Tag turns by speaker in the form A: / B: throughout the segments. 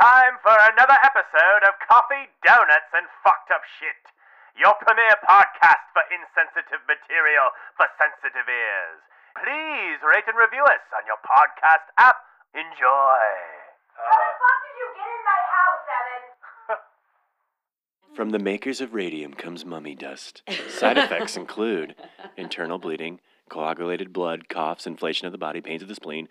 A: time for another episode of Coffee, Donuts, and Fucked Up Shit, your premier podcast for insensitive material for sensitive ears. Please rate and review us on your podcast app. Enjoy.
B: How the fuck did you get in my house, Evan?
C: From the makers of radium comes mummy dust. Side effects include internal bleeding, coagulated blood, coughs, inflation of the body, pains of the spleen,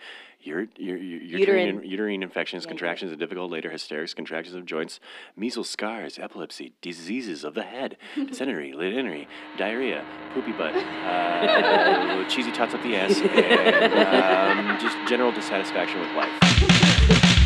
C: ur- ur- ur- uterine,
D: Uterine-
C: uterine infections,
D: Yeah, yeah.
C: contractions of difficult later hysterics, contractions of joints, measles, scars, epilepsy, diseases of the head, dysentery, litinery, diarrhea, poopy butt, uh, cheesy tots up the ass, and um, just general dissatisfaction with life.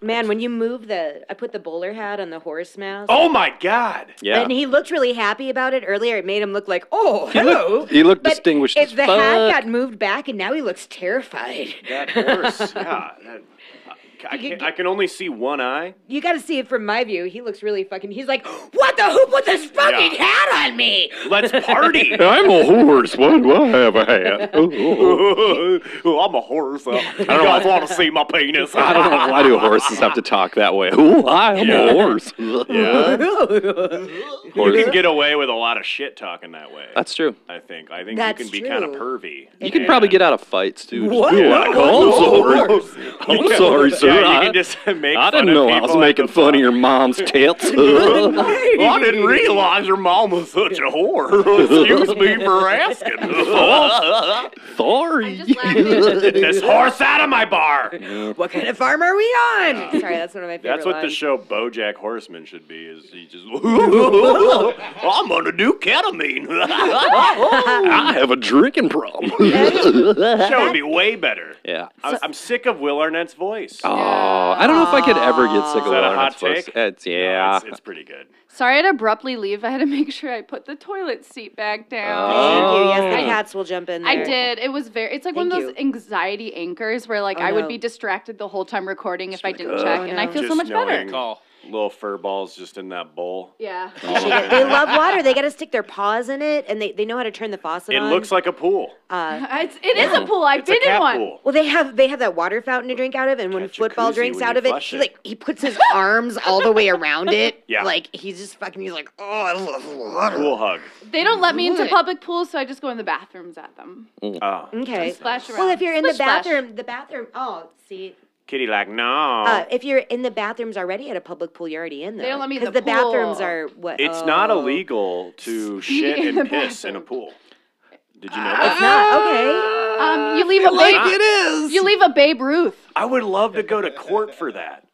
D: Man, when you move the, I put the bowler hat on the horse mask.
A: Oh my god.
C: Yeah.
D: And he looked really happy about it earlier. It made him look like, oh, hello.
E: He looked
D: But
E: distinguished
D: If
E: as
D: the
E: fuck.
D: hat got moved back, and now he looks terrified.
C: That horse, yeah. that- I, I, can, I can only see one eye.
D: You got to see it from my view. He looks really fucking. He's like, what the? Who put this fucking
C: Yeah.
D: hat on me?
C: Let's party!
E: I'm a horse. What do I have a hat? Ooh, ooh, ooh.
C: I'm a horse. Uh, you guys want to see my penis?
E: I don't know why do horses have to talk that way. Ooh, I'm
C: Yeah.
E: a horse.
C: Yeah. You
E: Horse.
C: can get away with a lot of shit talking that way.
E: That's true.
C: I think. I think
D: That's
C: you can be kind of
D: true.
C: pervy.
E: You could probably get out of fights too.
D: What?
E: Just be like, I'm sorry. I'm sorry, sir.
C: Yeah, you
E: I,
C: can just make
E: I
C: fun
E: didn't
C: of
E: know I
C: people
E: was
C: at
E: making
C: the
E: fun of
C: pub.
E: your mom's tits.
C: Well, I didn't realize your mom was such a whore. Excuse me for asking.
E: sorry.
C: Get this horse out of my bar.
D: What kind of farm are we on? Sorry, that's one of my favorite.
C: That's what the
D: lines.
C: show BoJack Horseman should be. Is he just? I'm gonna do ketamine.
E: I have a drinking problem.
C: that show would be way better.
E: yeah.
C: I, I'm sick of Will Arnett's voice.
E: Oh, I don't know if I could ever get sick
C: Is
E: of
C: that a
E: Lauren
C: hot
E: Hitzfeld.
C: take?
E: It's, yeah.
C: it's, it's pretty good.
F: Sorry, I had to abruptly leave. I had to make sure I put the toilet seat back down.
D: Thank you. Yes,
E: Oh.
D: the cats will jump in. There.
F: I did. It was very. It's like one of
D: Thank
F: those
D: you.
F: anxiety anchors where like
D: Oh,
F: I would
D: no.
F: be distracted the whole time recording if I didn't
C: like,
F: check,
D: oh,
F: and
D: no.
F: I feel so
C: Just
F: much
C: knowing
F: better.
C: Little fur balls just in that bowl.
F: Yeah.
C: Oh,
D: They love water. They got to stick their paws in it, and they, they know how to turn the faucet
C: It
D: on.
C: looks like a pool.
D: Uh,
F: It's, it is a pool. I've
C: It's
F: been
C: a cat
F: in one.
C: pool.
D: Well, they have they have that water fountain to drink out of, and when
C: Got
D: football
C: jacuzzi
D: drinks
C: when
D: out
C: you
D: of it,
C: flush
D: he
C: it.
D: like he puts his arms all the way around it.
C: Yeah.
D: like he's just fucking. He's like, oh, I love water.
C: Pool hug.
F: They don't let me into
D: Good.
F: public pools, so I just go in the bathrooms at them.
C: Oh.
D: Okay.
F: Splash around.
D: Well, if you're in the
F: Splish, splash.
D: bathroom, the bathroom. Oh, see,
C: Kitty like, no.
D: uh, if you're in the bathrooms already at a public pool, you're already in there.
F: Oh. They don't let me in
D: because
F: the
D: the bathrooms
F: pool.
D: are what.
C: it's not
D: oh.
C: illegal to
F: Speak
C: shit
F: in the
C: and piss in a pool. Did you know
D: It's
C: that?
D: not Oh. okay.
F: Um, you leave a
C: Uh, like
F: Babe-
C: it
E: is.
F: You leave a Babe Ruth.
C: I would love to go to court for that.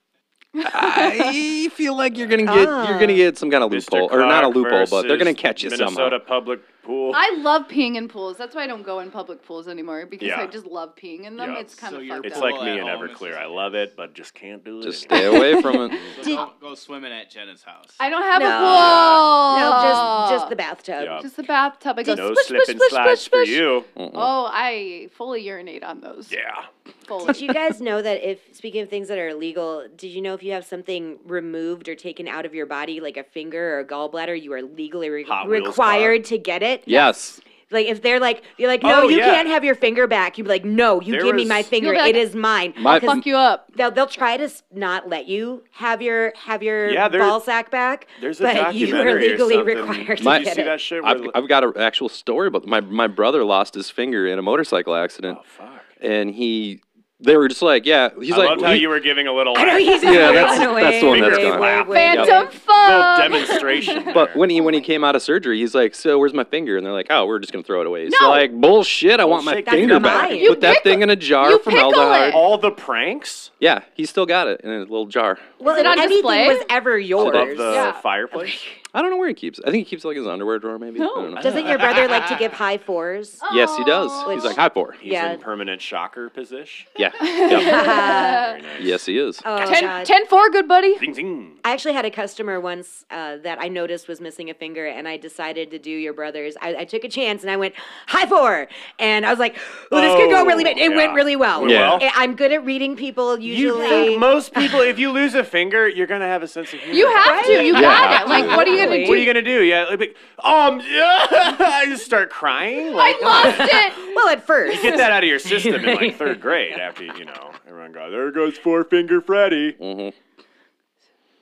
E: I feel like you're gonna get
D: Ah.
E: you're gonna get some kind of
C: Mr.
E: loophole, or not a
C: Clark
E: loophole, but they're gonna
C: versus
E: catch you
C: Minnesota
E: somehow.
C: public pool.
F: I love peeing in pools. That's why I don't go in public pools anymore because
C: Yeah.
F: I just love peeing in them.
C: Yeah.
F: It's kind
G: So
F: of
G: you're
F: fucked
C: it's
F: up.
C: like
G: Well,
C: me
G: at
C: and
G: home,
C: Everclear.
G: it's
C: I love it, but just can't do it.
E: Just
C: anymore.
E: stay away from it.
G: So
D: Did-
G: don't go swimming at Jenna's house.
F: I don't have
D: No.
F: a pool.
D: No, just just
F: Oh.
D: the bathtub.
C: Yeah.
F: Just the bathtub. I go
C: No
F: splish,
C: slip
F: splish,
C: and
F: splish, splish,
C: slides for
F: splish.
C: you.
F: Oh, I fully urinate on those.
C: Yeah.
F: Fully.
D: Did you guys know that if speaking of things that are illegal, did you know if you have something removed or taken out of your body, like a finger or a gallbladder, you are legally re-
C: Hot Wheels
D: required to get it?
E: Yes.
D: Like if they're like, you're like, no,
C: Oh,
D: you
C: yeah.
D: can't have your finger back. You'd be like, no, you
C: There
D: give me
C: was-
D: my finger.
F: You'll be like-
D: it is mine.
E: My-
D: Because
F: Fuck you up.
D: They'll, they'll try to s- not let you have your have your
C: Yeah, there-
D: ball sack back,
C: There's a
D: but you are
C: documentary or
D: legally
C: something.
D: required to
C: Did
E: My-
C: you
D: get
C: see
D: it.
C: that shit? Where
E: I've,
C: the-
E: I've got an actual story about my my brother lost his finger in a motorcycle accident,
C: oh fuck.
E: and he they were just like, yeah, he's
C: I
E: like,
C: loved how
E: he-
C: you were giving a little
D: I know he's
E: Yeah,
D: gone
E: that's-
D: away,
E: that's the one that's
D: way,
E: gone.
D: way, way,
F: Phantom
C: little
F: fuck.
C: demonstration.
E: But when he when he came out of surgery, he's like, "So where's my finger?" And they're like, "Oh, we're just gonna throw it away." He's
F: No.
E: like, "Bullshit! I want my
C: Bullshit.
D: That's
E: finger
D: not
E: back.
D: mine.
E: Put
D: You
E: that
F: pickle-
E: thing in a jar
F: you
E: from
F: pickle
E: Aldehyde."
F: it.
C: all the pranks
E: Yeah, he still got it in a little jar.
D: Well,
F: Is it on
D: anything
F: display?
D: was ever yours.
C: above the
F: Yeah.
C: fireplace.
E: I don't know where he keeps. it. I think he keeps it like his underwear drawer, maybe. I don't know.
D: Doesn't your brother like to give high fours?
F: Oh,
E: yes, he does.
F: Aw.
E: He's like high four.
C: He's
D: Yeah.
C: in permanent shocker position.
E: Yeah. yeah.
D: oh,
C: Very nice.
E: yes, he is.
D: God.
F: Ten, ten four, good buddy.
C: Zing zing.
D: I actually had a customer once uh, that I noticed was missing a finger, and I decided to do your brother's. I, I took a chance and I went high four, and I was like, "Well, this could go
C: Oh,
D: really bad." It went
C: yeah.
D: really well.
C: Went
E: Yeah.
C: well?
D: I- I'm good at reading people
C: You
D: usually.
C: think most people, if you lose a finger, you're gonna have a sense of humor.
F: You have to. You
E: Yeah.
F: got it. Like, what are you gonna
D: Absolutely.
F: do?
C: What are you gonna do? Yeah, like, like, um, I just start crying. Like,
F: I lost it.
D: well, at first,
C: get that out of your system in like third grade. After you know, everyone goes, "There goes Four Finger Freddy."
E: Mm-hmm.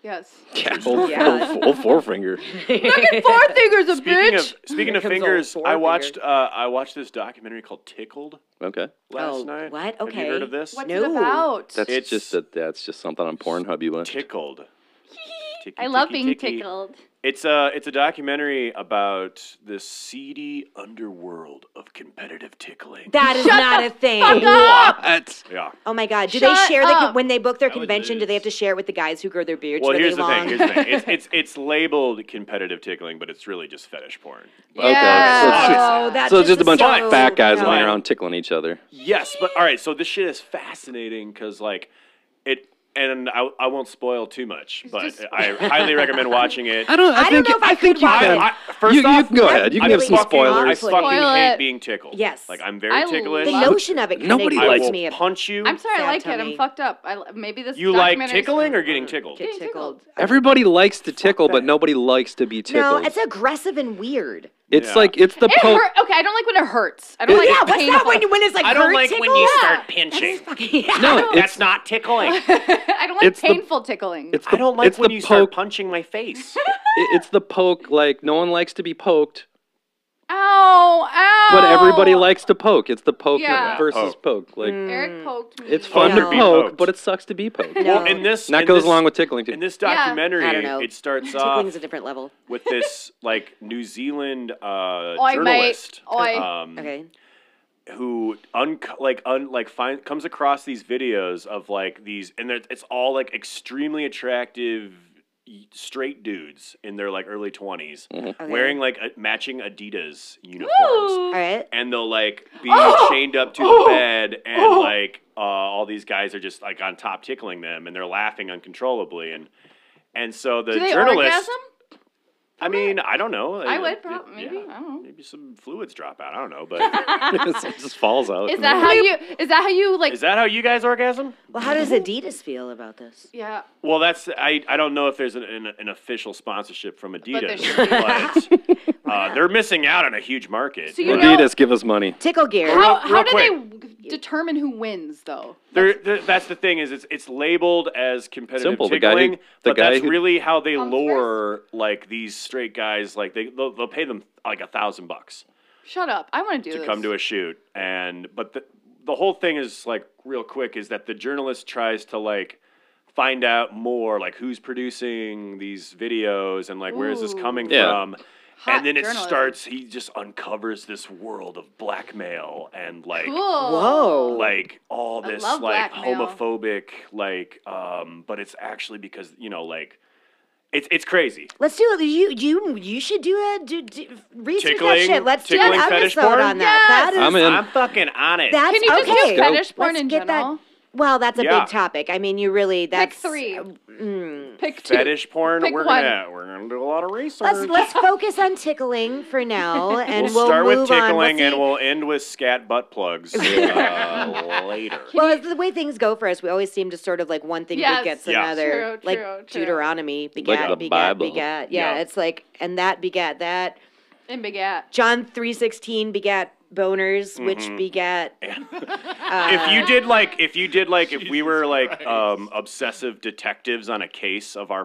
F: Yes.
E: Yeah. Old,
D: Yeah.
E: old- old forefinger.
F: Fucking four fingers, a
C: Speaking
F: bitch.
C: of speaking of
D: Comes all
C: fingers,
D: four
C: I watched uh, I watched this documentary called Tickled
E: Okay.
C: last
D: Oh,
C: night.
D: what?
C: Have
D: Okay.
C: you heard of this?
F: What's
D: No.
F: it about?
E: That's
C: It's-
E: just a, that's just something on Pornhub you watch.
C: Tickled. Ticky,
G: I love
C: ticky,
G: being
C: ticky.
G: tickled.
C: It's a it's a documentary about the seedy underworld of competitive tickling.
D: that is not a thing.
E: What?
C: yeah.
D: Oh my God! Do
F: Shut
D: they share the,
F: up.
D: when they book their
C: would
D: convention? Do they have to share it with the guys who grow their beards
C: Well,
D: really
C: here's the,
D: long?
C: thing, here's the thing. It's it's it's labeled competitive tickling, but it's really just fetish porn.
F: Yeah.
E: Okay. So it's
D: Oh, that's
E: so it's just a bunch
D: so-
E: of fat guys
D: no.
E: laying around tickling each other.
C: Yes, but all right. So this shit is fascinating because like it, and I, I won't spoil too much, but
F: just-
C: I highly recommend watching it.
E: don't.
D: I don't think- know if I I think could you watch can. it.
C: I, first
E: you, you
C: off,
E: can go
D: I
E: ahead. You can
D: really
E: give some
D: fucking
E: spoilers.
C: I
D: Spoil
C: fucking hate
F: it.
C: being tickled.
D: Yes.
C: Like I'm very
F: I
C: ticklish.
D: The
F: love-
D: notion of it kind
E: Nobody
D: of
C: I
E: likes
D: wakes
C: will
D: me up.
C: punch you.
F: I'm sorry, I
D: Sad
F: like it.
D: tummy.
F: I'm fucked up. I, li- maybe this.
C: you like
F: documentary-
C: tickling or getting tickled?
D: Get
F: Getting tickled.
D: tickled.
E: Everybody likes to tickle, but nobody likes to be
D: No,
E: tickled.
D: it's aggressive and weird.
E: It's
C: Yeah.
E: like it's the
F: It
E: po-
F: hurt. Okay, I don't like when it hurts. I don't like.
D: yeah,
F: it's
D: what's that
F: painful.
D: when you when it's like
C: I don't
D: hurt
C: like
D: tickle?
C: when you
D: Yeah.
C: start
D: That
C: pinching.
D: is fucking yeah.
E: No,
C: That's
E: it's
C: not tickling.
F: I don't like
E: It's the-
F: painful tickling.
E: it's the
C: I don't like
E: it's
C: when
E: the
C: you
E: poke.
C: start punching my face.
E: it- It's the poke. Like no one likes to be poked,
F: ow, ow.
E: but everybody likes to poke. It's the poke
F: Yeah.
E: versus poke. Like
D: Mm.
F: Eric poked me.
E: it's fun
D: No.
E: to
D: Be
E: poke,
C: poked.
E: Oh, but it sucks to be poked.
D: No.
C: Well, in this
E: And that
C: in
E: goes
C: this-
E: along with tickling too.
C: In this
F: Yeah.
C: documentary,
D: I don't know.
C: it starts
D: Tickling's
C: off
D: a different level.
C: with this like New Zealand
D: Oh,
C: uh,
F: Oi, mate.
C: journalist
F: Oi.
C: um,
D: Okay.
C: who un- like un- like find comes across these videos of like these and they're- it's all like extremely attractive y- straight dudes in their like early 20s
D: Okay.
C: wearing like a- matching Adidas uniforms
D: All right.
C: and they'll like be
F: Oh!
C: chained up to
F: Oh!
C: the bed and
F: Oh!
C: like uh, all these guys are just like on top tickling them and they're laughing uncontrollably and and so the
F: Do they
C: journalist
F: orgasm?
C: I mean, I don't know.
F: I would
C: it-
F: prob- maybe, I don't know.
C: Maybe some fluids drop out. I don't know, but
E: it just falls out.
F: Is that how you? Is that how you like?
C: is that how you guys orgasm?
D: Well, how does Adidas feel about this?
F: yeah.
C: Well, that's I. I don't know if there's an, an, an official sponsorship from
F: there
C: Adidas,
F: should
C: but, uh, they're missing out on a huge market.
F: So you know
E: Adidas, give us money.
D: Tickle gear.
F: how,
C: Real- real
F: how do they w- determine who wins though?
C: They're, they're- that's the thing is it's it's labeled as competitive
E: Simple, the guy who-
C: tickling,
E: the
C: but
E: guy
C: that's
E: who-
C: really how they
F: Comes
C: lure like these straight guys. Like they they'll, they'll pay them like a thousand bucks
F: Shut up! I want to do
C: to
F: this.
C: come to a shoot, and but the the whole thing is like real quick is that the journalist tries to like find out more like who's producing these videos and like where is this
F: Ooh.
C: coming
E: Yeah.
C: from.
F: Hot
C: and then it
F: journalism.
C: starts. He just uncovers this world of blackmail and like
F: Cool.
D: Whoa.
C: like all
F: I
C: this
F: love
C: like
F: blackmail.
C: homophobic like um but it's actually because you know like it's it's crazy
D: Let's do it. You you you should do a do, do, research that
C: Tickling-
D: shit. Let's do an
C: tickling fetish
D: episode
C: porn?
D: on that.
F: Yes.
D: That is
E: I'm in.
C: i'm fucking on it
D: that's
F: Can you just
D: okay.
F: do fetish porn
D: Let's
F: in
D: get that-
F: general?
D: Well, that's a
C: Yeah.
D: big topic. I mean, you really that's
F: three.
D: mm.
F: Pick two.
C: fetish porn
F: Pick
C: we're
F: one.
C: gonna we're gonna do a lot of research
D: Let's let's focus on tickling for now, and
C: we'll,
D: we'll,
C: start
D: move
C: with tickling
D: on.
C: and we'll end with scat butt plugs uh, later
D: Well, it's the way things go for us, we always seem to sort of like one thing
F: Yes.
D: begets
C: Yeah.
D: another.
F: True,
D: like
F: true, true.
D: Deuteronomy begat,
E: the
D: begat,
E: Bible.
D: begat. Yeah,
C: Yeah.
D: it's like and that begat that.
F: in baguette.
D: John three sixteen begat boners, which
C: Mm-hmm.
D: begat.
C: if you did like if you did like if we were like um obsessive detectives on a case of our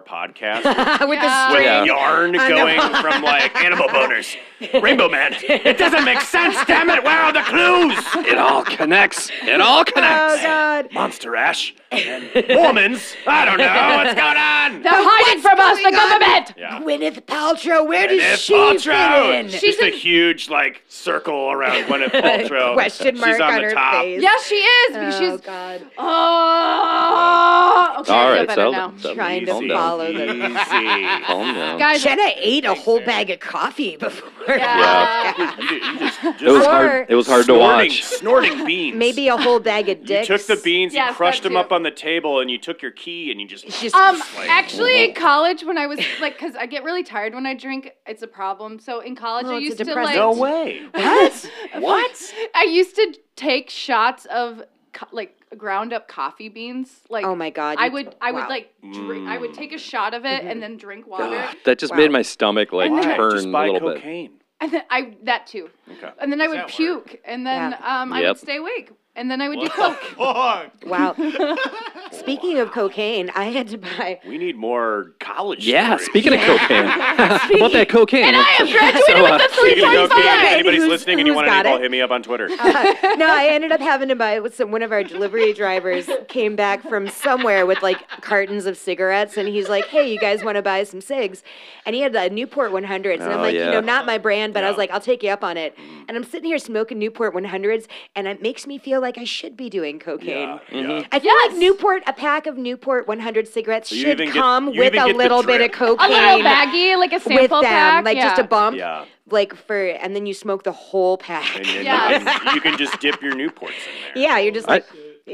D: with
C: podcast
F: Yeah.
D: the
C: with
D: string.
E: Yeah.
C: yarn
D: I know.
C: going from like animal boners. Rainbow Man. It doesn't make sense, damn it. Where are the clues? It all
E: connects. It all
D: Oh
E: connects.
D: God!
C: Monster Ash. Mormons. I don't know what's going on.
F: They're hiding from us, the government.
C: yeah.
D: Gwyneth Paltrow, where does
C: Gwyneth
D: she
C: Paltrow.
D: fit in?
C: Just a huge like circle around Gwyneth Paltrow.
D: Question mark
C: She's on
D: on
C: the
D: her
C: top.
D: face.
F: Yes, she is.
D: Oh
F: she's
D: God!
F: oh, okay,
E: All
F: I feel
E: right,
F: better
E: settle
F: now.
E: down, settle
D: Trying to
E: down. Calm down.
D: follow the
A: Easy.
E: Calm down.
F: Guys, uh,
D: Jenna ate a whole bag of coffee before.
F: Yeah.
A: You just- just
E: It was
D: Or
E: hard. It was hard to
C: snorting,
E: watch.
C: snorting beans.
D: Maybe a whole bag of
C: you
D: dicks.
C: took the beans, you
F: Yes,
C: crushed
F: that
C: them up
F: too.
C: on the table, and you took your key and you just.
D: It's Just
F: Um, actually, in college, when I was like, because I get really tired when I drink, it's a problem. So in college,
D: Oh,
F: I
D: it's a
F: used to
D: depressant.
F: like,
C: no way.
D: what?
C: What?
F: I used to take shots of co- like ground up coffee beans. Like,
D: Oh my god!
F: I
D: you-
F: would, I
D: wow. Mm-hmm.
F: would like, drink, I would take a shot of it and then drink water,
E: Ugh, that just
D: Wow.
E: made my stomach like
C: Why?
E: turn
C: just
E: a
C: buy
E: little bit.
C: cocaine.
F: and then I that too,
C: Okay.
F: and then I
G: Does
F: would
G: that
F: puke, and then um, I
E: Yep.
F: would stay awake, and then I would do
G: What
F: coke.
G: the fuck?
D: Wow. Speaking of cocaine, I had to buy.
C: We need more college.
E: Yeah,
C: stories.
E: speaking of cocaine, about that cocaine. And I am graduating
C: Speaking of cocaine, if
D: Okay,
C: anybody's
D: who's-
C: listening and you
D: who's
C: want
D: got
C: any call,
D: it? Oh.
C: hit me up on Twitter.
D: uh, no, I ended up having to buy. with Some, one of our delivery drivers came back from somewhere with like cartons of cigarettes, and he's like, "Hey, you guys want to buy some cigs?" And he had the Newport 100s, and I'm
E: Oh,
D: like, "You
E: yeah.
D: know, not my brand, but I was
C: Yeah. Mm.
D: like, I'll take you up on it." And I'm sitting here smoking Newport 100s, and it makes me feel like I should be doing cocaine.
C: Yeah, yeah.
D: I feel
F: Yes.
D: like Newport, a pack of Newport 100 cigarettes
C: So you
D: should
C: even get-
D: come
C: you
D: with
C: even
D: a
C: get the
D: little bit of
C: drip.
D: cocaine
F: A little baggy, like a sample
D: with them,
F: pack,
D: like just
F: yeah.
D: a bump,
C: Yeah.
D: like for, and then you smoke the whole pack.
C: And then
F: Yes.
C: you, can, you can just dip your Newports in there.
D: yeah, you're just
E: I-
D: like.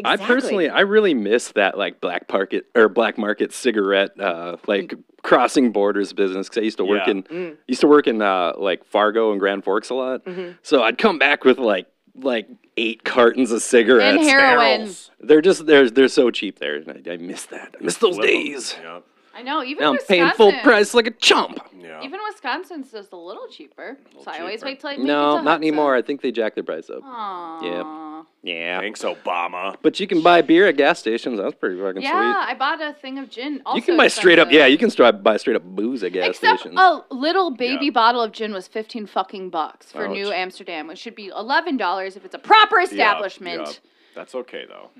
E: I
D: exactly.
E: personally, I really miss that like black market or black market cigarette, uh, like
F: Mm.
E: crossing borders business. Because I used to work
C: Yeah.
E: in, used to work in uh, like Fargo and Grand Forks a lot.
F: Mm-hmm.
E: So I'd come back with like like eight cartons of cigarettes.
F: and heroin.
C: barrels.
E: They're just they're they're so cheap there. and I, I miss that. I miss those
C: Flip 'em.
E: days.
C: Yeah.
F: I know, even
E: Now I'm
F: Wisconsin,
E: paying full price like a chump.
C: Yeah.
F: Even Wisconsin's just a little cheaper, so I always
C: cheaper.
F: wait till I make it
E: No,
F: to
E: not anymore. I
F: Hudson.
E: think they jack their price up.
F: Aw.
E: Yeah.
C: Thanks, Obama.
E: But you can buy beer at gas stations. That's pretty fucking
F: Yeah,
E: sweet.
F: I bought a thing of gin. Also
E: You can buy straight up.
F: expensive.
E: Yeah, you can stri- buy straight up booze at gas
F: Except
E: stations.
D: oh,
F: a little baby
C: Yeah.
F: bottle of gin was fifteen fucking bucks for New
E: Ouch.
F: Amsterdam, which should be eleven dollars if it's a proper establishment.
C: Yeah, yeah. That's okay though.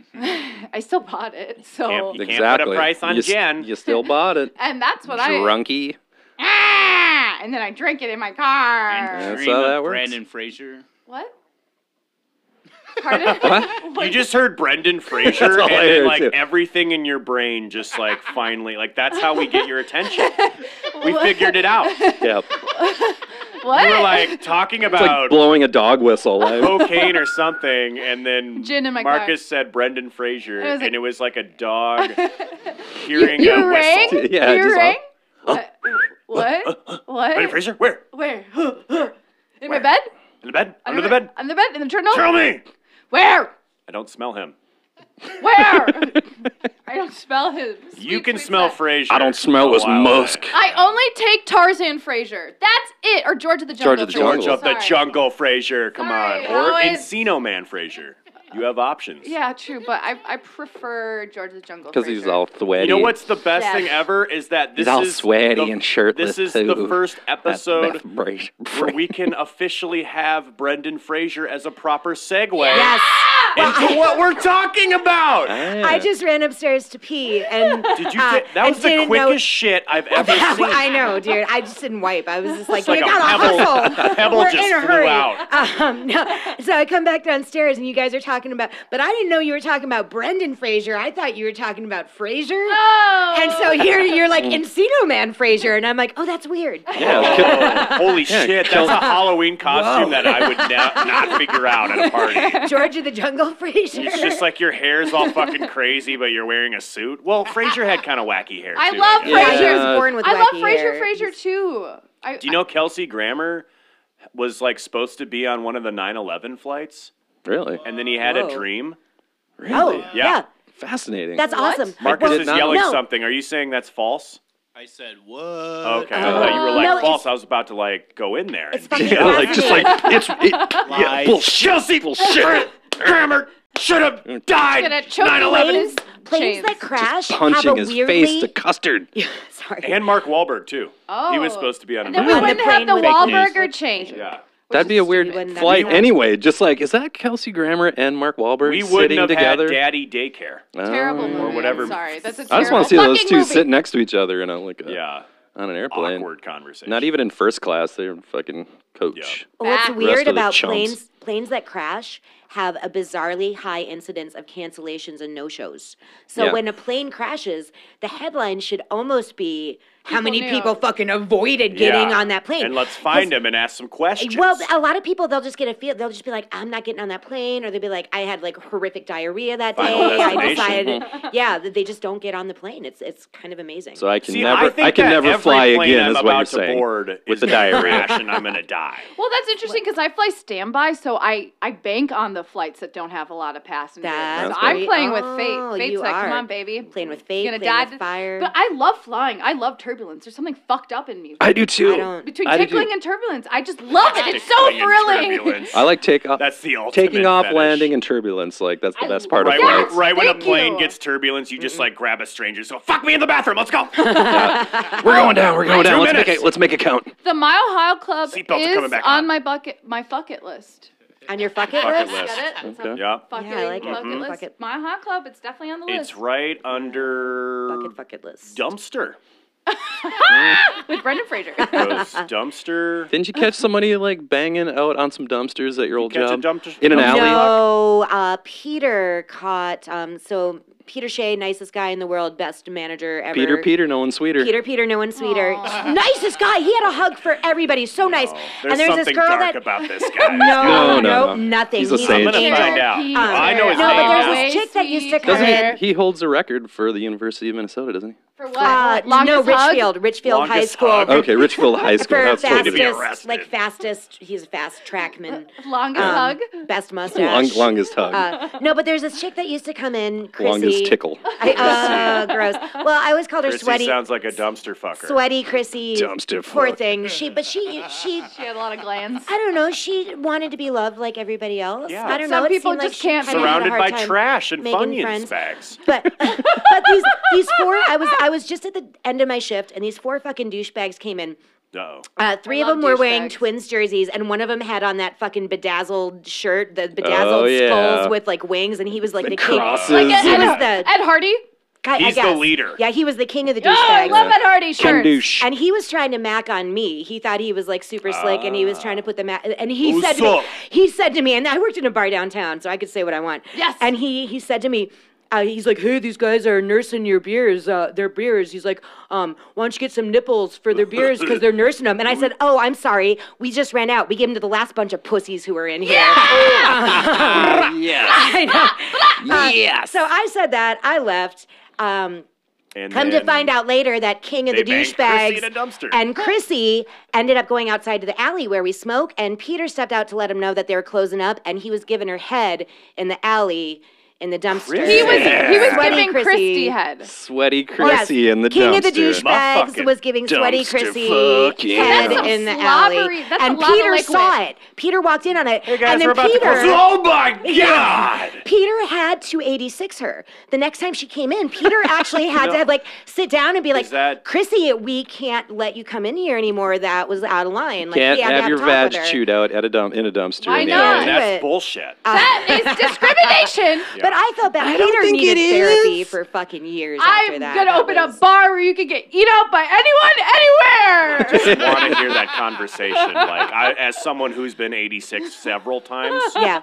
F: I still bought it, so
C: Can't be- put a
E: exactly.
C: price on
E: you s-
C: gin.
E: you still bought it.
F: and that's what
E: Drunky.
F: I ah, and then I drank it in my car.
E: That's
G: Dream
E: how
G: of
E: that works.
G: Brandon Fraser.
F: What? Pardon?
C: You just heard Brendan Fraser,
E: That's all
C: and
E: I
C: then
E: heard,
C: like
E: too.
C: everything in your brain just like finally like that's how we get your attention. We figured it out. We
E: Yeah.
F: what?
C: were like talking
E: It's like
C: about
E: blowing a dog whistle. Like,
C: cocaine or something, and then
F: Gin in my car.
C: Marcus said Brendan Fraser,
F: I was like-
C: and it was like a dog
F: you,
C: hearing a
F: you rang?
C: whistle.
E: Yeah,
F: you
E: just, uh,
F: rang? what? what?
C: Brendan Fraser, where?
F: Where? In my bed?
C: In the bed? Under
F: On
C: the bed?
F: On the bed? In the journal?
C: Tell me.
F: Where?
C: I don't smell him.
F: Where? I don't smell him.
C: You can smell Fraser.
E: I don't smell his
C: a while
E: musk.
C: back.
F: I only take Tarzan Fraser. That's it. Or George of the Jungle.
E: George of the
F: Fraser.
C: George of the
F: Sorry.
C: Jungle, Fraser. Come
F: Sorry,
C: on, or
F: Howard.
C: Encino Man, Fraser. You have options.
F: Yeah, true, but I, I prefer George of the Jungle.
E: Because he's
F: Fraser.
E: all sweaty.
C: You know what's the best
F: Yeah.
C: thing ever is that this
E: He's all
C: is
E: sweaty
C: the-
E: and shirtless.
C: This is
E: too.
C: the first
E: That's
C: episode
E: Beth Fraser.
C: where we can officially have Brendan Fraser as a proper segue
D: Yes.
C: into what we're talking about.
D: I just ran upstairs to pee and
C: Did you?
D: uh,
C: say- that
D: I
C: was the
D: didn't
C: quickest
D: know-
C: shit I've ever seen.
D: I know, dude. I just didn't wipe. I was just like,
C: like
D: you
C: a
D: gotta
C: pebble-
D: hustle.
C: a pebble
D: We're
C: just
D: in a
C: flew
D: hurry.
C: out.
D: Um, no. So I come back downstairs and you guys are talking about, but I didn't know you were talking about Brendan Fraser. I thought you were talking about Fraser.
F: Oh.
D: And so here you're like Encino Man Fraser, and I'm like, oh, that's weird.
E: Yeah, kill-
C: Oh, holy shit! That's a Halloween costume
E: Whoa.
C: that I would na- not figure out at a party.
D: George of the Jungle Fraser.
C: It's just like your hair's all fucking crazy, but you're wearing a suit. Well, Fraser had kind of wacky hair.
F: I
C: too,
F: love
C: guess.
D: yeah, he
F: Fraser.
D: was born with
F: I love
D: wacky
F: Fraser
D: hair.
F: Fraser too. I,
C: Do you know Kelsey Grammer was like supposed to be on one of the 9/11 flights,
E: really
C: and then he had
D: Whoa.
C: a dream?
D: Oh,
E: really
D: yeah.
E: fascinating.
D: That's
F: What?
D: awesome.
C: Marcus
E: did
C: is
E: not
C: yelling
D: know.
C: something. Are you saying that's false?
G: I said what?
C: Okay, I thought you were like
D: No, it's-
C: false. I was about to like go in there.
D: It's
C: and-
D: fucking
E: yeah, like just like it's it, yeah,
G: Lies.
E: bullshit.
C: Kelsey Grammer- Grammer should have died.
F: gonna choke me
C: 9/11.
F: with his
D: Planes
F: chains.
D: that crash have
E: Punching
D: a
E: his
D: weirdly...
E: face to custard.
D: Yeah, sorry.
C: And Mark Wahlberg too. he was
F: Oh.
C: supposed to be on.
F: And
C: a
F: then we
D: On the
F: wouldn't have
D: plane
F: the
D: with-
F: Wahlburger chain.
C: yeah.
E: That'd be
D: is
E: a weird
D: stupid, wouldn't that
E: flight
D: be nice?
E: anyway. Just like is that Kelsey Grammer and Mark Wahlberg
C: We wouldn't
E: sitting
C: have
E: together?
C: had Daddy Daycare.
E: Oh.
F: Terrible movie. I'm
C: whatever.
F: sorry, that's a terrible
E: I just want to see those
F: fucking
E: two
F: movie.
E: sit next to each other in a like a,
C: Yeah.
E: on an airplane.
C: Awkward conversation.
E: Not even in first class. They're in fucking coach.
D: What's
F: Back.
D: weird
E: Rest of the
D: about
E: chumps.
D: planes planes that crash have a bizarrely high incidence of cancellations and no shows. So
E: Yeah.
D: when a plane crashes, the headline should almost be how many
F: knew."
D: people fucking avoided getting
C: Yeah.
D: on that plane.
C: And let's find him and ask some questions.
D: Well, a lot of people they'll just get a feel. They'll just be like, "I'm not getting on that plane," or they'll be like, "I had like horrific diarrhea that
C: Final
D: day." I
C: destination.
D: decided, yeah, that they just don't get on the plane. It's it's kind of amazing.
E: So I can
C: See,
E: never,
C: I,
E: I,
C: think
E: can
C: that
E: never
C: every
E: fly
C: plane
E: again.
C: I'm
E: is
C: about
E: what you're
C: to
E: saying.
C: board
E: With
C: is
E: the
C: gonna
E: diarrhea.
C: crash and I'm gonna die.
F: Well, that's interesting because I fly standby, so I, I bank on the flights that don't have a lot of passengers.
D: That's
F: So I'm
D: great.
F: playing with
D: Oh,
F: fate. Fate's
D: you
F: like, come
D: are.
F: on, baby.
D: playing with
F: You're
D: fate,
F: gonna
D: playing
F: die
D: with
F: to-
D: fire.
F: But I love flying. I love turbulence. There's something fucked up in me.
E: I do too.
D: I don't-
F: Between
E: I do
F: tickling
E: too.
F: and turbulence, I just love it. It's so
C: Tickling and
F: thrilling.
C: turbulence.
E: I like take off,
C: That's the ultimate.
E: taking off,
C: fetish.
E: landing, and turbulence. Like that's the
F: I
E: best part of
C: Right,
F: Yes,
E: flight.
C: when, right when a
F: thank
C: plane
F: you.
C: gets turbulence, you just like grab a stranger. So fuck me in the bathroom. Let's go. We're going down. We're
E: Go down.
C: Two
E: Let's make
C: minutes.
E: it. Let's make it count.
F: the Mile High Club
C: Seatbelts are
F: is
C: coming back
F: on,
C: on.
F: my bucket, my fuck it list.
D: on your fucking
C: Bucket
D: list.
C: list.
F: Get it? It's
E: Okay.
F: on
C: Yeah.
F: Fucking
D: Yeah, I like it.
F: bucket
D: Mhm.
F: list.
D: Fuck it.
F: Mile High Club. It's definitely on the list.
C: It's right under
D: Bucket bucket list.
C: dumpster.
F: With Brendan Fraser.
C: Goes dumpster.
E: Didn't you catch somebody like banging out on some dumpsters at your old
C: catch a
E: job
C: dumpster-
E: in an
C: No.
E: alley?
D: No, uh, Peter caught. Um, so Peter Shea, nicest guy in the world, best manager ever.
E: Peter, Peter, no one sweeter.
D: Peter, Peter, no one sweeter. Nicest guy. He had a hug for everybody. So nice.
C: There's,
D: and there's
C: something
D: this girl
C: dark
D: that.
C: about this guy.
E: No,
D: No, no,
E: no, no.
D: nothing.
E: He's a
C: I'm
E: sage.
C: gonna
F: Peter,
C: find out.
F: Peter.
C: I know his
D: No,
C: name.
D: but there's
C: now.
D: this chick that used to
E: Doesn't
D: Peter.
E: he? He holds a record for the University of Minnesota, doesn't he?
F: For what?
D: Uh, no,
F: Longest hug?
D: Richfield, Richfield High
C: Longest
D: School.
C: hug.
D: For-
E: Okay, Richfield High School.
D: For
E: That's
C: to be
D: fastest,
C: arrested.
D: like fastest, he's a fast trackman.
F: Longest
D: Um,
F: hug?
D: best mustache.
E: long, longest hug.
D: Uh, no, but there's this chick that used to come in, Chrissy.
E: longest tickle.
D: I, uh, gross. Well, I always called her
C: Chrissy
D: sweaty,
C: sounds like a dumpster fucker.
D: sweaty Chrissy.
E: Dumpster
D: Poor
E: fuck.
D: thing. She, but she, she.
F: She had a lot of glands.
D: I don't know. She wanted to be loved like everybody else.
C: Yeah.
D: I don't
F: Some
D: know. It
F: people
D: seemed
F: just
D: like she
F: can't
D: kinda had a
C: Surrounded
D: hard
C: by
D: time.
C: trash and
D: making
C: Funyuns
D: friends.
C: bags.
D: But but these these four. I was I was just at the end of my shift, and these four fucking douchebags came in.
C: No.
D: Uh, three of
F: love
D: them were wearing
F: douchebags.
D: twins jerseys, and one of them had on that fucking bedazzled shirt, the bedazzled
E: Oh, yeah.
D: skulls with like wings, and he was like the king.
E: crosses
D: Like, he
F: and-
D: was the
F: Ed Hardy?
D: guy- I
C: He's the
D: guess.
C: leader.
D: Yeah, he was the king of the
F: Oh, I
D: douchebags.
F: love Ed Hardy
E: Ken
F: shirts.
E: douche.
D: and he was trying to mac on me. He thought he was like super slick, and he was trying to put the mac. And he
C: Who's
D: said, to me,
C: up?
D: he said to me, and I worked in a bar downtown, so I could say what I want.
F: Yes.
D: And he he said to me. Uh, he's like, hey, these guys are nursing your beers, uh, their beers. He's like, um, why don't you get some nipples for their beers because they're nursing them? And I said, oh, I'm sorry, we just ran out. We gave them to the last bunch of pussies who were in here.
E: yes.
D: I know. Uh, So I said that. I left. Um,
C: And
D: Come to
C: then
D: find out later that King of
C: they
D: the
C: banged Chrissy in a
D: Douchebags
C: dumpster.
D: and Chrissy ended up going outside to the alley where we smoke, and Peter stepped out to let him know that they were closing up, and he was giving her head in the alley in the dumpster.
F: He was he was
D: Sweaty
F: giving
D: Chrissy.
F: Christy head.
E: Sweaty
D: Yes,
E: Chrissy in the
D: King
E: dumpster.
D: of the Douchebags
C: Motherfucking
D: was giving sweaty
C: dumpster
D: Chrissy
E: fucking
D: head
F: That's some
D: in the
F: slobbery-
D: alley,
F: that's a
D: and
F: lot of
D: Peter
F: liquid.
D: saw it. Peter walked in on it,
C: Hey guys,
D: and then
C: we're about to
D: Peter.
C: close. Oh my god!
D: Peter had to 86 her. The next time she came in, Peter actually had to have like sit down and be like,
C: that-
D: Chrissy, we can't let you come in here anymore. That was out of line. Like,
E: Can't
D: he had to
E: have your
D: a talk
E: vag
D: with her.
E: chewed out at a dump in a dumpster.
F: Why
E: in the
F: not?
E: alley.
C: And
D: Yeah.
C: that's bullshit.
F: That is discrimination.
D: Uh, But I felt bad. Peter needed therapy for fucking years after
F: I'm
D: that.
F: gonna
D: That
F: open a
D: was-
F: bar where you can get eat up by anyone, anywhere.
C: I want to hear that conversation. Like, I, as someone who's been 86 several times,
D: Yeah.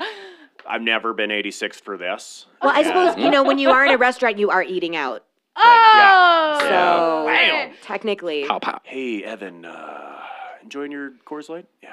C: I've never been 86 for this.
D: Well, I suppose, you know, when you are in a restaurant, you are eating out.
F: oh,
D: So,
C: Yeah. Wow.
D: technically.
E: Pow pow.
C: Hey, Evan, uh, enjoying your Coors Light? Yeah.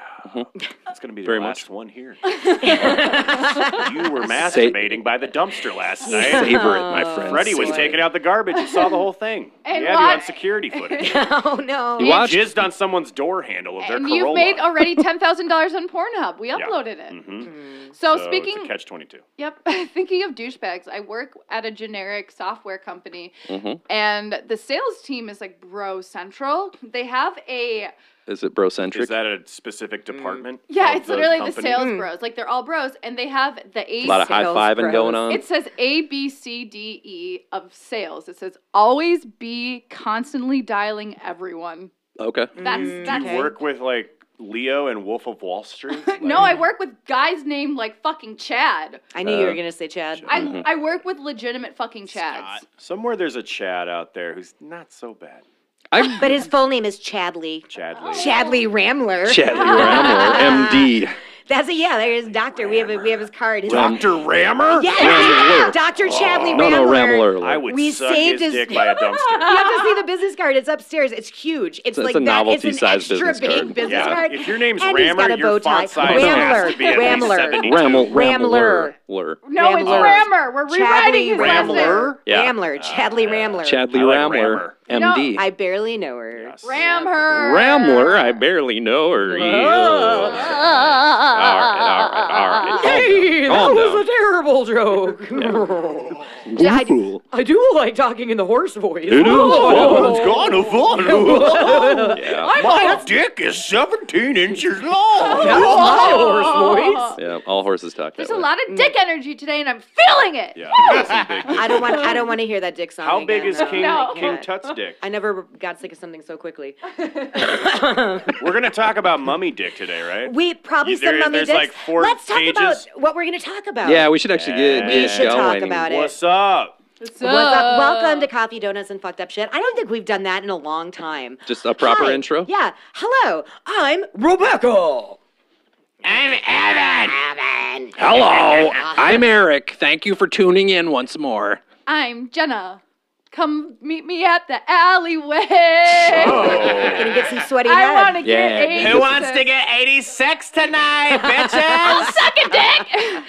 C: That's going to be the
E: Mm-hmm. Very
C: last one here. you were masturbating by the dumpster last night.
E: Savor it, my friend.
C: Freddie was
E: Savor it.
C: taking out the garbage. You saw the whole thing.
F: Oh, And
C: yeah, you on
F: what-
C: security footage.
D: Oh, no.
E: You watched?
C: Jizzed on someone's door handle of their
F: and
C: Corolla.
F: you've made already ten thousand dollars on Pornhub. We
C: Yeah.
F: uploaded it.
C: Mhm.
F: So,
C: So
F: Oh, speaking,
C: catch 22.
F: yep, thinking of douchebags, I work at a generic software company,
E: Mhm.
F: and the sales team is like bro central. They have a
E: Is it brocentric?
C: Is that a
G: Mm.
C: specific department?
F: yeah,
C: of
F: it's literally the
C: company?
F: sales bros. Like they're all bros, and they have the
E: a
F: A
E: lot of high
D: sales
E: fiving
D: bros.
E: going on.
F: It says A, B, C, D, E of sales. It says always be constantly dialing everyone.
E: okay.
D: Mm.
F: That's that's
D: okay.
C: Work with like Leo and Wolf of Wall Street. Like,
F: No, I work with guys named like fucking Chad.
D: I knew you
E: Uh,
D: were going to say Chad.
F: I I work with legitimate fucking Chads.
C: Scott. Somewhere there's a Chad out there who's not so bad.
E: I
D: But his full name is Chadley.
C: Chad Lee.
D: Chadley Ramler.
E: Chadley Ramler, MD.
D: That's a yeah. There's doctor. We have a, we have his card. His
G: Dr. Rammer?
D: Yes,
E: Rambler.
D: Doctor Chadley
E: No, no, Rambler.
D: Rambler.
E: alert.
G: I would
D: We
G: suck
D: saved
G: his
D: his-
G: dick by a dumpster.
D: You have to see the business card. It's upstairs. It's huge. It's,
E: It's
D: like
E: a
D: that. It's an
E: novelty-sized
D: extra
E: business
D: big
E: card.
D: business
G: Yeah.
D: card.
G: If your name's
D: and he's
G: Rammer,
D: got a
G: your
D: bow tie.
G: font size
D: Rambler.
G: has to be at least
D: Rambler.
G: 70.
E: Ramble,
D: Rambler.
E: Rambler. Lur.
F: No, it's
D: Rambler.
F: grammar. We're rewriting
D: Chadley
F: his last name.
G: Rambler?
E: Yeah.
D: Rambler. Chadley Rambler.
E: Chadley
G: I like
E: Rambler.
F: Rambler.
E: MD.
D: I barely know her.
F: Ram her.
E: Rambler, I barely know her. Ew. All Ah. right, all right, all right.
D: Hey,
E: Calm
D: that
E: down.
D: was a terrible joke. I,
E: Google.
D: I do like talking in the horse voice.
E: It is.
G: Oh, it's gone a fun.
E: Yeah.
G: My dick is 17 inches long.
D: That's my horse voice.
E: yeah, all horses talk that
F: There's a
E: way.
F: lot of dick energy today, and I'm feeling it.
G: Yeah, that's a big dick.
D: I don't want. I don't want to hear that dick song.
C: How big
D: again.
C: is King
F: No.
C: King Tut's dick?
D: I never got sick of something so quickly.
C: We're gonna talk about mummy dick today, right?
D: We probably
C: Yeah, there-
D: some mummy
C: there's
D: dicks.
C: like four
D: Let's talk about
C: pages.
D: what we're going to talk about.
E: Yeah, we should actually get,
C: We
E: get
D: Oh, should talk
E: going.
D: about it.
C: What's up?
F: What's
D: What's up?
F: up?
D: Welcome to Coffee Donuts and Fucked Up Shit. I don't think we've done that in a long time.
E: Just a proper
D: Hi.
E: intro?
D: Yeah. Hello, I'm Rebecca.
E: Hello, I'm Eric. Thank you for tuning in once more.
F: I'm Jenna. Come meet me at the alleyway.
E: Oh.
D: Gonna get some sweaty
F: I
D: head.
F: want to get
E: Yeah.
F: eight.
E: Who
A: get 86 tonight, bitches?
F: suck a dick?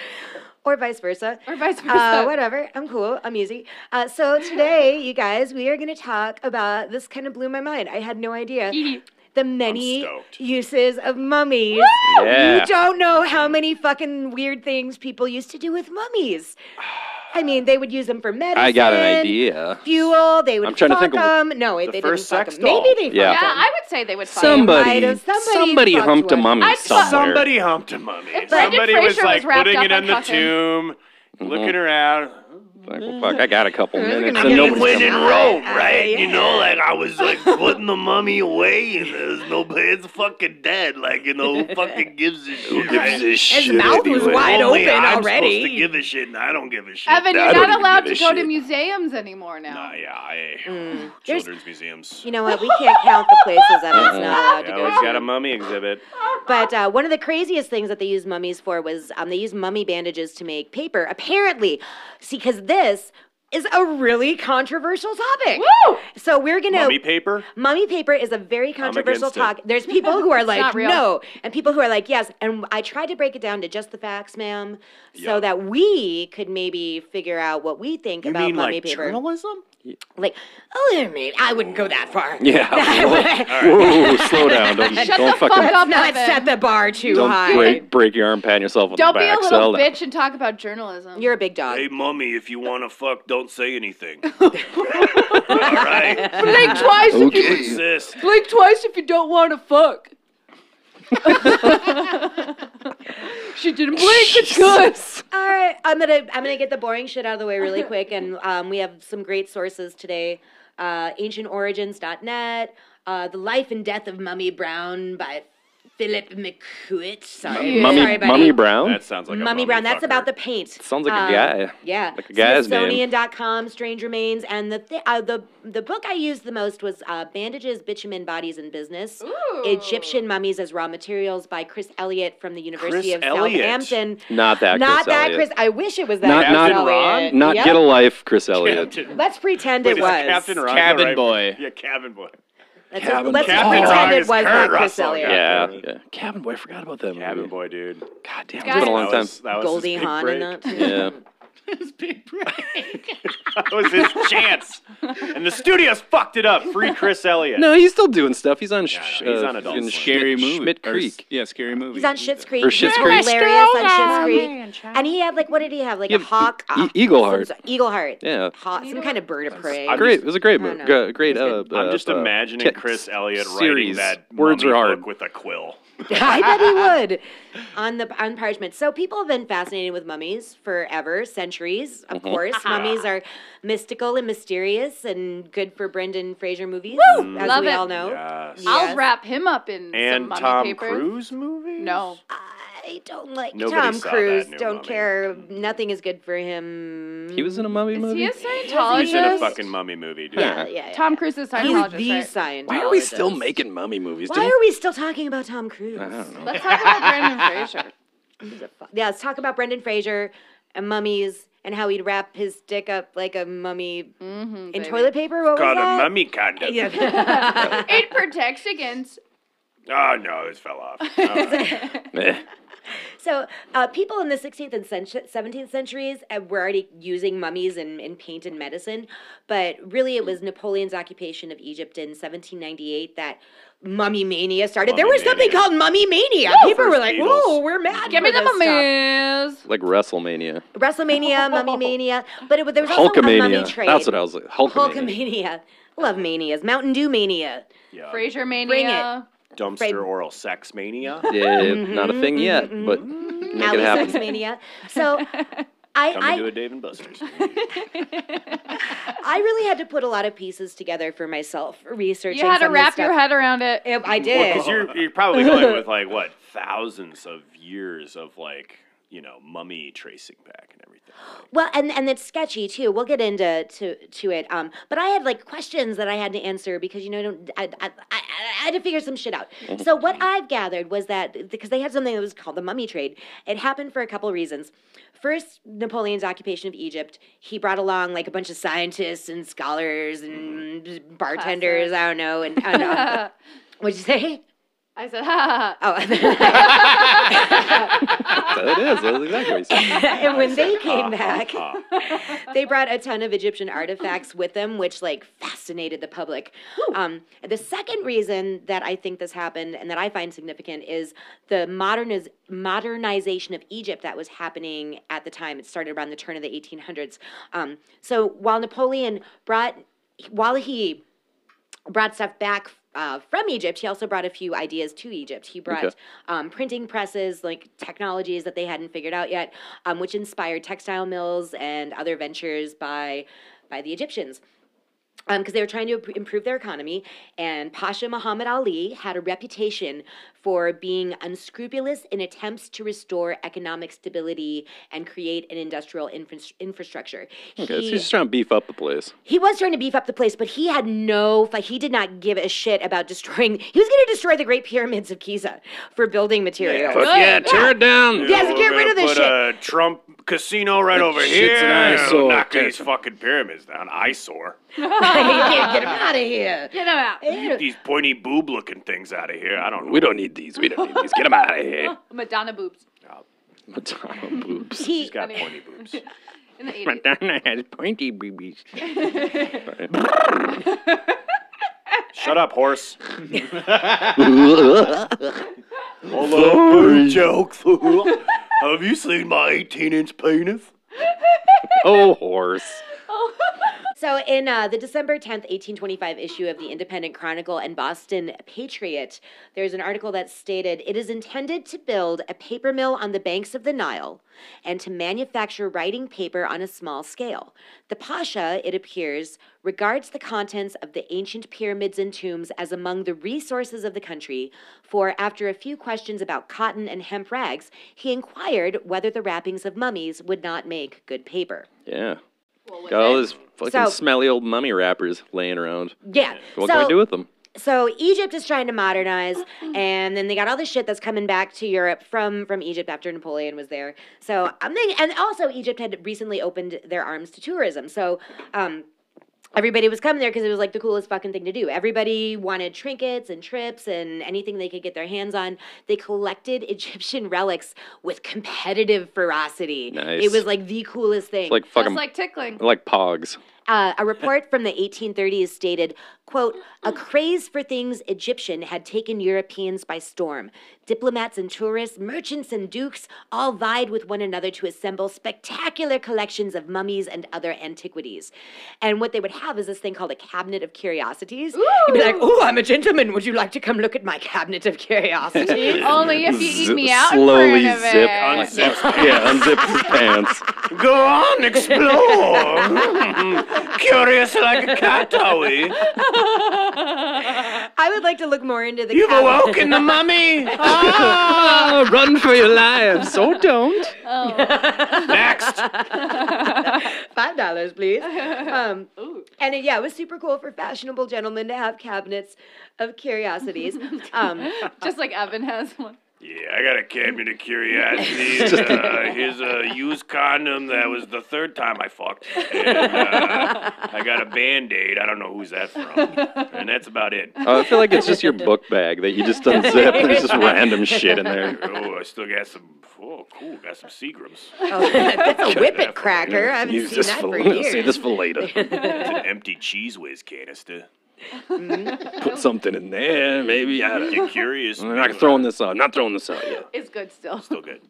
D: or vice versa.
F: or vice versa.
D: Uh, whatever. I'm cool. I'm easy. Uh, so today, you guys, we are going to talk about this. Kind of blew my mind. I had no idea. The many
G: stoked.
D: uses of mummies.
E: Yeah.
D: You don't know how many fucking weird things people used to do with mummies. I mean, they would use them for medicine.
E: I got an idea.
D: Fuel. They would.
E: I'm trying to
D: fuck
E: think of-
D: them. No, it, they
C: first
D: didn't fuck
C: sex
D: 'em.
C: doll.
D: Maybe they.
E: Yeah.
F: yeah,
D: Fucked 'em.
F: I would say they would fight.
D: Might
E: Somebody,
D: have-
E: somebody,
D: somebody fucked
E: humped a
D: one.
E: mummy
F: I'd fuck-
E: somewhere.
G: Somebody humped a mummy.
D: Brendan
G: Somebody was
F: Fraser
G: like
F: was wrapped
G: putting
F: up
G: it
F: on
G: in the
F: coffin.
G: tomb,
C: Mm-hmm.
G: looking around.
E: Fuck, fuck, I got a couple minutes.
D: gonna
E: and
D: get
E: nobody's
D: this
G: When
E: coming.
G: in
D: coming.
G: Rome,
D: Uh,
G: right? You
D: yeah.
G: know, like I was like putting the mummy away, and there's nobody. It's fucking dead. Like you know, who fucking gives a shit? Who gives a shit?
D: His mouth was wide
G: Only
D: open
G: I'm
D: already.
G: supposed to give a shit, and I don't give a shit.
F: Evan,
G: I
F: you're
G: don't
F: not
G: even
F: allowed to
G: give a
F: go to
G: shit.
F: museums anymore now.
G: Nah, yeah, I,
D: There's-
G: children's museums.
D: You know what? We can't count the places Evan's not allowed to
C: I
D: go
C: always
D: to.
C: got a mummy exhibit.
D: But uh, one of the craziest things that they used mummies for was um, they used mummy bandages to make paper. Apparently, see, because this is a really controversial topic.
F: Woo!
D: So we're gonna
C: Mummy paper?
D: Mummy paper is a very controversial
C: against it.
D: talk. There's people who are like
F: not real.
D: no, and people who are like yes. And I tried to break it down to just the facts, ma'am, so
G: Yeah.
D: that we could maybe figure out what we think
G: You
D: about
G: mean
D: mummy
G: like
D: paper.
G: journalism?
D: Like, oh, maybe I wouldn't go that far.
E: Yeah. Whoa, slow down. Don't,
F: Shut
E: don't
F: the
E: fucking
F: fuck up,
D: Let's not
F: Evan.
D: set the bar too
E: don't
D: high.
E: break break your arm, pat yourself on
F: Don't
E: the
F: be
E: back.
F: a little
E: Slow down.
F: bitch and talk about journalism.
D: You're a big dog.
G: Hey, mummy, if you want to fuck, don't say anything. All right,
F: blink twice if you
G: sis.
F: blink twice if you don't want to fuck. she didn't blink. It's good.
D: All right, I'm gonna I'm gonna get the boring shit out of the way really quick, and um, we have some great sources today: uh, ancientorigins.net, uh, the Life and Death of Mummy Brown by Philip McCoit. Sorry,
F: Yeah.
E: Mummy,
D: sorry, buddy.
E: Mummy Brown?
C: That sounds like a
D: Mummy,
C: mummy
D: Brown. That's
C: fucker.
D: about the paint.
E: Sounds like a
D: Um,
E: guy.
D: Yeah,
E: Like a guy's name.
D: Smithsonian.com, strange remains, and the thi- uh, the the book I used the most was uh, "Bandages, Bitumen, Bodies, and Business: Egyptian Mummies as Raw Materials" by Chris Elliott from the University
G: Chris
D: of
G: Elliot.
D: Southampton.
E: Not that
D: Not
E: Chris
D: that
E: Elliott.
D: Chris. I wish it was that.
E: Not-
D: Chris
E: not-
D: Elliott.
E: Not
D: Yep.
E: get a life, Chris Elliott.
D: Let's pretend it
C: Is
D: was.
C: Captain Ron
H: Cabin
C: right?
H: boy.
C: Yeah, cabin boy.
D: Let's,
E: Cabin
D: let's
E: Boy.
D: just
G: Captain
D: pretend
G: Ron
D: it
G: is
D: was not
G: Kurt
D: Chris
G: Russell,
D: Elliott.
E: Yeah. yeah. Cabin Boy, I forgot about that
C: Cabin
E: movie.
C: boy, dude.
E: God damn,
F: Guys-
E: it's been a long
C: That
E: time.
C: was- that was his
D: Goldie
C: big
D: Hawn
C: break.
D: and that.
E: yeah.
C: That was his chance. And the studios fucked it up. Free Chris Elliott.
E: No, he's still doing stuff. He's on. sh-
C: no, he's
E: uh,
C: on Adult
E: in
C: Swim.
H: Scary
E: Schmidt-
H: movie.
E: Schmidt
H: or s-
E: Creek.
H: Yeah, scary movie.
D: He's on Shit's Creek.
E: Or Schitt's
D: He's
E: Creek.
D: Hilarious on Schitt's Creek. And he had like what did he have? Like
E: Yeah,
D: a hawk,
E: e-
D: uh,
E: eagle
D: some
E: heart.
D: sort- eagle heart.
E: Yeah.
D: Haw- some kind of bird of prey.
C: I'm
E: Great.
C: just-
E: It was a great
D: I
E: movie.
D: know.
E: Gr- Great. Uh,
C: I'm just
E: uh, uh,
C: imagining
E: ca-
C: Chris Elliott writing
E: series.
C: that
E: Words
C: mummy
E: are hard.
C: book with a quill.
D: I bet he would on the on parchment. So people have been fascinated with mummies forever, centuries.
E: Mm-hmm.
D: Of course, mummies are mystical and mysterious, and good for Brendan Fraser movies, as
F: Love
D: we
F: it.
D: all know.
C: Yes.
F: I'll
D: Yes.
F: wrap him up in
C: And
F: some mummy
C: Tom
F: paper.
C: Cruise movies?
F: No.
D: I don't like
C: Nobody
D: Tom
C: saw that
D: Cruise.
C: new
D: Don't
C: Mummy.
D: care. Nothing is good for him.
E: He was in a mummy
F: Is
E: movie.
F: he a
C: He's in a
F: Scientologist?
C: fucking mummy movie, dude.
D: yeah, yeah, yeah.
F: Tom Cruise is a
D: He's
F: Scientologist.
D: the
F: right?
D: Scientologist.
E: Why are we still making mummy movies?
D: Why
E: dude?
D: are we still talking about Tom Cruise?
E: I don't know.
F: Let's talk about Brandon Fraser.
D: Who's a fuck- Yeah, let's talk about Brendan Fraser and mummies and how he'd wrap his dick up like a mummy in
F: Hmm, baby.
D: toilet paper. What was
G: Called a
D: that?
G: mummy condom.
D: Yeah.
F: It protects against.
G: Oh no, it fell off. All right.
E: Eh.
D: so uh, people in the 16th and cent- 17th centuries uh, were already using mummies and, and paint and medicine, but really it was Napoleon's occupation of Egypt in 1798 that mummy mania started. there
G: Mummy
D: was something
G: mania.
D: called mummy mania. people
G: first
D: were like,
G: Beatles.
D: "Whoa, we're mad."
F: Give me
D: for
F: the
D: this stuff."
F: mummies.
E: like WrestleMania,
D: WrestleMania, Mummy Mania, but it, was- there was also a mummy
E: Hulkamania.
D: trade.
E: That's what I was like. Hulkamania.
D: Hulkamania. Love manias. Mountain Dew mania.
G: Yeah.
F: Fraser mania.
G: Dumpster
D: Fred-
G: oral sex mania.
E: Yeah, not a thing yet, but make it
D: Alley sex
E: happen.
D: mania. So I
G: Come
D: I,
G: to a Dave and Buster's.
D: I really had to put a lot of pieces together for myself researching.
F: You had to
D: some of this
F: wrap your
D: stuff.
F: head around it.
D: Yep, I did.
G: Because you're you're probably going with like what thousands of years of like you know mummy tracing back and everything.
D: Well, and and it's sketchy too. We'll get into to to it. Um, but I had like questions that I had to answer because you know I don't I I, I, I had to figure some shit out. so what I've gathered was that because they had something that was called the mummy trade. It happened for a couple reasons. First, Napoleon's occupation of Egypt. He brought along like a bunch of scientists and scholars and bartenders. I don't know. And I don't know. what'd you say?
F: I said, ha, ha, ha.
D: Oh.
E: That is. That's exactly what he said.
D: and when they came back,
G: ha,
D: they brought a ton of Egyptian artifacts with them, which like fascinated the public. Um, the second reason that I think this happened and that I find significant is the moderniz- modernization of Egypt that was happening at the time. It started around the turn of the 1800s. Um, so while Napoleon brought, while he brought stuff back uh, from Egypt. He also brought a few ideas to Egypt. He brought
E: Okay.
D: um, printing presses, like technologies that they hadn't figured out yet, um, which inspired textile mills and other ventures by by the Egyptians. Because they were trying to imp- improve their economy, and Pasha Muhammad Ali had a reputation for being unscrupulous in attempts to restore economic stability and create an industrial infra- infrastructure.
E: Okay, so
D: He-
E: he's just trying to beef up the place.
D: he was trying to beef up the place, but he had no, fi- he did not give a shit about destroying, he was going to destroy the Great Pyramids of Giza for building materials.
G: Fuck
E: yeah, tear it down.
D: Yes, get rid of this
G: put a Trump casino right over
E: shit's
G: here.
E: an
G: and
E: eyesore.
G: Knock these fucking pyramids down. Eyesore.
D: you can't get him out of here.
F: Get him out.
G: Get these pointy boob looking things out of here. I don't know.
E: We don't need these. We don't need these. Get them out of here.
F: Madonna boobs
E: Madonna boobs.
D: He,
G: She's got pointy boobs.
F: in the 80s.
E: Madonna has pointy boobies.
G: Shut up, horse.
E: Hello,
G: jokes. Have you seen my 18 inch penis?
E: Oh, horse.
D: so in uh, the December 10th, 1825 issue of the Independent Chronicle and Boston Patriot, there's an article that stated, it is intended to build a paper mill on the banks of the Nile and to manufacture writing paper on a small scale. The Pasha, it appears, regards the contents of the ancient pyramids and tombs as among the resources of the country, for after a few questions about cotton and hemp rags, he inquired whether the wrappings of mummies would not make good paper.
E: Yeah. Got all these fucking
D: So-
E: smelly old mummy wrappers laying around.
D: Yeah.
E: What
D: so,
E: can we do with them?
D: so Egypt is trying to modernize, and then they got all this shit that's coming back to Europe from from Egypt after Napoleon was there. So I'm thinking, and also Egypt had recently opened their arms to tourism. So. Um, Everybody was coming there because it was like the coolest fucking thing to do. Everybody wanted trinkets and trips and anything they could get their hands on. They collected Egyptian relics with competitive ferocity.
E: Nice.
D: It was like the coolest thing.
E: It's like
F: Just
E: fucking like,
F: like
C: Oh,
F: tickling.
E: pogs.
D: Uh, a report from the 1830s stated, quote, a craze for things Egyptian had taken Europeans by storm. Diplomats and tourists, merchants and dukes all vied with one another to assemble spectacular collections of mummies and other antiquities. And what they would have is this thing called a cabinet of curiosities. You'd be like, oh, I'm a gentleman. Would you like to come look at my cabinet of curiosities?
F: Only if you eat
E: Z-
F: me out.
E: slowly
F: in front of
E: zip.
F: it.
G: Unzip.
E: yeah, unzip his pants.
G: Go on, explore. Curious like a cat, are we?
D: I would like to look more into the
G: You've
D: cabinet.
G: awoken the mummy.
E: Ah, run for your lives. Oh, don't.
G: Next.
D: five dollars, please. Um, and it, yeah, it was super cool for fashionable gentlemen to have cabinets of curiosities. Um,
F: Just like Evan has one.
G: Yeah, I got a cabinet of curiosities. uh, here's a used condom that was the third time I fucked. And, uh, I got a band aid. I don't know who's that from. And that's about it.
E: Oh, I feel like it's just your book bag that you just unzip. and There's just random shit in there.
G: Oh, I still got some. Oh, cool. Got some Seagrams.
D: Oh, that's a whippet cracker. I haven't
E: Use
D: seen
E: this
D: that
E: for,
D: for
E: I'll
D: years.
E: save this for later.
G: It's an empty cheese whiz canister.
E: Put something in there, maybe. I don't
G: If
E: know.
G: you're curious,
E: I'm not throwing this out. Not throwing this out yet.
F: It's good still.
G: Still good.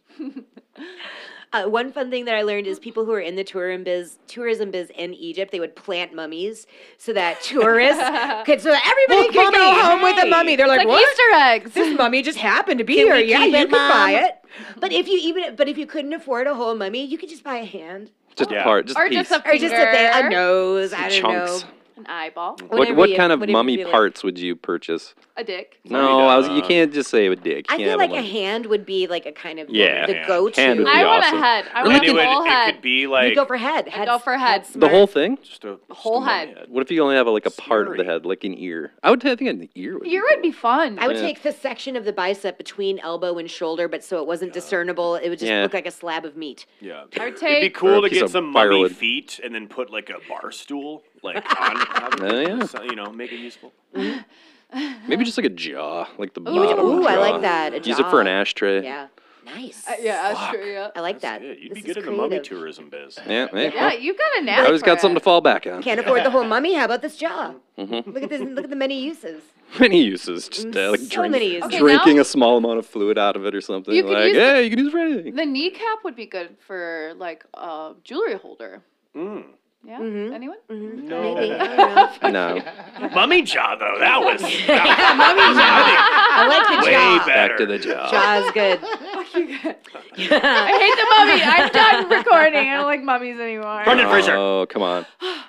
D: Uh, one fun thing that I learned is people who are in the tourism biz, tourism biz in Egypt, they would plant mummies so that tourists could, so that everybody
F: Look,
D: could
F: mummy,
D: go home with a
F: hey.
D: mummy. They're like,
F: It's like
D: what?
F: Easter eggs.
D: This mummy just happened to be
F: Can
D: here.
F: we
D: Yeah,
F: keep
D: you
F: it,
D: could buy
F: Mom?
D: it. But if you even, but if you couldn't afford a whole mummy, you could just buy a hand
E: Just
G: Yeah.
E: part. Just
F: Or
E: piece.
F: just a
D: or just a, thing, a
F: Finger.
D: nose. I don't
E: chunks.
D: know.
F: An eyeball.
E: What,
D: Whatever
E: what
D: you-
E: kind of
D: whatever you
E: mummy
D: feel like.
E: parts would you purchase?
F: A dick.
E: No, I was, you can't just say a dick.
D: I
E: You
D: feel
E: can't
D: like
E: have
D: a hand would be like a kind of
E: Yeah.
D: the
E: Hand.
D: go-to.
E: Hand would be
F: I want
E: awesome.
F: a head. I
G: Then
F: want
G: it
F: a
G: would,
F: whole
G: it
F: head.
G: could be
D: You
G: like
D: go for head.
F: I go for head.
E: The whole thing?
G: just a just
F: Whole
G: a
F: head.
E: What if you only have like a part of the head, like an ear? I would I think an ear would.
F: Ear would be fun.
D: I would
E: Yeah.
D: take the section of the bicep between elbow and shoulder, but so it wasn't discernible. It would just
E: Yeah.
D: look like a slab of meat.
G: Yeah.
F: I would
G: It'd be
F: take uh,
E: Or a
G: cool to
E: piece
G: get
E: of
G: some mummy
E: firewood.
G: feet and then put like a bar stool, like on, on
E: Oh, yeah.
G: so, you know, make it useful.
E: Maybe just like a jaw, like the
F: Ooh,
E: bottom.
D: Ooh,
E: jaw.
D: I like that. A
E: Use it for an
D: jaw.
E: ashtray.
D: Yeah. Nice.
F: Uh, yeah, that's true. Yeah.
D: I like that.
G: Yeah, you'd be
D: This is
G: good in the mummy
D: creative.
G: tourism biz.
E: Yeah, yeah.
F: Yeah, you got a
E: I
F: knack.
E: always
F: for
E: got
F: it.
E: something to fall back on.
D: Can't afford the whole mummy. How about this jaw?
G: Mm-hmm.
E: Mhm.
D: Look at this. Look at the many uses.
E: Many uses, just uh, like
D: so
E: drink,
D: many uses. Okay,
E: drinking
F: now-
E: a small amount of fluid out of it or something.
F: You could
E: like,
F: use
E: yeah,
F: the-
E: you can use it for anything.
F: The kneecap would be good for like a jewelry holder. Yeah.
D: Mm-hmm.
F: Anyone?
D: Maybe. I don't know.
E: no,
G: Mummy jaw though, that was
D: yeah, mummy jaw. I like the
G: Ah, way
D: jaw.
G: better.
E: back to the jaw.
D: Jaw's good.
F: I hate the mummy. I'm done recording. I don't like mummies anymore.
G: Brendan Fraser.
E: Oh, come on.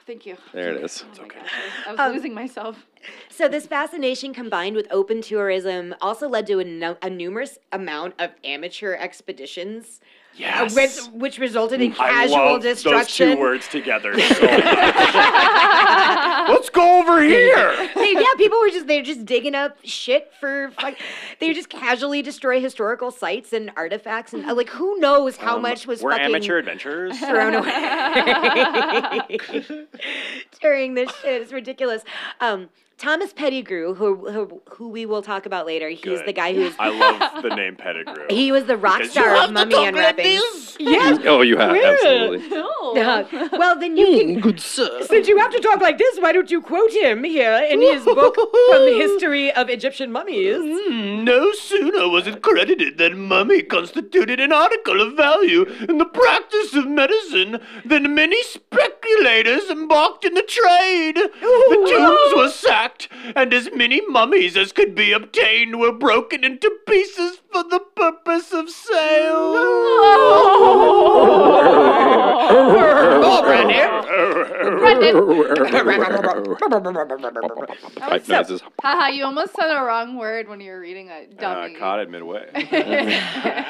F: Thank you.
E: There it is.
F: Oh my gosh, I was
D: Um,
F: losing myself.
D: So this fascination combined with open tourism also led to a, nu- a numerous amount of amateur expeditions, uh,
G: Yes.
D: which, which resulted in
G: I
D: casual
G: love those
D: destruction.
G: two words together so much. Let's go over here.
D: They- yeah, people were just they're just digging up shit for like they just casually destroy historical sites and artifacts and uh, like who knows how much was
G: Um, We're
D: fucking
G: amateur adventurers.
D: thrown away during this shit. It's ridiculous. Um, Thomas Pettigrew, who, who who we will talk about later, he's
G: Good.
D: the guy who's
G: I love the name Pettigrew.
D: he was the rock
G: Because you
D: star
G: have
D: of mummy unwrappings. Yeah.
E: Oh, you have absolutely.
F: No.
D: Uh, well, then you can
E: Good sir.
D: Since you have to talk like this, why don't you quote him here in his book from the history of Egyptian mummies?
G: No sooner was it credited that mummy constituted an article of value in the practice of medicine than many speculators embarked in the trade. The tombs were sacked, and as many mummies as could be obtained were broken into pieces for the purpose of sale.
D: Oh, Brendan.
F: Brendan.
E: Pipe noises.
F: Haha, you almost said a wrong word when you were reading a dummy.
G: it midway.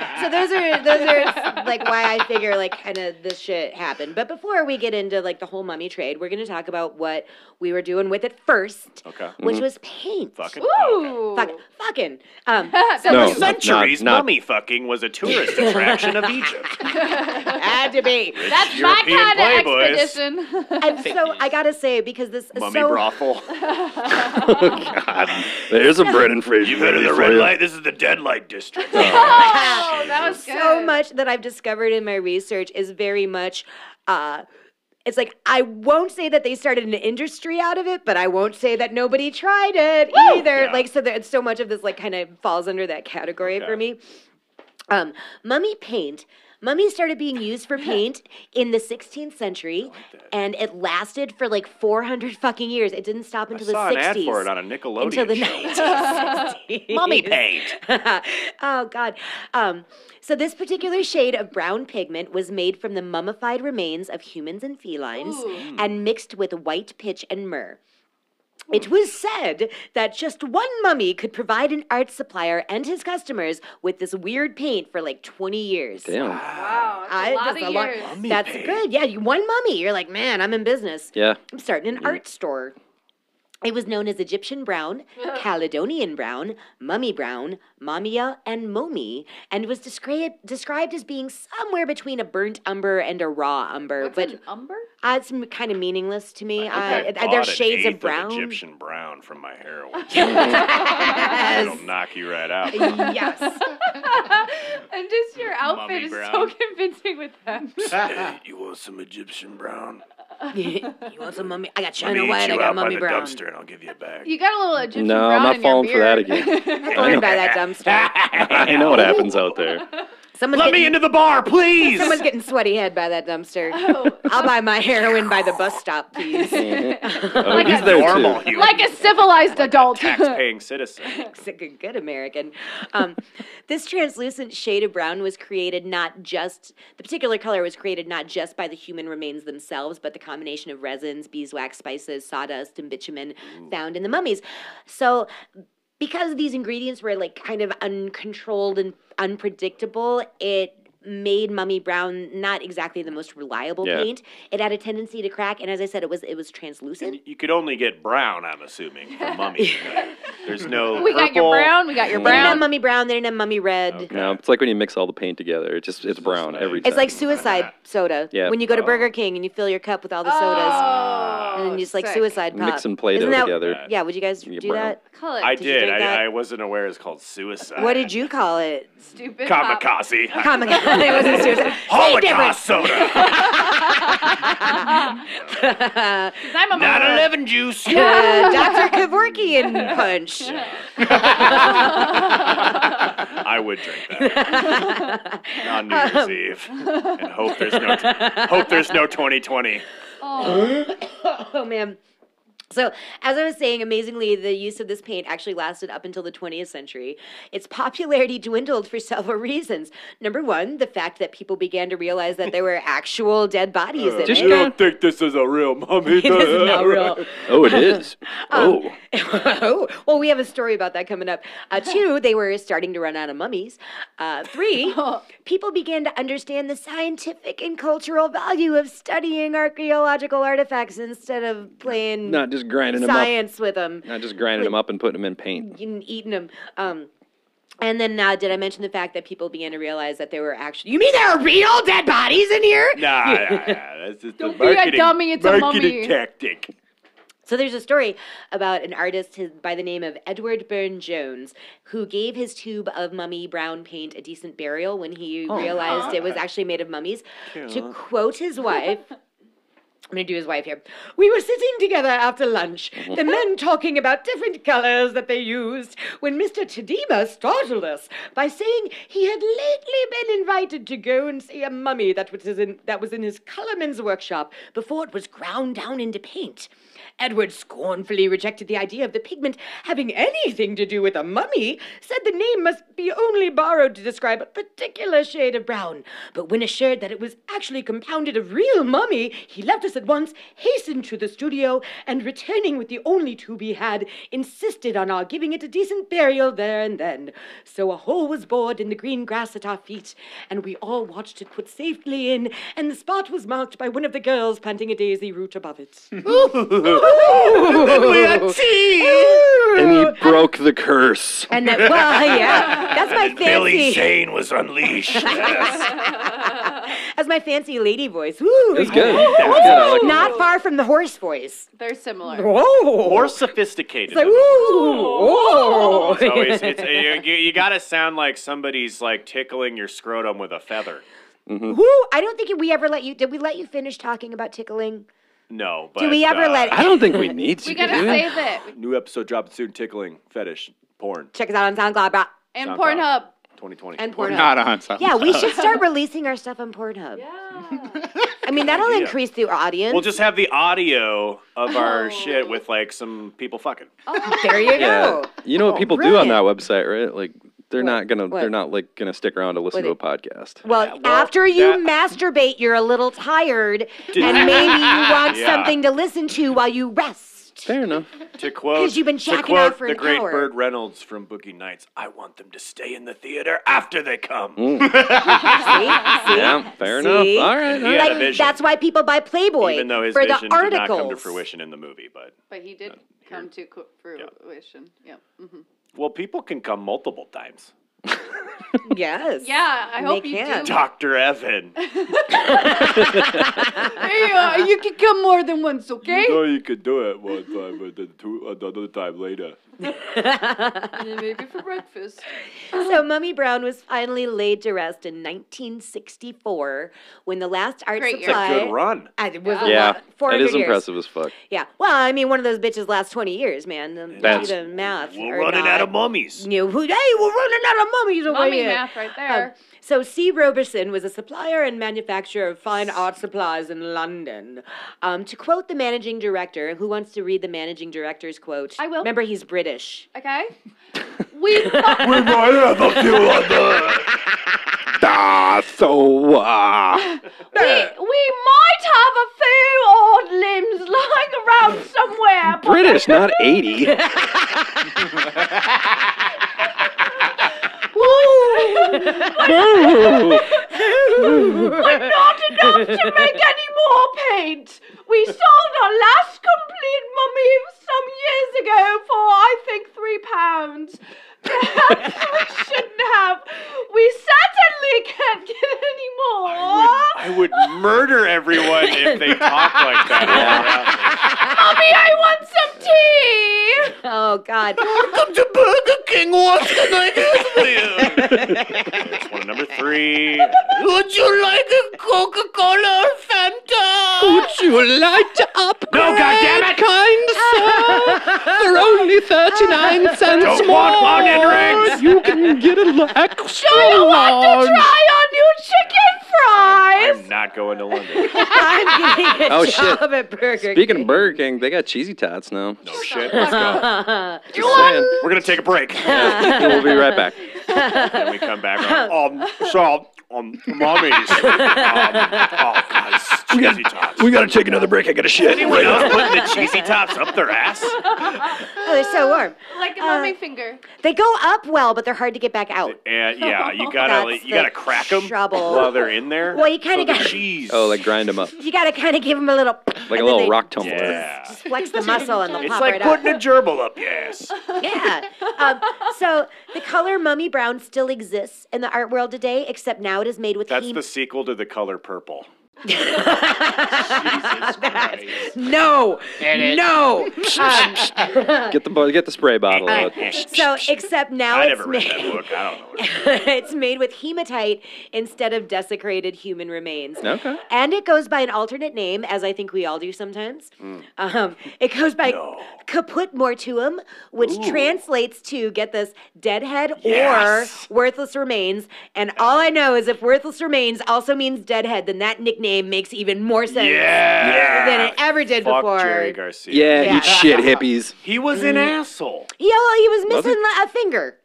D: So those are those are like why I figure like kind of this shit happened. But before we get into like the whole mummy trade, we're gonna talk about what we were doing with it first,
G: Okay. Mm-hmm.
D: which was paint.
G: Fucking.
F: Ooh.
D: Fuck, fucking. Um, so
E: No,
D: let's-
G: Centuries,
E: not- not-
G: mummy fucking was a tourist attraction of Egypt.
D: had to be.
F: That's
G: European
F: my kind of
G: playboys.
F: expedition.
D: And so I gotta say because this is
G: Mummy
D: so
G: brothel.
E: There's a Brendan Fraser.
G: You've heard of
E: ready
G: the
E: for
G: red
E: you.
G: light. This is the dead light district.
F: oh, that was good.
D: so much that I've discovered in my research is very much uh it's like I won't say that they started an industry out of it, but I won't say that nobody tried it either.
G: Yeah.
D: Like so there, so much of this like kind of falls under that category
G: Okay.
D: for me. Um mummy paint Mummies started being used for paint in the 16th century, and it lasted for like 400 fucking years. It didn't stop until the 60s.
G: a Nickelodeon
D: until the 1960s.
G: Mummy paint.
D: oh God. Um, so this particular shade of brown pigment was made from the mummified remains of humans and felines
F: Ooh.
D: and mixed with white pitch and myrrh. It was said that just one mummy could provide an art supplier and his customers with this weird paint for like 20 years.
E: Damn.
F: Wow,
D: I-
F: that's a lot
D: that's
F: of
D: a lot.
F: years.
D: That's good. Yeah, you, one mummy. You're like, man, I'm in business.
E: Yeah.
D: I'm starting an art store. It was known as Egyptian brown, Caledonian brown, mummy brown, mammia, and momi, and was described described as being somewhere between a burnt umber and a raw umber.
F: What's
D: but
F: an umber?
D: uh, it's kind of meaningless to me.
C: I
D: Uh,
C: think I
D: uh, they're
C: bought an
D: shades
C: eighth
D: of brown.
C: Egyptian brown from my heroin.
D: yes.
C: It'll knock you right out.
D: yes.
F: and just your outfit
C: Mummy
F: is so
C: brown.
F: convincing with that.
C: Hey, you want some Egyptian brown?
D: you want some mummy? I got
C: Let
D: China
C: me eat
D: white. I
C: you
D: got
C: out by
D: mummy
C: the
D: brown.
C: dumpster and I'll give you a bag.
F: You got a little Egyptian
E: No,
F: brown
E: I'm not
F: in your
E: falling for that
F: beard.
D: I'm going by that dumpster.
E: I know what happens out there.
D: Someone's
I: Let
D: getting,
I: me into the bar, please.
D: someone's getting sweaty head by that dumpster.
F: Oh,
D: I'll buy my heroin by the bus stop, please.
E: Oh,
F: Like
E: he's
F: a
E: there
C: Normal
E: too.
C: human.
F: like a civilized adult.
C: tax-paying citizen.
D: Mexican, good American. Um, this translucent shade of brown was created not just, the particular color was created not just by the human remains themselves, but the combination of resins, beeswax, spices, sawdust, and bitumen found in the mummies. So, because these ingredients were like kind of uncontrolled and unpredictable, it made mummy brown not exactly the most reliable
E: Yeah.
D: paint. It had a tendency to crack, and as I said, it was it was translucent.
C: You could only get brown, I'm assuming, from mummy. There's no
F: we got your
C: purple.
F: brown. We got your
D: They didn't have
F: brown.
D: mummy brown. They didn't have mummy red.
E: No, it's like when you mix all the paint together. It's just it's brown every time.
D: It's like suicide soda.
E: Yeah.
D: When you go to Burger King and you fill your cup with all the sodas,
F: Oh,
D: and then you just like
F: sick.
D: suicide pop.
E: mixing Play-Doh
D: Isn't that-
E: together.
D: Yeah. Would you guys
E: Yeah,
D: do
E: brown.
D: that?
F: Call it
C: I
D: Did you
C: did.
D: drink that?
C: I, I wasn't aware it's called suicide.
D: What did you Uh, call it?
F: stupid. pop.
C: Kamikaze.
D: Comic. it wasn't suicide. Same
C: Holocaust soda.
D: difference.
F: 'Cause I'm a
I: Not
F: mother.
I: 11 juice.
D: Uh, Dr. Kevorkian punch.
C: I would drink that on New Year's
D: Um,
C: Eve and hope there's no hope there's no 2020.
D: Oh man. So, as I was saying, amazingly, the use of this paint actually lasted up until the 20th century. Its popularity dwindled for several reasons. Number one, the fact that people began to realize that there were actual dead
F: Uh.
D: bodies in
E: Just
D: it.
E: don't
C: think this is a real mummy.
D: This is not real.
E: Oh, it is.
D: Um,
E: Oh,
D: oh, well, we have a story about that coming up. Uh, two, they were starting to run out of mummies. Uh, three, people began to understand the scientific and cultural value of studying archaeological artifacts instead of playing
E: not just grinding them up.
D: science with them
E: Not just grinding them up and putting them in paint.
D: and eating them. Um, and then, uh, did I mention the fact that people began to realize that there were actually? You mean there are real dead bodies in here?
C: Nah, nah, nah. That's just
F: Don't
C: a
F: be a
C: marketing,
F: dummy, it's a
C: marketing
F: mummy.
C: tactic.
D: So there's a story about an artist his- by the name of Edward Burne Jones who gave his tube of mummy brown paint a decent burial when he realized it was actually made of mummies. To quote his wife, I'm going to do his wife here. We were sitting together after lunch, the men talking about different colors that they used, when Mr. Tadema startled us by saying he had lately been invited to go and see a mummy that was in, that was in his colourman's workshop before it was ground down into paint. Edward scornfully rejected the idea of the pigment having anything to do with a mummy, said the name must be only borrowed to describe a particular shade of brown. But when assured that it was actually compounded of real mummy, he left us at once, hastened to the studio, and returning with the only tube he had, insisted on our giving it a decent burial there and then. So a hole was bored in the green grass at our feet, and we all watched it put safely in, and the spot was marked by one of the girls planting a daisy root above it.
I: we had tea.
E: And he broke the curse.
D: And that, well, yeah, that's my fancy.
C: Billy Zane was unleashed. Yes.
D: That's my fancy lady voice. Ooh,
E: It's good. It's good. I like it.
D: Not far from the horse voice.
F: They're similar.
D: Oh,
C: More sophisticated.
D: It's like ooh, oh.
C: It's always, it's, you, you gotta sound like somebody's like tickling your scrotum with a feather.
D: Ooh, I don't think we ever let you. Did we let you finish talking about tickling?
C: No, but
D: Do we ever
C: uh,
D: let?
E: I don't think we need to.
F: We gotta
E: do we?
F: save it.
C: New episode dropping soon. Tickling fetish porn
D: Check us out on SoundCloud bro,
F: And
C: SoundCloud.
F: Pornhub.
C: 2020.
D: and Pornhub.
J: Not on something.
D: yeah, we should start releasing our stuff on Pornhub. I mean, that'll
C: idea.
D: increase the audience.
C: We'll just have the audio of our
D: Oh.
C: shit with like some people fucking.
D: there you
E: Yeah.
D: go.
E: You know what people do on that website, right? Like they're not gonna
D: What?
E: they're not like gonna stick around to listen
D: What
E: to a podcast.
D: Well,
C: well,
D: after you
C: that-
D: masturbate, you're a little tired,
C: Did-
D: and maybe you want
C: Yeah.
D: something to listen to while you rest. pissed.
E: Fair enough.
C: To quote,
D: 'Cause you've been
C: to
D: jacking
C: quote
D: off for
C: the
D: an
C: great
D: hour.
C: Bird Reynolds from Boogie Nights, I want them to stay in the theater after they come.
D: Mm. See? See?
E: Yeah, fair
D: See?
E: enough. All right. all
C: Yeah. had
E: right.
C: a
D: Like,
C: vision.
D: that's why people buy Playboy
C: Even though his
D: for
C: vision
D: the
C: did
D: articles.
C: not come to fruition in the movie, but
F: But he did come to co- fruition. Yeah. hmm
C: well, people can come multiple times.
D: Yes.
F: Yeah, I
D: They
F: hope you
D: can.
F: do.
C: Doctor Evan,
F: Hey, uh, you can come more than once, okay?
C: Oh, you could do it one time, but then two another time later.
F: And then maybe for breakfast.
D: So Mummy Brown was finally laid to rest in 1964 when the last art
F: Great year.
D: supply.
C: Good run.
D: I- it was a
E: Yeah,
D: lot-
E: that
D: 400
E: is
D: years.
E: impressive as fuck.
D: Yeah. Well, I mean, one of those bitches lasts 20 years, man. Um,
E: That's-
D: do the math.
C: We're
D: or
C: running
D: not.
C: out of mummies.
D: You know, who- hey, we're running out of mummies over
F: Mommy
D: here.
F: math right there.
D: Um, so C. Roberson was a supplier and manufacturer of fine art supplies in London. Um, to quote the managing director, who wants to read the managing director's quote?
F: I will.
D: Remember, he's British.
F: okay? We fuck-
C: we might have a few other.
E: Ah, so uh,
F: we, we might have a few odd limbs lying around somewhere. but
E: British, not eighty. Oh,
F: not enough to make any more paint. We sold our last complete mummy some years ago for, I think, three pounds. Perhaps we shouldn't have. We certainly can't get any more.
C: I would murder everyone if they talk like that.
F: Mummy, I want some tea.
D: Oh God.
K: Welcome to Burger King. What can I do for you?
C: That's one of number three.
K: Would you like a Coca Cola or Fanta?
E: Would you like to upgrade? No, goddammit! Kind sir, they're only thirty-nine cents
C: Don't
E: more.
C: want one in rings.
E: You can get a l- extra large.
F: Try our new chicken fries.
C: I'm not going to London.
D: I'm getting a
E: Oh,
D: job
E: shit.
D: at Burger
E: Speaking of
D: King.
E: Burger King, they got cheesy tots now.
C: No shit. Let's go.
E: Just saying.
C: We're gonna take a break.
E: We'll be right back.
C: and we come back. Um, so, um, mommies. oh, guys, cheesy tops.
E: gotta take another break. I gotta shit.
C: Anyone else putting the cheesy tops up their ass?
D: oh, they're so warm.
F: Like a mummy finger.
D: They go up well, but they're hard to get back out.
C: And yeah, you gotta
D: That's
C: you gotta
D: the
C: crack them
D: trouble.
C: while they're in there.
D: Well, you kinda
C: so the
D: got-
C: cheese.
E: Oh, like grind them up
D: You gotta kind of give them a little.
E: like a
D: and then
E: little
D: they
E: rock tumbler.
C: yeah.
D: Just flex the muscle and they'll
C: It's
D: pop
C: like
D: right up.
C: putting a gerbil up your ass.
D: Yeah. Um, so the color mummy brown still exists in the art world today, except now it is made with
C: That's
D: heme-
C: the sequel to the color purple.
D: no, no. Um,
E: Get the bo- get the spray bottle out.
D: so except now
C: I
D: it's
C: never read
D: made,
C: that book. I don't know. what it is.
D: it's made with hematite instead of desecrated human remains.
E: Okay.
D: And it goes by an alternate name, as I think we all do sometimes. Um, it goes by caput mortuum, which translates to get this deadhead
C: Yes.
D: or worthless remains. And all I know is if worthless remains also means deadhead, then that nickname makes even more sense
C: Yeah.
D: than it ever did
C: Fuck
D: before.
C: Jerry Garcia. Mm.
E: Yeah,
D: Yeah.
E: you shit hippies.
C: He was an asshole.
D: Yeah, well, he was
E: Was
D: missing a finger.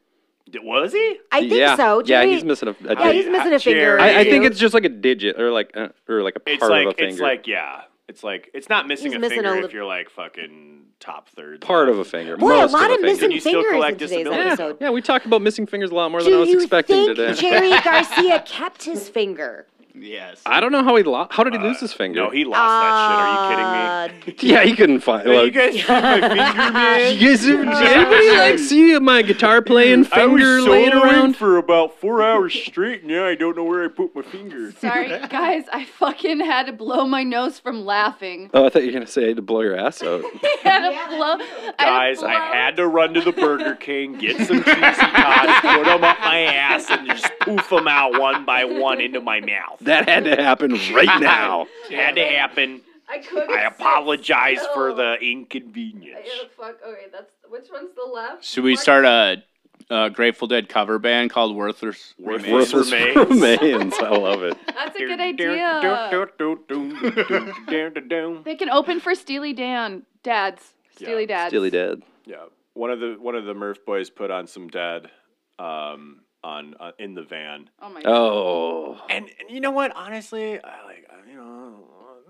C: D- Was he?
D: I think
E: yeah.
D: so.
E: Yeah,
D: Jerry-
E: he's missing a. a
D: Yeah, he's
E: digit.
D: missing a finger. or
E: I, I
D: two.
E: think it's just like a digit or like uh, or like a part
C: It's like
E: of a finger.
C: it's like yeah. It's like it's not missing
D: He's
C: a
D: missing
C: finger
D: a li-
C: if you're like fucking top third.
E: part of a finger.
D: Boy, a
E: most
D: lot
E: a
D: of
E: finger.
D: missing
C: You still
D: fingers in
C: collect
D: today's
C: disability.
E: Yeah,
D: episode.
E: yeah, we talked about missing fingers a lot more than I
D: Do
E: was
D: you
E: expecting
D: think
E: today.
D: Jerry Garcia kept his finger?
K: Yes.
E: I don't know how he lost. How did he lose his finger?
C: Uh, No, he lost that shit. Are you kidding me?
E: Yeah, he couldn't find.
C: Are you
E: Like,
C: guys see my finger, man?
E: You guys- does anybody like see my guitar playing
C: I
E: finger
C: was
E: laying
C: soloing
E: around?
C: for about four hours straight, and now I don't know where I put my finger.
F: Sorry, guys, I fucking had to blow my nose from laughing.
E: Oh, I thought you were gonna say I had to blow your ass out.
F: had to blow. I had to
C: Guys, I
F: blow-
C: had to run to the Burger King, get some cheesy tots, put them up my ass, and just poof them out one by one into my mouth.
E: that had to happen right now.
C: had to happen.
F: I couldn't.
C: I
F: sit
C: apologize
F: still.
C: for the inconvenience.
F: Oh, fuck. Okay, that's which one's the left?
L: Should we start a, a Grateful Dead cover band called Worthless?
C: Worthless
L: Remains?
E: Worthless
C: remains.
E: remains. I love it.
F: That's a good idea. They can open for Steely Dan dads. Steely dads.
E: Dilly dead.
C: Yeah, one of the one of the Murph boys put on some dad um, on uh, in the van,
F: Oh my god.
E: Oh,
C: and, and you know what? Honestly, I like I- you know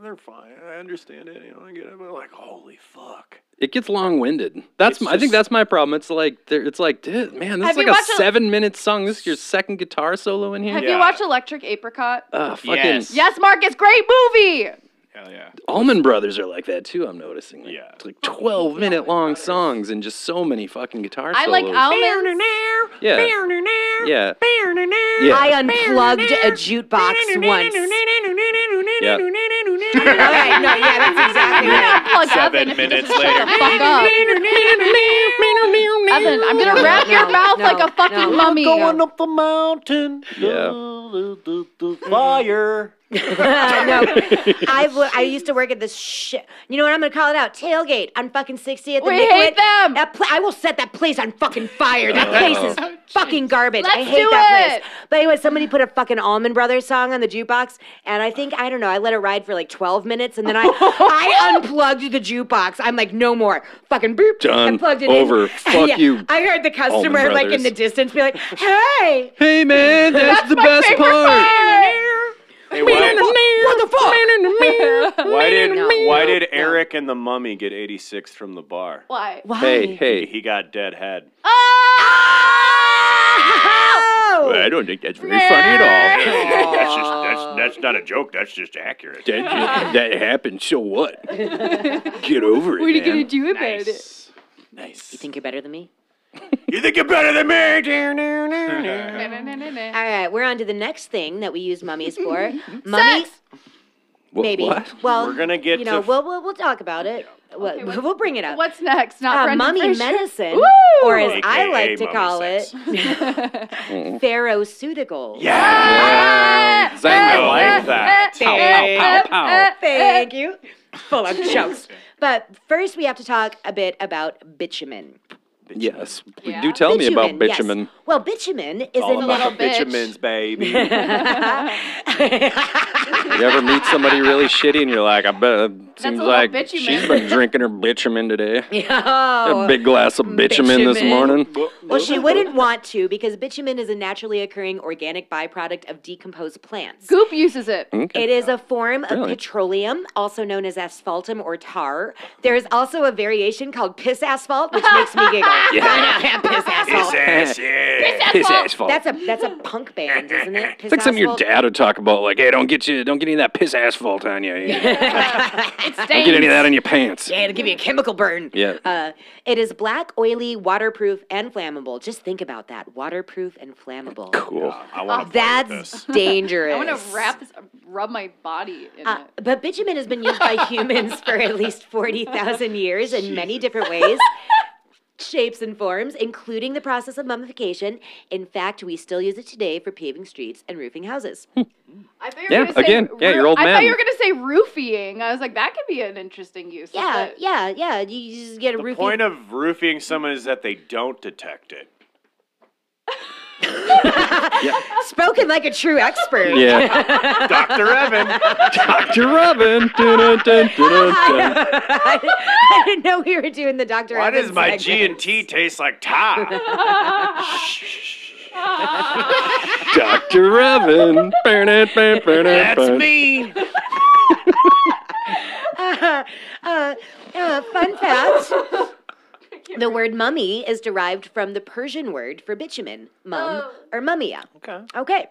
H: they're fine. I understand it. You know, I get it. But like, holy fuck.
E: It gets long winded. That's my, I think that's my problem. It's like there- it's like dude, man, this
F: Have
E: is like
F: you
E: a
F: watched a-
E: seven minute song. This is your second guitar solo in here.
F: Have you
H: Yeah.
F: watched Electric Apricot?
E: Ah, fucking
M: Yes.
F: Yes, Mark, it's a great movie.
M: Hell yeah.
E: Allman Brothers are like that too. I'm noticing. Like,
H: Yeah.
E: it's like twelve minute long songs and just so many fucking guitar
F: I
E: solos.
F: like almonds.
E: yeah. yeah. yeah.
D: I unplugged a jukebox once.
E: yeah.
D: All right, no, Oh, yeah, that's exactly right.
F: I'm gonna unplug Evan if he
H: minutes
F: doesn't shut
H: later.
F: the fuck up. Evan, I'm gonna wrap your
D: No,
F: mouth
D: no,
F: like a fucking
D: no.
F: mummy.
G: Going up the mountain.
E: Yeah.
G: The, the, the, the fire.
D: Uh, no, I, w- I used to work at this shit. You know what? I'm gonna call it out. Tailgate on fucking 60th. and
F: We
D: Nicollet.
F: hate them. Oh,
D: That pla- I will set that place on fucking fire. That place is fucking garbage. I
F: Let's
D: hate
F: do
D: that
F: it.
D: place. But anyway, somebody put a fucking Allman Brothers song on the jukebox, and I think I don't know. I let it ride for like 12 minutes, and then I I unplugged the jukebox. I'm like, no more. Fucking boop.
E: Done.
D: I plugged it
E: Over.
D: in.
E: Fuck
D: Yeah.
E: you,
D: I heard the customer
E: Allman
D: like in
E: Brothers.
D: the distance be like, hey.
E: Hey man, that's, the best part.
H: Hey, why,
D: What the fuck?
H: why did
D: No.
H: why did Eric and the Mummy get 86 from the bar?
F: Why? Ah!
D: Why?
E: Hey, hey.
H: He got dead head.
D: Oh!
E: I don't think that's very funny at all.
H: that's just that's that's not a joke. That's just accurate.
E: That, ju- that happened. So what? Get over it,
F: What are you
E: man.
F: gonna do about it?
D: You think you're better than me?
H: You think you're better than me?
D: All right, we're on to the next thing that we use mummies for. mummies,
E: Wha-
D: maybe.
E: What?
D: Well,
H: We're gonna get
D: you know,
H: to-
D: we'll, we'll we'll talk about it. We'll,
F: what's-
D: we'll bring it up.
F: What's next? Not
D: uh,
F: Brendan
D: mummy
F: Fraser.
D: medicine,
F: Woo!
D: or as I
H: AKA
D: like to
H: mummy
D: call
H: sex.
D: it, pharmaceuticals.
E: Yeah.
H: I
E: Zango.
H: like that.
D: Pow,
F: pow, pow, pow.
D: Thank you. Full of jokes. But first, we have to talk a bit about bitumen.
E: Yes.
F: Yeah.
E: Do tell me about
D: yes.
E: bitumen.
D: Well, bitumen is
H: All
D: a
H: about
D: little
H: the
F: bitch.
H: bitchamins, baby.
E: You ever meet somebody really shitty and you're like, I bet it seems
F: little
E: like
F: bitumen.
E: she's been drinking her bitumen today.
D: Oh.
E: a big glass of bitumen, this
D: bitumen.
E: morning.
D: Well, she wouldn't want to because bitumen is a naturally occurring organic byproduct of decomposed plants.
F: Goop uses it.
D: It is a form of
E: Really?
D: petroleum, also known as asphaltum or tar. There is also a variation called piss asphalt, which makes me giggle. I know, yeah, piss asphalt.
E: His asphalt.
D: That's a that's a punk band, isn't it? Piss
E: it's like something your
D: asphalt.
E: dad would talk about, like, "Hey, don't get you, don't get any of that piss asphalt on you. don't get any of that on your pants."
D: Yeah, it'll give you a chemical burn.
E: Yeah.
D: Uh, it is black, oily, waterproof, and flammable. Just think about that. Waterproof and flammable.
E: Cool.
H: I want to
D: That's dangerous.
F: I want to wrap this, rub my body in
D: Uh,
F: it.
D: but bitumen has been used by humans for at least 40,000 years in many different ways, shapes, and forms, including the process of mummification. In fact, we still use it today for paving streets and roofing houses.
F: I thought you
E: Yeah,
F: were gonna
E: again,
F: Say,
E: yeah,
F: roo-
E: you're old
F: I
E: man.
F: thought you were gonna say roofying. I was like, that could be an interesting use. of
D: yeah,
F: it.
D: yeah, yeah. You- You just get a
H: The
D: roofing.
H: point of roofing someone is that they don't detect it.
D: Spoken like a true expert.
E: Yeah,
H: Dr. Evan.
E: Dr. Robin. Dun, dun, dun, dun, dun, dun.
D: I, I didn't know we were doing the Dr.
H: Why does
D: Evans
H: my
D: segment.
H: G and T taste like tar?
E: Dr. Robin. Burn it, burn, burn it,
H: That's
E: burn.
H: me.
D: Uh, uh, fun fact. The word mummy is derived from the Persian word for bitumen, mum or mummia. Okay. Okay.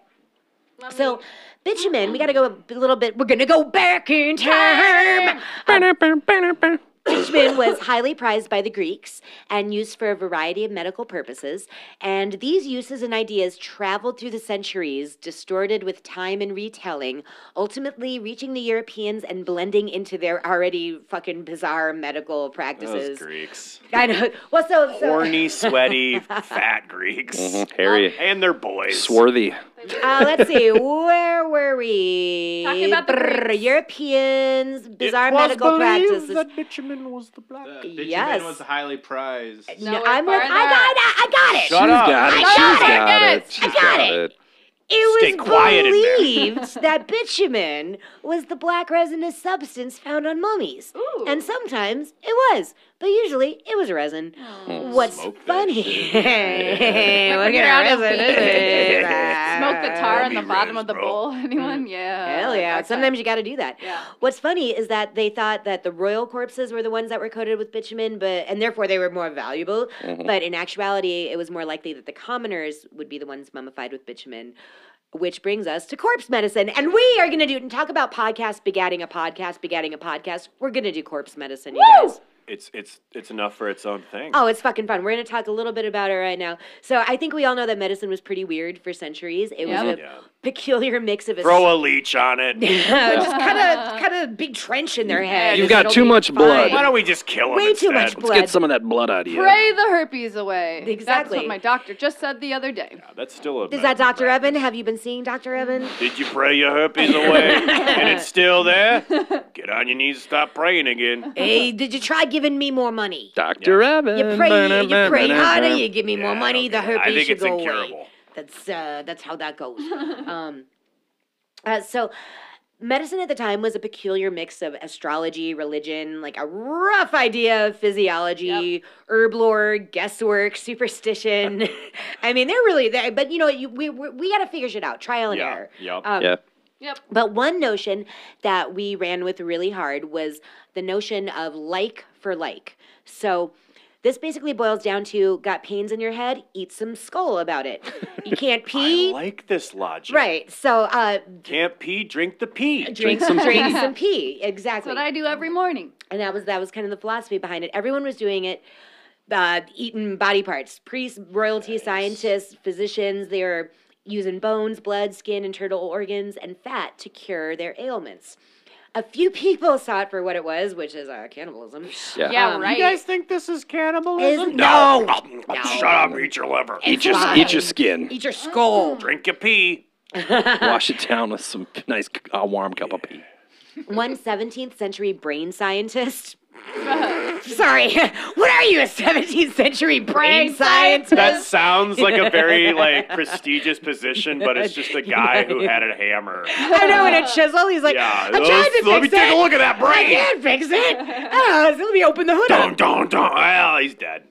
D: So, bitumen, we got to go a b- little bit. We're going to go back in time.
E: Burn it, burn, burn it, burn.
D: Bitumen was highly prized by the Greeks and used for a variety of medical purposes. And these uses and ideas traveled through the centuries, distorted with time and retelling, ultimately reaching the Europeans and blending into their already fucking bizarre medical practices.
H: Those Greeks.
D: I know. Well, so, so
H: Horny, sweaty, fat Greeks.
E: Harry,
H: And their boys.
E: swarthy.
D: uh, let's see. Where were we?
F: Talking about the
D: Brrr,
F: Greeks.
D: Europeans, bizarre medical practices.
H: bitumen was the black.
D: Yes. Uh,
M: was highly prized.
F: No,
D: No,
F: we're
D: I'm with, I
F: farther.
D: got it. I got it.
H: Shut
E: She's
H: up.
E: got it. She's
F: I got
E: got
F: it.
E: it. She's
D: I got
E: got
D: it.
E: it.
D: It
H: Stay
D: was
H: quiet in there.
D: believed that bitumen was the black resinous substance found on mummies. And sometimes it was, but usually it was resin.
F: Oh,
D: What's funny? We're
F: Like a round
D: gonna
F: of
D: resin.
F: beans.
D: it.
F: Smoke the tar on the bottom of the
H: bro.
F: bowl. Anyone? Yeah.
D: Hell
F: like
D: yeah.
F: that
D: Sometimes you got to do that.
F: Mm. Yeah.
D: What's funny is that they thought that the royal corpses were the ones that were coated with bitumen, but and therefore they were more valuable. But in actuality, it was more likely that the commoners would be the ones mummified with bitumen. Which brings us to corpse medicine. And we are going to do, and talk about podcast begatting a podcast begatting a podcast. We're going to do corpse medicine, you guys.
H: It's it's it's enough for its own thing.
D: Oh, it's fucking fun. We're going to talk a little bit about it right now. So I think we all know that medicine was pretty weird for centuries. It was
F: Yep.
D: a peculiar mix of a
H: Throw a leech on it.
D: just kind of kind of big trench in their head.
E: You've got
D: It'll
E: too
D: be
E: much blood.
H: Why don't we just kill him?
D: Way too
H: instead?
D: much blood.
E: Get some of that blood out of you.
F: Pray the herpes away. That's
D: Exactly.
F: what my doctor just said the other day.
H: That's still a.
D: Is that
H: medical
D: Dr.
H: practice.
D: Evan? Have you been seeing Dr. Evan?
H: Did you pray your herpes away and it's still there? Get on your knees and stop praying again.
D: hey, did you try giving me more money?
E: Dr. Evan.
D: You pray, you pray harder, you give me more
H: Yeah,
D: money, the
H: okay. I
D: herpes
H: think
D: should
H: it's
D: go away.
H: incurable.
D: That's uh, that's how that goes. um, uh, so. Medicine at the time was a peculiar mix of astrology, religion, like a rough idea of physiology, herb lore, guesswork, superstition. I mean, they're really there, but you know, you, we, we, we got to figure shit out, trial and
H: Yeah.
D: error.
H: Yep.
D: Um,
E: Yeah.
F: Yep.
D: But one notion that we ran with really hard was the notion of like for like. So this basically boils down to got pains in your head, eat some skull about it. You can't
H: I
D: pee.
H: like this logic.
D: right. Uh, So uh,
H: Can't pee, drink the pee.
D: drink, some drink some pee. Exactly.
F: That's what I do every morning.
D: and that was that was kind of the philosophy behind it. Everyone was doing it. Uh, eating body parts, priests, royalty, scientists, physicians, they were using bones, blood, skin, and turtle organs and fat to cure their ailments. A few people saw it for what it was, which is uh, cannibalism.
E: Yeah.
F: Yeah,
D: Um,
F: right.
H: think this is
D: Is-
H: cannibalism? Oh,
D: no.
H: Shut up, eat your liver.
E: Eat your,
D: Fine.
E: eat your skin.
D: Eat your skull.
H: Drink your pee.
E: Wash it down with some nice uh, warm cup of pee.
D: One 17th century brain scientist. Sorry, what are you, a 17th century brain, scientist?
H: That sounds like a very like prestigious position, but it's just a guy who had a hammer.
D: I know, in a chisel. He's like,
H: Yeah,
D: I'm trying to
H: let's- let me
D: fix
H: take
D: it.
H: a look at that
D: I
H: brain.
D: can't fix it. Oh, so let me open the hood up.
H: Don't, don't, don't. Well, he's dead.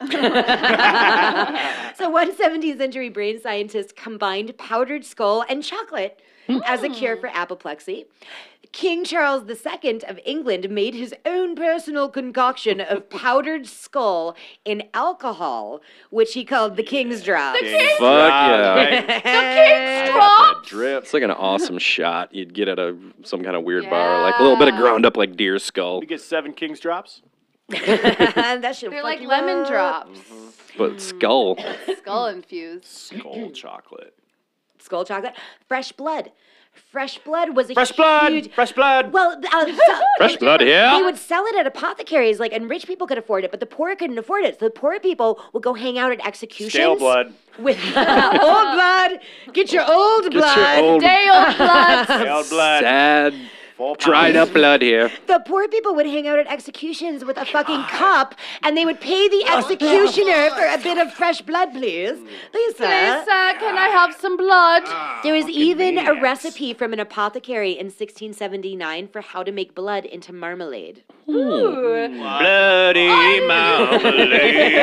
D: So one 17th century brain scientist combined powdered skull and chocolate as a cure for apoplexy. King Charles II of England made his own personal concoction of powdered skull in alcohol, which he called the King's Drop.
H: Fuck
E: yeah.
F: Drops.
E: It's like an awesome shot you'd get at a some kind of weird bar, like a little bit of
F: Yeah.
E: ground up like deer skull,
H: We get seven king's drops.
D: that should
F: They're like lemon drops.
E: but skull.
F: Skull infused.
H: Skull chocolate.
D: Skull chocolate, fresh blood. Fresh blood was a
H: Fresh blood.
D: huge-
H: Fresh blood.
D: Well, uh, so-
E: Fresh blood here.
D: They would sell it at apothecaries, like, and rich people could afford it, but the poor couldn't afford it. So the poor people would go hang out at executions.
H: Stale blood.
D: With old blood. Get your old
E: Get your
D: blood.
E: old
F: Day old blood.
H: Stale blood.
E: sad
H: Full
E: dried
H: pounds.
E: up blood here.
D: the poor people would hang out at executions with a fucking cup, and they would pay the executioner for a bit of fresh blood, please. Please, sir.
F: Please, uh, can I have some blood?
H: Ah.
D: There is even a recipe from an apothecary in 1679 for how to make blood into marmalade.
H: Bloody marmalade.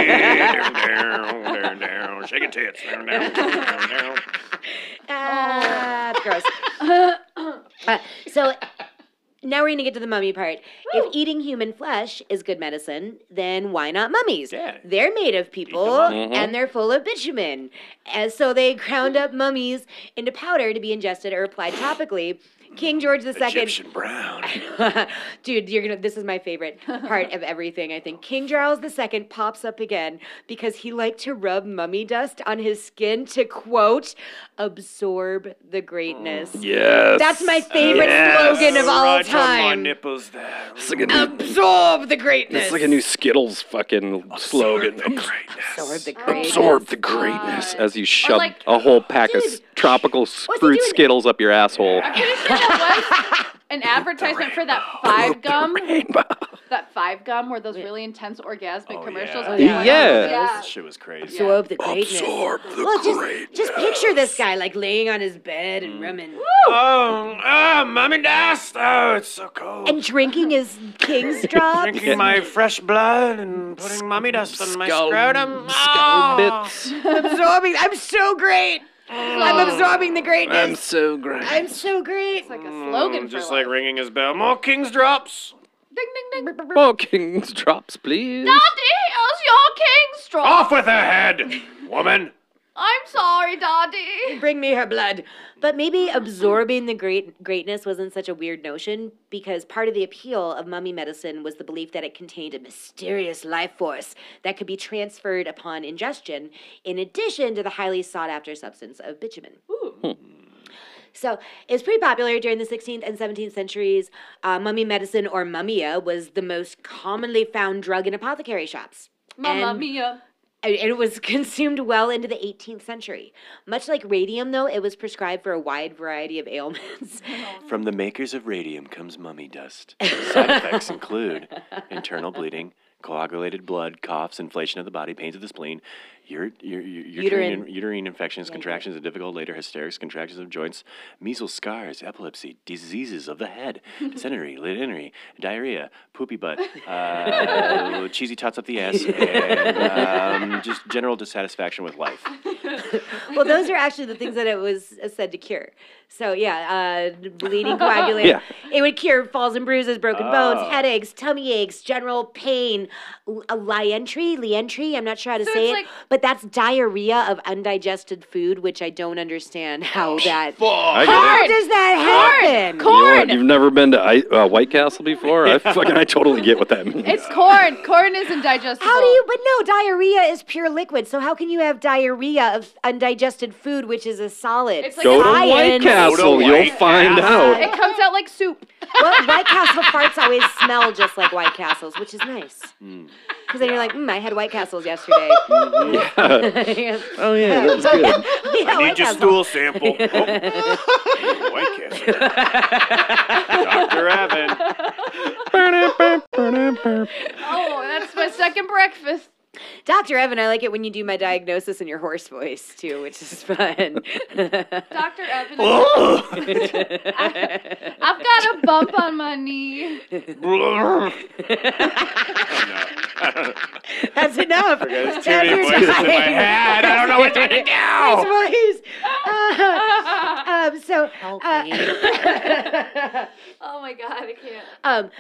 H: down, down, down, down. Shake your tits. Down, down, down, down.
D: Ah, that's gross. Uh, so now we're going to get to the mummy part. If eating human flesh is good medicine, then why not mummies?
H: Yeah.
D: They're made of people and they're full of bitumen. And so they ground up mummies into powder to be ingested or applied topically. King George II
H: Egyptian brown.
D: Dude, you're gonna. This is my favorite part of everything. I think King Charles II pops up again because he liked to rub mummy dust on his skin to quote, "absorb the greatness."
E: Yes.
D: That's my favorite slogan of all
H: Right on my
D: time.
H: nipples there.
E: It's like a new,
D: Absorb the greatness.
E: it's like a new Skittles fucking slogan.
D: Absorb the greatness.
E: Absorb the greatness as you shove
F: like-
E: a whole pack of s-
D: Dude.
E: tropical s- fruit
D: doing?
E: Skittles up your asshole.
F: Pretty sure that was an advertisement for that five gum.
E: Rainbow.
F: that five gum were those really intense orgasmic
H: Oh, yeah.
F: commercials. I got one of
E: Yeah.
F: those.
H: That shit was crazy.
D: Absorb the greatness.
H: Absorb the
D: Well, just,
H: greatness.
D: just picture this guy like laying on his bed and rumming
H: Oh, ah, mommy dust. Oh, it's so cold.
D: and drinking his king's drop.
H: Drinking my fresh blood and putting mummy dust on my scrotum.
E: Skull
H: Oh.
E: bits.
D: absorbing. I'm so great. I'm absorbing the
E: I'm
D: greatness.
E: so great.
D: I'm so great.
F: It's like a slogan.
H: Mm,
F: for
H: Just
F: life.
H: like ringing his bell. More king's drops.
F: ding ding ding.
E: More king's drops, please.
F: Daddy, here's your king's straw.
H: Off with her head, woman.
F: I'm sorry, Daddy.
D: Bring me her blood. But maybe absorbing the great greatness wasn't such a weird notion because part of the appeal of mummy medicine was the belief that it contained a mysterious life force that could be transferred upon ingestion, in addition to the highly sought after substance of bitumen. So it was pretty popular during the 16th and 17th centuries. Uh, mummy medicine, or mummia, was the most commonly found drug in apothecary shops.
F: Mamma
D: And-
F: mia.
D: and it was consumed well into the 18th century. Much like radium, though, it was prescribed for a wide variety of ailments.
C: From the makers of radium comes mummy dust. Side effects include internal bleeding, coagulated blood, coughs, inflation of the body, pains of the spleen, ur- ur- ur- uterine,
D: Uterine.
C: uterine infections, contractions of difficult later hysterics, contractions of joints, measles, scars, epilepsy, diseases of the head, dysentery, litinery, diarrhea, poopy butt, uh, cheesy tots up the ass, and um, just general dissatisfaction with life.
D: well, those are actually the things that it was uh, said to cure. So, yeah, uh, bleeding, coagulating. It would cure falls and bruises, broken
F: Ah.
D: bones, headaches, tummy aches, general pain, l- a lientry, lientry, I'm not sure how to
F: So
D: say
F: it's
D: it,
F: like-
D: but that's diarrhea of undigested food, which I don't understand how that.
E: I get it.
D: How does that happen?
E: You know
F: Corn.
E: what? You've never been to I, uh, White Castle before? I fucking, I totally get what that means.
F: It's corn. Corn isn't digestible.
D: How do you? But no, diarrhea is pure liquid. So how can you have diarrhea of undigested food, which is a solid?
F: It's like
E: Go
F: Lions.
E: to White Castle,
H: White
E: you'll find out.
F: It comes out like soup.
D: well, White Castle farts always smell just like White Castles, which is nice. Because
E: Hmm.
D: then you're like, mm, I had White Castles yesterday. Yes.
E: Oh yeah, that was good.
D: Yeah,
H: Oh, I
D: White
H: need your
D: Castle.
H: stool sample. Oh. White Castle. Dr. Evan.
F: Oh, that's my second breakfast.
D: Dr. Evan, I like it when you do my diagnosis in your hoarse voice too, which is fun.
F: Dr. Evan, I've got a bump on my knee.
D: That's enough. That's
H: Too many
D: your
H: voices in my
D: time.
H: head. I don't know which one to
D: His
H: do.
D: voice. Uh, um, so, uh,
F: Oh my god, I can't.
D: um,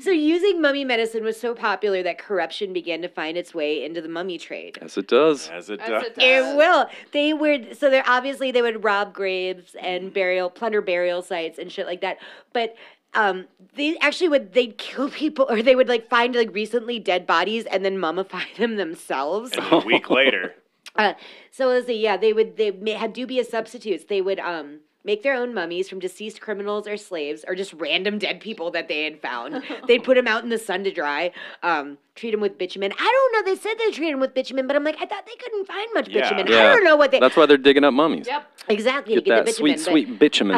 D: so using mummy medicine was so popular that corruption began to find its way into the mummy trade.
E: Yes, it does.
H: As a
F: That's a
H: duck.
D: It
F: dust.
D: will. They would so they're obviously they would rob graves and burial plunder burial sites and shit like that. But um, they actually would they'd kill people or they would like find like recently dead bodies and then mummify them themselves.
H: A week later.
D: Uh, so let's see. Yeah, they would they ma- had dubious substitutes. They would um make their own mummies from deceased criminals or slaves or just random dead people that they had found. They'd put them out in the sun to dry. Um, treat them with bitumen. I don't know. They said they treated them with bitumen, but I'm like, I thought they couldn't find much
H: Yeah.
D: bitumen.
E: Yeah.
D: I don't know what they
E: That's why they're digging up mummies.
F: Yep.
D: exactly
E: Get
D: to
E: that
D: the bitumen,
E: sweet,
D: but-
E: sweet bitumen.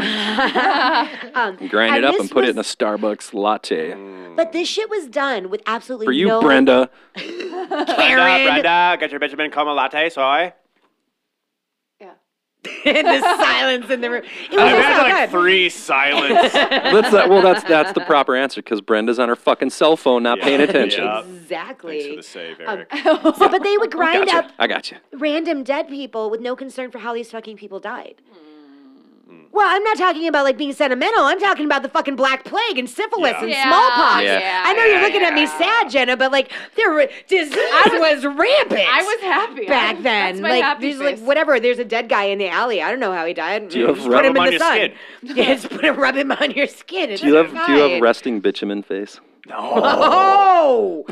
D: um,
E: Grind it up
D: this
E: and put it in a
D: was-
E: Starbucks latte.
D: But this shit was done with absolutely
E: For you,
D: no
E: Brenda.
H: Brenda, Brenda, got your Benjamin Coma latte, soy.
D: in the silence in the room. It was
H: I've
D: just so
H: had
D: good.
H: like three silence.
E: That's that. Well, that's that's the proper answer because Brenda's on her fucking cell phone, not paying
H: Yeah.
E: attention.
H: Yeah.
D: Exactly.
H: Thanks for the save,
D: Um,
H: Eric.
D: so, but they would grind
E: Gotcha.
D: up
E: I got you.
D: random dead people with no concern for how these fucking people died.
E: Mm.
D: Well, I'm not talking about like being sentimental. I'm talking about the fucking black plague and syphilis
H: Yeah.
D: and
F: Yeah,
D: smallpox.
F: yeah,
D: I know
F: yeah,
D: you're looking at me
F: yeah.
D: sad, Jenna, but like there were, disease was, rampant.
F: I was happy.
D: back then.
F: That's my
D: like
F: happy
D: there's
F: face.
D: like whatever. There's a dead guy in the alley. I don't know how he died.
E: Do you have
D: Just
E: rub
D: put him
H: him
D: in
H: on
D: the
H: your
D: sun.
H: skin.
D: Yeah, just put him, rub him on your skin.
E: Do you have do you have resting bitumen face?
D: Oh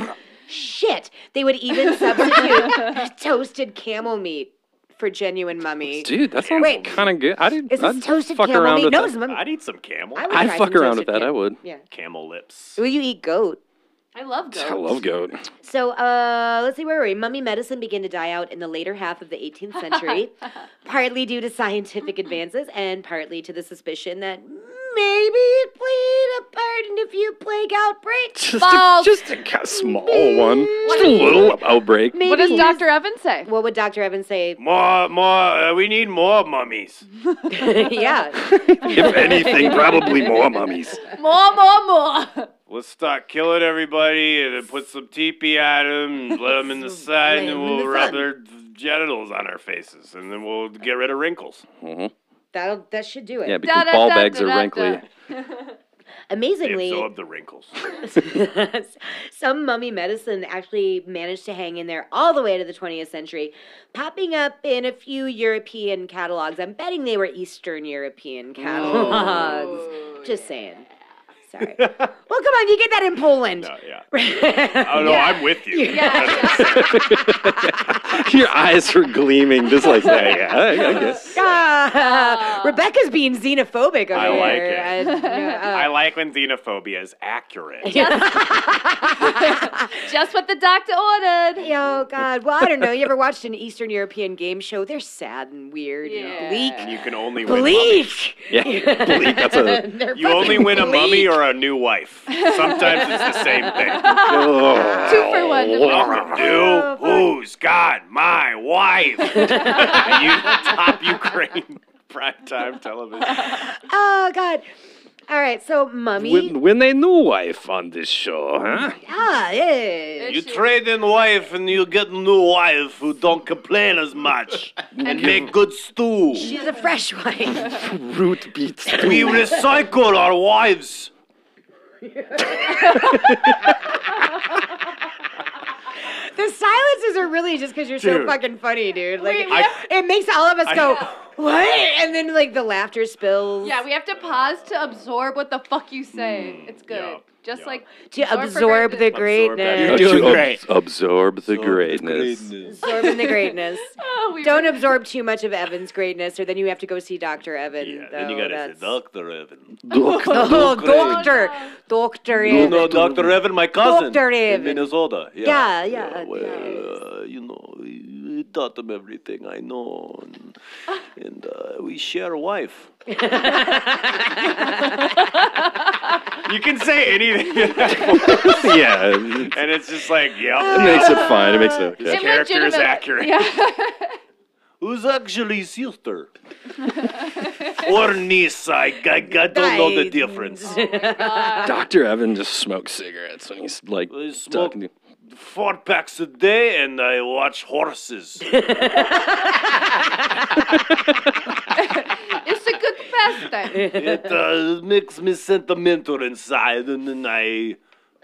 D: shit! They would even substitute toasted camel meat for genuine mummy.
E: Dude, that sounds
D: Wait.
E: kind of good. I didn't.
D: Is
E: I'd
D: this toasted
E: fuck
D: camel
E: around
D: meat?
E: with
D: No,
E: that.
D: it's mummy.
H: I'd eat some camel.
D: I would
E: I'd
D: try
E: fuck
D: some
E: around with
D: toasted
E: that. I
D: cam-
E: would.
D: Yeah.
H: Camel lips.
D: Will you eat goat?
F: I love goats.
E: I love goat.
D: So, uh, let's see where were we? Mummy medicine began to die out in the later half of the 18th century, partly due to scientific advances and partly to the suspicion that
N: Maybe plead a pardon if you plague outbreak.
E: Just a,
N: False.
E: just a ca- small one. Just a little outbreak.
N: Maybe
F: What does
N: he's-
F: Dr. Evans say?
D: What would Dr. Evans say?
G: More, more. Uh, we need more mummies.
D: yeah.
E: If anything, probably more mummies.
N: More, more, more.
G: Let's start killing everybody and then put some teepee on them and let them in the sun
N: Lay 'em
G: and
N: in
G: we'll
N: the
G: rub
N: sun.
G: their genitals on our faces and then we'll get rid of wrinkles.
D: That'll, that should do it.
E: Yeah, because
N: Da-da-da-da-da-da.
E: ball bags are wrinkly.
G: They
D: Amazingly,
G: absorb the wrinkles.
D: some mummy medicine actually managed to hang in there all the way to the 20th century, popping up in a few European catalogs. I'm betting they were Eastern European catalogs. Just saying. Sorry. well, come on, you get that in Poland.
H: No, yeah. Oh no, I'm with you.
E: Your eyes were gleaming, just like that. Yeah, I, I guess.
D: Ah, Rebecca's being xenophobic over
H: I like
D: here. I uh, like
H: I like when xenophobia is accurate.
N: Just what the doctor ordered.
D: Oh God! Well, I don't know. You ever watched an Eastern European game show? They're sad and weird,
F: Yeah.
D: and
H: You can only
D: bleak,
H: win.
D: bleak.
E: Yeah, bleak. That's a.
H: You only win a mummy or a new wife. Sometimes it's the same thing.
E: Oh.
F: Two for one.
G: Welcome to Who's Got My Wife?
H: You top Ukraine primetime television.
D: Oh God! All right, so mummy.
E: When, when they knew wife on this show, huh?
D: Ah, yeah.
G: You trade in wife and you get new wife who don't complain as much and make good stew.
D: She's a fresh wife.
E: Root beats.
G: We recycle our wives.
D: the silences are really just because you're so fucking funny, dude. Like
F: We- we have-
D: it makes all of us go, "What?" And then like the laughter spills.
F: Yeah, we have to pause to absorb what the fuck you say.
H: Mm,
F: It's good. Just like
D: to
F: for
D: absorb the
F: greatness.
D: greatness.
E: doing great. Absorb the greatness.
D: Absorbing the greatness.
F: Oh, we
D: Don't absorb too much of Evan's greatness, or then you have to go see Doctor Evan. though. That's-
G: Dr. Evan.
E: Look,
D: Oh, doctor, doctor
G: You
D: Evan.
G: know Dr. Evan, my cousin.
D: Dr. Evan.
G: In Minnesota.
D: Yeah,
G: Yeah,
D: yeah,
G: well, uh, you know, I taught him everything I know. And, and uh, we share a wife.
H: You can say anything,
E: yeah, it
H: and it's just like, yep,
E: makes it fine. It makes it okay.
H: character is
F: Illegitimate-
H: accurate.
G: Who's actually sister? or niece. I, I, I don't know the
D: Right.
G: difference.
E: Doctor Evan just smokes cigarettes when he's like
G: I smoke
E: talking to.
G: four packs a day and I watch horses.
F: It's a good pastime.
G: it uh, makes me sentimental inside, and then I,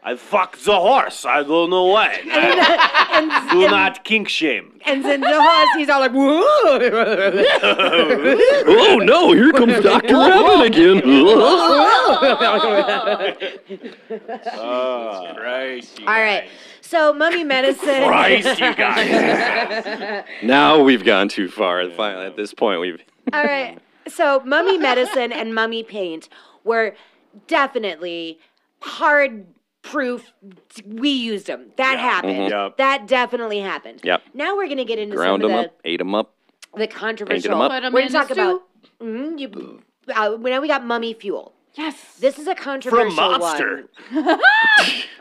G: I fuck the horse. I don't know why. I do not kink shame.
D: And then the horse, he's all like, whoa.
E: Oh no! Here comes Doctor Evan again.
M: Christ, you
D: All right. So mummy medicine.
H: Christ, you guys.
E: now we've gone too far. Finally, at this point, we've.
D: All right. So mummy medicine and mummy paint were definitely hard proof. We used them. That happened.
H: Yep.
D: That definitely happened.
E: Mm-hmm. Yep.
D: Now we're gonna get into
E: Ground
D: some
E: them
D: of the
E: up, ate them up.
D: the controversial.
E: up.
F: Put 'em
D: We're gonna
F: in
D: talk
F: a
D: about. Mm, you, uh, now we got mummy fuel.
F: Yes.
D: This is a controversial
H: Monster.
D: one.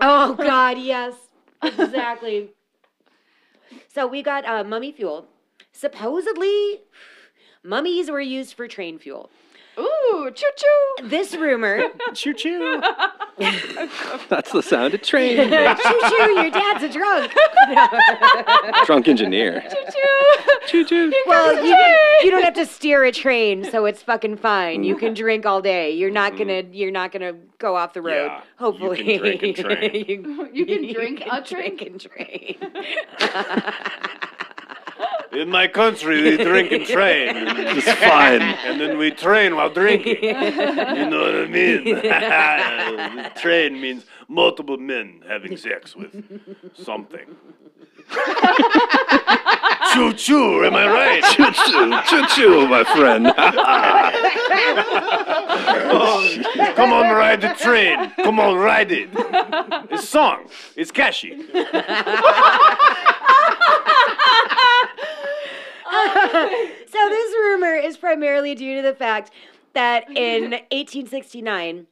D: oh God, yes, exactly. so we got uh, mummy fuel. Supposedly, mummies were used for train fuel.
F: Ooh, choo choo.
D: This rumor,
E: Choo choo. That's the sound of train. makes.
D: choo choo, your dad's a drunk.
E: Drunk engineer. Choo choo.
D: well, you, can, you don't have to steer a train, so it's fucking fine. You can drink all day. You're not gonna. You're not gonna go off the road.
H: Mm. Yeah, you
D: hopefully,
H: can drink and train.
D: You-
F: You can drink
D: can
F: a
D: drink
F: drink.
D: and train.
G: In my country, we drink and train. It's fine. And then we train while drinking. You know what I mean? train means multiple men having sex with something. choo choo, am I right?
E: Choo choo. Choo choo, my friend.
G: Come on, ride the train. Come on, ride it. It's song. It's catchy.
D: So this rumor is primarily due to the fact that in 1869,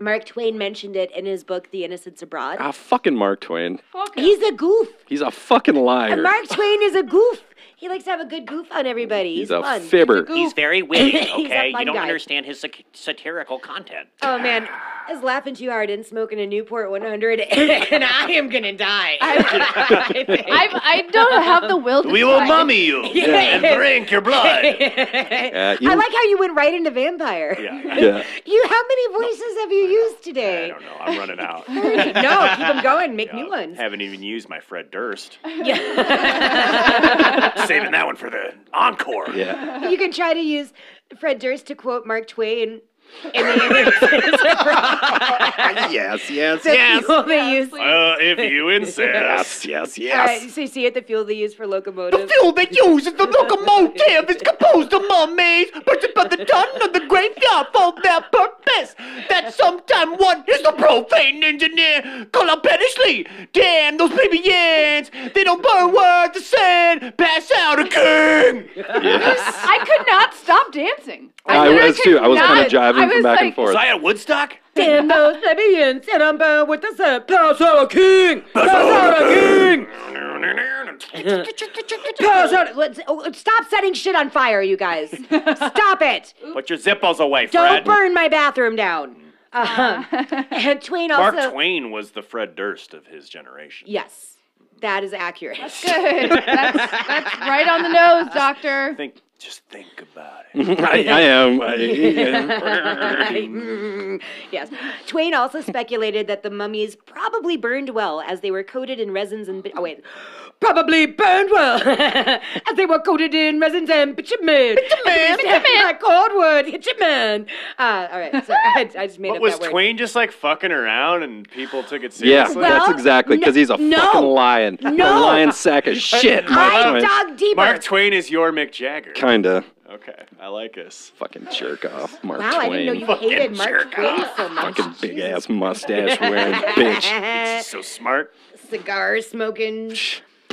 D: Mark Twain mentioned it in his book, The Innocents Abroad.
E: Ah, fucking Mark Twain.
I: Fuck it.
D: He's a goof.
E: He's a fucking liar.
D: Mark Twain is a goof. He likes to have a good goof on everybody. He's,
E: He's a
D: fun.
E: fibber.
D: He's
O: He's very witty,
D: He's a
O: okay?
D: fun
O: you don't
D: guy.
O: understand his sac- satirical content.
D: Oh man, I was laughing too hard and smoking a Newport 100, and I am gonna die. I think.
I: I've, I don't have the will to
K: We will
I: try.
K: mummy you and drink your blood.
E: Yeah, you-
D: I like how you went right into vampire.
E: yeah.
D: You, how many voices have you used
C: I
D: today?
C: don't know. I'm running out.
D: no, keep them going. Make new ones.
C: Uh, Haven't even used my Fred Durst.
D: Yeah.
C: Saving that one for the encore.
E: Yeah.
D: you can try to use Fred Durst to quote Mark Twain in the Innocents
E: yes, yes,
D: The fuel they use.
C: Uh, if you insist.
E: yes, yes,
D: Uh,
E: yes.
D: so you see it, the fuel they use for locomotives.
K: fuel they use is the locomotive is composed of mummies, purchased by the ton of the graveyard for their purpose. That sometime one is the profane engineer, called out pettishly. Damn those baby yens, they don't burn worth the sand, pass out again.
E: yes.
I: I could not stop dancing.
E: I
I: literally
E: was
I: could
E: too. I was
I: not-
E: kind of
I: I
E: jiving
I: was
E: from back
I: like,
E: and forth.
K: Was I at Woodstock?
D: Dambo, plebeians, and I'm bound with the sun. Pass out a king! Pass out a king! Pass out! Let's, oh, stop setting shit on fire, you guys. Stop it!
C: Put your Zippos away,
D: Don't
C: Fred.
D: burn my bathroom down. Uh-huh. and Twain also.
C: Mark Twain was the Fred Durst of his generation.
D: Yes, that is accurate.
I: Good. That's, that's right on the nose, doctor.
C: Think, just think about it.
E: I, I am. I, yeah.
D: Mm, yes. Twain also speculated that the mummies probably burned well as they were coated in resins and. bi- Oh, wait. Probably burned well as they were coated in resins and bitumen. Bitumen! Bitumen! Like cordwood. Bitumen! Uh, all right. So I, I just made
C: But
D: up
C: was
D: that word.
C: Twain just like fucking around and people took it
E: Yeah,
C: seriously?
D: Well,
E: that's exactly because he's a
D: no.
E: fucking lion.
D: No.
E: A lion sack of shit. Mark
D: I
E: Twain.
D: dug deeper.
C: Mark Twain is your Mick Jagger.
E: Kinda.
C: Okay, I like us.
E: Fucking jerk off, Mark
D: wow,
E: Twain.
D: I didn't know you hated Mark Twain
C: Ah,
D: so much.
E: Fucking big ass mustache wearing bitch.
D: Eh.
C: He's so smart.
D: Cigar smoking,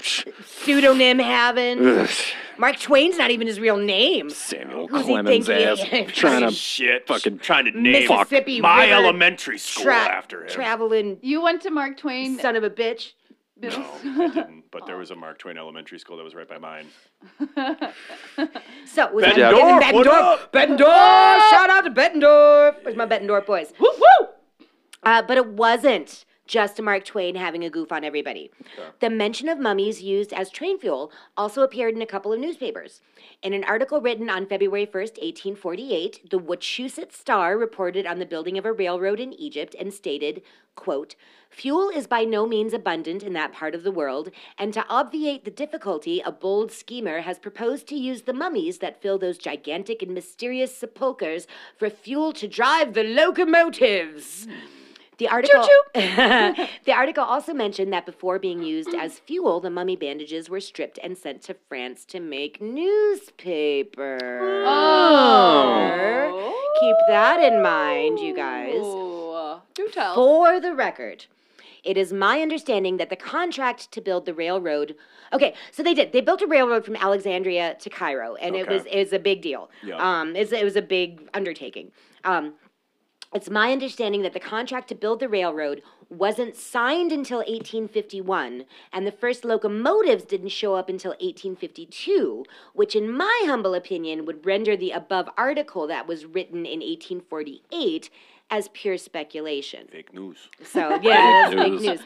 D: pseudonym having.
E: Ugh,
D: Mark Twain's not even his real name.
E: Samuel
D: Who's he
E: Clemens
D: think
E: ass
D: he is?
E: trying to.
C: Shit. Fucking trying to name
D: Mississippi
C: my
D: River
C: elementary school
D: Tra-
C: after him.
D: traveling
I: You went to Mark Twain
D: son of a bitch.
I: Middle
C: no, I didn't. But there was a Mark Twain elementary school that was right by mine.
D: So was
E: Yeah.
D: that Bettendorf?
C: Bettendorf, what
D: Bettendorf, Bettendorf. Shout out to Bettendorf. Where's my Bettendorf boys? Woo woo. Uh, but it wasn't just Mark Twain having a goof on everybody. The mention of mummies used as train fuel also appeared in a couple of newspapers. In an article written on February 1st, 1848, the Wachusett Star reported on the building of a railroad in Egypt and stated, quote, Fuel is by no means abundant in that part of the world, and to obviate the difficulty, a bold schemer has proposed to use the mummies that fill those gigantic and mysterious sepulchres for fuel to drive the locomotives. The article, the article also mentioned that before being used as fuel, the mummy bandages were stripped and sent to France to make newspaper.
I: Oh.
D: Keep that in mind, you guys.
I: Ooh. Do tell.
D: For the record, it is my understanding that the contract to build the railroad. Okay, so they did. They built a railroad from Alexandria to Cairo, and it
C: Okay.
D: was is a big deal.
C: Yeah.
D: Um, it's, it was a big undertaking. Um, it's my understanding that the contract to build the railroad wasn't signed until 1851, and the first locomotives didn't show up until 1852, which, in my humble opinion, would render the above article that was written in 1848 as pure speculation.
C: Fake news.
D: So, yeah, that's fake
E: news.
D: news.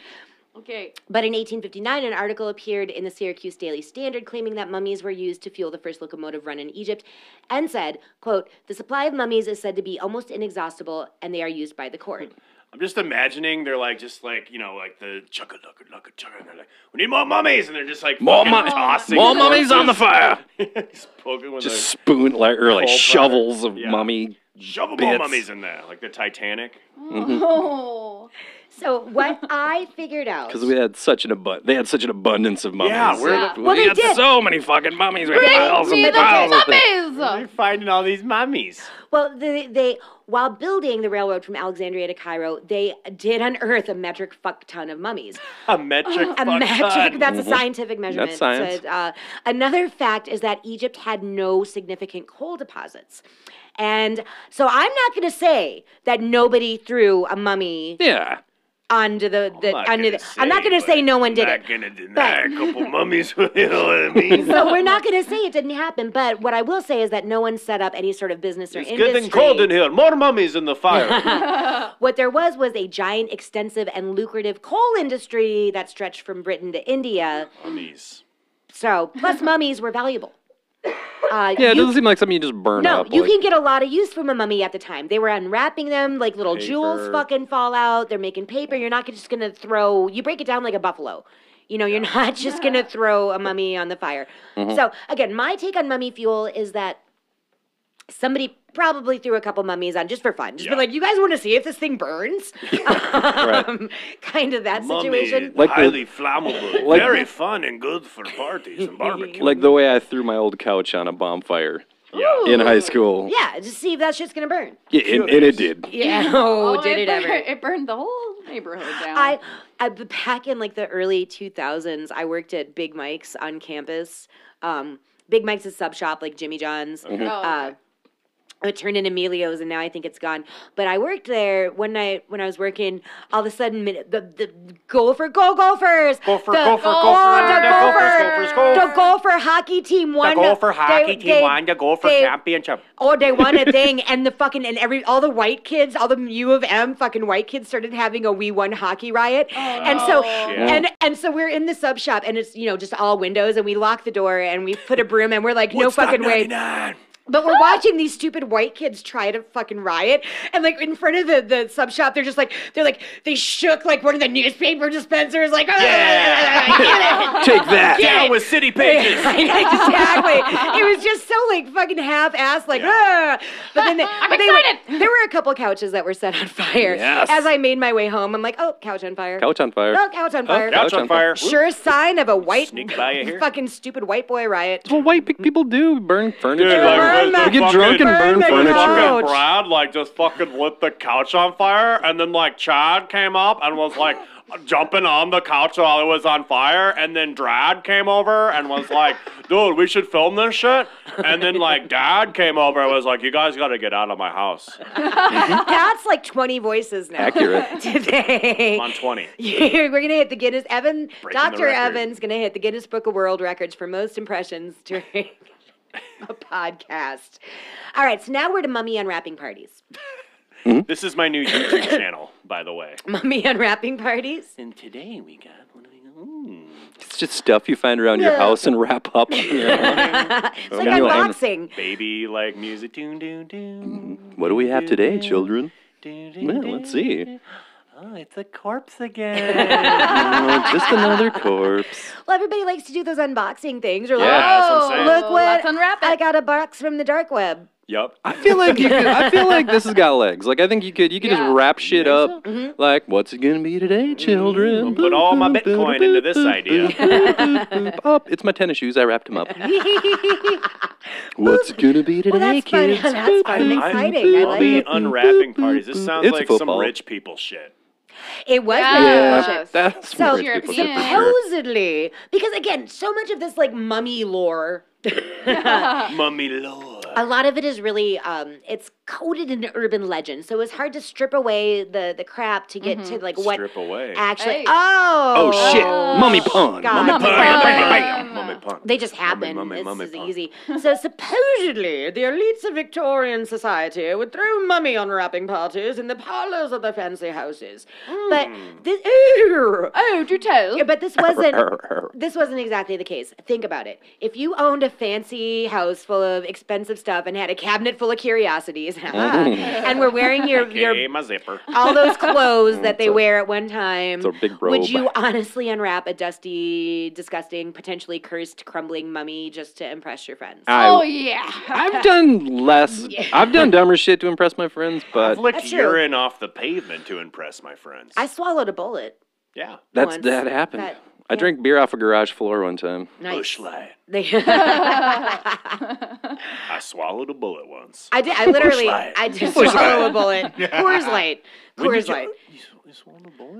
I: Okay.
D: But in 1859, an article appeared in the Syracuse Daily Standard claiming that mummies were used to fuel the first locomotive run in Egypt and said, quote, the supply of mummies is said to be almost inexhaustible and they are used by the court.
C: I'm just imagining they're like, just like, you know, like the chugga lugga lugga chugga. and They're like, we need more mummies. And they're just like,
E: More
C: fucking
E: mummies.
C: tossing
E: More mummies on the fire.
C: just poking with
E: Just
C: just
E: spoon like or like
C: Coal
E: shovels of
C: butter. Yeah.
E: mummy.
C: shovel more
E: bits.
C: mummies in there, like the Titanic.
I: Oh.
D: So what I figured out.
E: Because we had such an abund, they had such an abundance of mummies.
C: Yeah, we're
I: Yeah.
C: the-
D: Well,
E: we
D: they
E: had
D: did.
E: so many fucking mummies. We had
I: Bring
E: piles
I: me
E: and
I: the
E: piles of things.
C: we're
D: Uh,
I: mummies.
C: finding all these mummies.
D: Well, they, they while building the railroad from Alexandria to Cairo, they did unearth a metric fuck ton of mummies.
C: A metric
D: A
C: fuck
D: metric,
C: ton.
D: that's
G: Mm-hmm.
D: a scientific measurement.
E: That's science.
D: So, uh, another fact is that Egypt had no significant coal deposits. And so I'm not going to say that nobody threw a mummy
E: Yeah.
D: onto the, the
G: not
D: under the.
G: gonna
D: I'm not
G: say,
D: going to say no one did
G: not
D: it.
G: gonna deny a couple mummies. You know what I mean?
D: so we're not going to say it didn't happen. But what I will say is that no one set up any sort of business or
G: It's
D: industry.
G: getting cold in here. More mummies in the fire.
D: what there was was a giant, extensive, and lucrative coal industry that stretched from Britain to India.
C: Mummies.
D: So, plus mummies were valuable. Uh,
E: Yeah, it
D: you-
E: doesn't seem like something you just burn
D: no,
E: up.
D: you
E: like-
D: can get a lot of use from a mummy at the time. They were unwrapping them, like little jewels
E: Paper.
D: fucking fall out. They're making paper. You're not just gonna throw. You break it down like a buffalo. You know, you're not just gonna throw a mummy on the fire.
E: Mm-hmm.
P: Mhm.
D: So again, my take on mummy fuel is that somebody probably threw a couple mummies on just for fun. Just be like, you guys want to see if this thing burns? Um, Kind of that situation.
E: Like the-
G: highly flammable,
E: like-
G: very fun and good for parties and barbecue.
E: Like the way I threw my old couch on a bonfire in high school.
D: Yeah, just see if that shit's gonna burn.
E: Yeah, and, and it did.
D: Yeah. Oh, did it,
F: bur-
D: ever?
F: It burned the whole neighborhood down.
D: I, I b- back in like the early 2000s, I worked at Big Mike's on campus. Um, Big Mike's is sub shop like Jimmy John's.
P: Okay. Oh,
D: Uh, it turned into Emilio's, and now I think it's gone. But I worked there one night when I was working. All of a sudden, min- the the Gopher Go Gophers, Gopher the,
I: Gopher,
D: oh,
I: Gopher,
D: the
I: the
D: Gopher,
I: Gophers, Gophers,
D: the Gopher hockey team won.
K: the Gopher
D: they-
K: hockey team
D: they-
K: won the Gopher
D: they-
K: championship.
D: Oh, they won a thing, and the fucking and every all the white kids, all the U of M fucking white kids started having a we won hockey riot, and so
P: shit.
D: and and so we're in the sub shop, and it's you know just all windows, and we lock the door, and we put a broom, and we're like, no fucking way. But we're watching these stupid white kids try to fucking riot, and like in front of the, the sub shop, they're just like they're like they shook like one of the newspaper dispensers, like
G: Yeah.
C: Take that.
D: Get
C: Down
D: it.
C: with city pages.
D: exactly. It was just so like fucking half assed, like, "Ah." but then they, but they- there were a couple couches that were set on fire.
E: Yes.
D: As I made my way home, I'm like, oh, couch on fire.
E: Couch on fire.
D: Oh, couch on fire.
E: couch on fire.
D: Sure sign of a white,
E: by you here.
D: fucking stupid white boy riot.
E: That's what white pe- people do. Burn furniture.
C: like,
E: we get drunk and burn, furniture.
C: Fucking Brad, like, just fucking lit the couch on fire, and then, like, Chad came up and was, like, jumping on the couch while it was on fire, and then Drad came over and was like, dude, we should film this shit. And then, like, Dad came over and was like, you guys gotta get out of my house.
D: That's like 20 voices now.
C: Accurate.
D: Today.
C: I'm on 20.
D: We're gonna hit the Guinness. Evan,
C: Breaking the
D: Doctor
C: record.
D: Evan's gonna hit the Guinness Book of World Records for most impressions during a podcast. All right, so now we're to mummy unwrapping parties.
C: This is my new YouTube channel, by the way.
D: Mummy unwrapping parties.
Q: And today we got one of
E: It's just stuff you find around your
D: Yeah.
E: house and wrap up. Oh,
D: it's like unboxing.
C: Baby, like, music. Doon, doon, doon.
E: What do we have today, children? Well, let's see.
Q: Oh, it's a corpse again.
E: Uh, just another corpse.
D: Well, everybody likes to do those unboxing things. Or like,
E: Yeah, that's what I'm
D: oh,
E: saying.
D: look what I got a box from the dark web.
C: Yep.
E: I feel like you could, I feel like this has got legs. Like I think you could you could just wrap shit up.
D: Mhm.
E: Like what's it gonna be today, children?
C: Put all my Bitcoin into this idea.
E: Up, it's my tennis shoes. I wrapped them up. What's it gonna be today,
D: well, that's fun.
E: kids?
D: That's fun and exciting. I
C: All
D: like
C: the
D: it.
C: unwrapping parties. This sounds
E: It's
C: like
E: football.
C: some rich people shit.
D: It was
E: Yeah,
D: Yes.
E: Yeah, that's
D: so
E: rich people shit for sure.
D: supposedly because again, so much of this like mummy lore,
G: Mummy lord.
D: a lot of it is really um, it's coded into urban legend, so it's hard to strip away the the crap to get to like what
C: Strip away.
D: actually. Oh,
E: Oh shit! Mummy pun.
D: God.
E: Mummy
D: Mummy
E: pun.
C: Mummy pun.
D: They just happen.
E: mummy,
D: this
E: mummy
D: is
E: pun.
D: easy. So supposedly, the elites of Victorian society would throw mummy unwrapping parties in the parlors of the fancy houses.
E: Hmm.
D: But this, oh, do tell. But this wasn't. this wasn't exactly the case. Think about it. If you owned a fancy house full of expensive stuff and had a cabinet full of curiosities,
E: Hmm.
D: and were wearing your your
C: Okay, my zipper.
D: all those clothes that
C: It's
D: they
C: a-
D: wear at one time.
C: it's a big robe.
D: Would you honestly unwrap a dusty, disgusting, potentially cursed, crumbling mummy just to impress your friends?
E: I- Oh,
D: yeah.
E: I've done less. I've done dumber shit to impress my friends, but
C: I've licked
D: That's true.
C: urine off the pavement to impress my friends.
D: I swallowed a bullet.
C: Yeah.
E: that's
D: once.
E: that happened.
D: That-
E: I drank beer off a garage floor one time.
D: Nice.
C: Bushlight.
H: I swallowed a bullet once.
I: I did. I literally.
H: Bush Light.
I: I did
H: Bush
I: swallow
H: Light.
I: a bullet. Coors Light.
H: When did
I: Coors
H: you-
I: Light.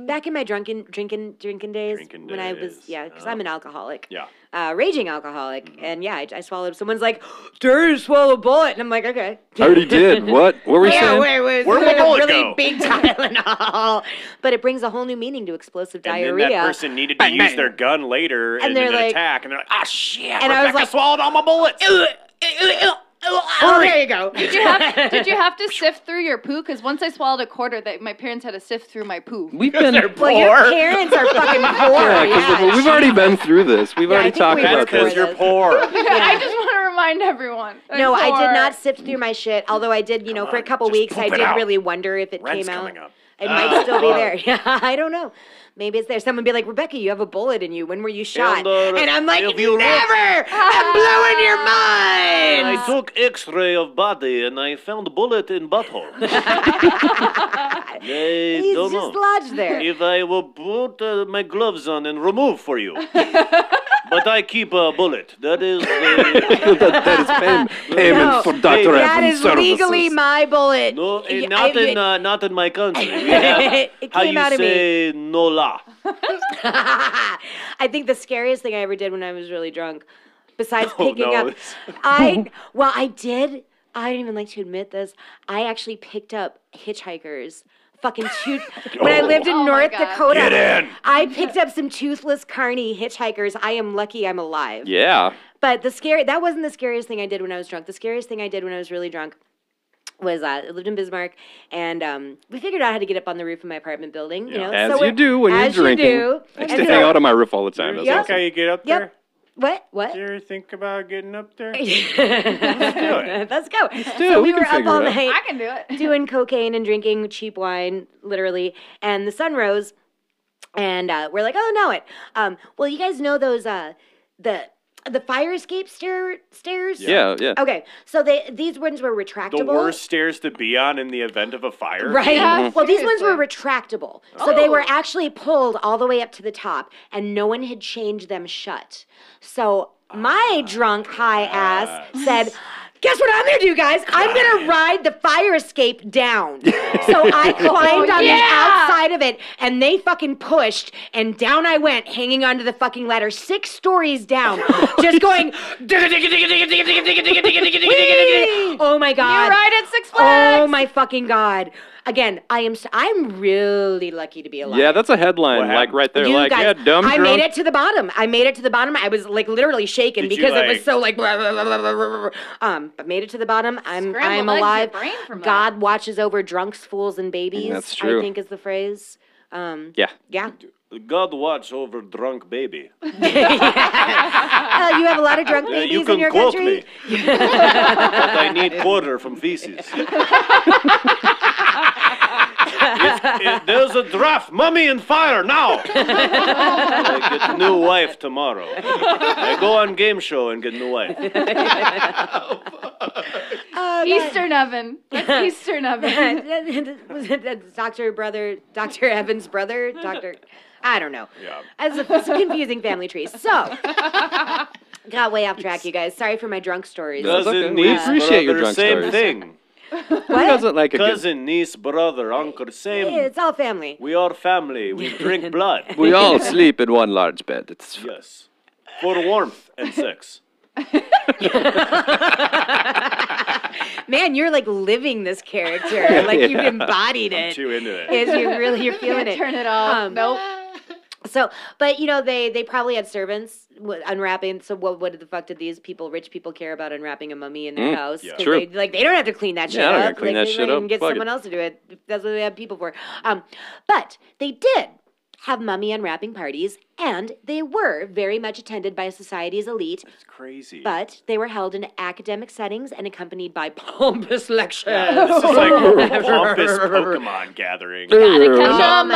D: Back in my drunken drinking drinking days, when I was
I: days.
D: yeah, because I'm an alcoholic,
H: Oh. Yeah. Mm-hmm.
D: uh, raging alcoholic, and yeah, I, I swallowed. Someone's like, "Dare you swallow a bullet?" And I'm like, "Okay."
E: I already did. What? What were you
D: yeah,
E: saying?
D: Where, where,
E: Where'd my
D: like a
E: bullet
D: really
E: go?
D: big Tylenol, but it brings a whole new meaning to explosive
H: And
D: diarrhea.
H: then that person needed to use their gun later
D: And
H: in
D: they're
H: an
D: like-
H: attack, and they're like, "Ah, shit!"
D: And I was
H: Rebecca
D: like-
H: swallowed all my bullets.
D: oh, there you go.
F: Did you have did you have to sift through your poo? Because once I swallowed a quarter, that my parents had to sift through my poo.
E: We've been
D: Well, your parents are fucking poor.
E: Yeah, 'cause
D: yeah.
E: we've already been through this. We've
D: Yeah, I
E: already
D: think
E: talked
D: we
E: about
D: went through
E: this.
D: this.
E: poor.
F: I just want to remind everyone. I'm
D: No, I did
F: poor.
D: not sift through my shit. Although I did, you know, for a couple weeks,
F: poop
D: I
F: it
D: did
F: out.
D: really wonder if it
F: Rent's
D: came out.
F: coming up.
D: It
F: Oh,
H: Ah,
D: might still be
F: fuck.
D: there. Yeah, I don't know. Maybe it's there. Someone be like, Rebecca, you have a bullet in you. When were you shot?
H: uh,
D: And I'm like,
H: if you look-
D: never. I'm blowing your mind.
H: I took X-ray of body, and I found bullet in butthole. I
D: He's
H: don't
D: just
H: know.
D: lodged there.
H: If I will put uh, my gloves on and remove for you. but I keep a bullet. That is. Uh,
E: that is payment
D: No,
E: for Dr.
D: That
E: Evans'
D: is
E: services.
D: legally my bullet.
H: No, eh,
D: Yeah,
H: not
D: I-
H: in uh, not in my country. We have
D: It
H: how
D: came
H: you
D: out of me.
H: say no la.
D: I think the scariest thing I ever did when I was really drunk, besides
H: Oh,
D: picking
H: no,
D: up,
H: it's-
D: I well, I did. I don't even like to admit this. I actually picked up hitchhikers. Fucking two. when I lived in
F: Oh my
D: North
F: God.
D: Dakota,
E: Get in.
D: I picked up some toothless carny hitchhikers. I am lucky I'm alive.
E: Yeah.
D: But the scary that wasn't the scariest thing I did when I was drunk. The scariest thing I did when I was really drunk was uh, I lived in Bismarck, and um, we figured out how to get up on the roof of my apartment building. You know,
E: As
D: so
E: you
D: it-
E: do when
D: as
E: you're drinking.
D: You do.
E: I used
D: And
E: to
D: so-
E: hang out on my roof all the time. That's
D: Yeah.
E: awesome.
D: Okay.
H: you get up
D: Yep. What? What?
H: you ever think about getting up there?
D: Let's go.
E: do
D: So
E: it.
D: we
E: We
D: were up
E: can figure
D: all
E: it out.
D: night
F: I can do it.
D: doing cocaine and drinking cheap wine, literally. And the sun rose, and uh, we're like, "Oh no!" It. Um, well, you guys know those uh, the the fire escape stair stairs.
E: Yeah, yeah.
D: Okay, so they these ones were retractable.
H: The worst stairs to be on in the event of a fire.
D: Right. Well, these ones were retractable. So they were
F: Oh.
D: actually pulled all the way up to the top, and no one had chained them shut. So my drunk high ass said, Guess what I'm gonna do, guys? I'm gonna ride the fire escape down. so I climbed on
F: yeah.
D: the outside of it, and they fucking pushed, and down I went, hanging onto the fucking ladder, six stories down, just going. "Digga, digga, digga, digga, digga, digga, digga, digga, digga, digga, digga, digga." Oh my god!
F: right at Six
D: Oh
F: Flags.
D: my fucking god! Again, I am. s I'm really lucky to be alive.
E: Yeah, that's a headline, like right there.
D: You
E: like,
D: guys,
E: yeah, dumb
D: I
E: drunk.
D: made it to the bottom. I made it to the bottom. I was like literally shaken
H: Did you,
D: because it was
H: like-
D: so like blah, blah, blah, blah, blah, blah, blah. um. But made it to the bottom. I'm
F: Scrambled
D: I'm
F: eggs, your
D: alive.
F: brain from that.
D: God watches over drunks, fools, and babies.
E: That's true.
D: I think is the phrase. Um.
E: Yeah.
D: Yeah.
H: God watch over drunk baby.
D: Uh, you have a lot of drunk
H: Uh,
D: babies
H: you
D: in
H: can
D: your
H: quote
D: country.
H: me, but I need quarter from feces. It's- it- there's a draft, mummy and fire now. I get new wife tomorrow. I go on game show and get new wife.
F: Eastern oven. That's Eastern oven.
D: was it that Dr. Brother, Dr. Evans' brother, Dr. I don't know.
H: Yeah.
D: As a it's a confusing family tree. So, got way off track, you guys. Sorry for my drunk stories.
E: No, it's
H: Cousin,
E: okay. We
H: niece,
E: appreciate your
H: brother,
E: drunk
H: same
E: stories.
H: thing.
E: Who doesn't like a good,
H: Cousin, niece, brother, uncle, same.
D: Yeah, it's all family.
H: We are family. We drink blood.
E: We all sleep in one large bed. It's
H: Yes. For warmth and sex.
D: Man, you're like living this character. Like you've
E: Yeah.
D: embodied it.
H: Too into it.
D: Yes, you really you're feeling it.
F: Turn it off.
D: Um,
F: nope.
D: So, but you know, they they probably had servants w- unwrapping. So, what what the fuck did these people, rich people, care about unwrapping a mummy in their
E: Mm,
D: house?
E: yeah.
D: 'Cause
E: True.
D: They, like they don't have to clean that
E: Yeah,
D: shit
E: I don't
D: up.
E: gotta clean
D: like,
E: that
D: they
E: shit
D: can
E: up.
D: Get
E: Fuck it.
D: someone else to do it. if That's what they have people for. Um, but they did have mummy unwrapping parties, and they were very much attended by society's elite.
H: It's crazy.
D: But they were held in academic settings and accompanied by pompous lectures.
H: This is like a pompous Pokemon gathering.
D: Oh
F: Mom,
D: my God.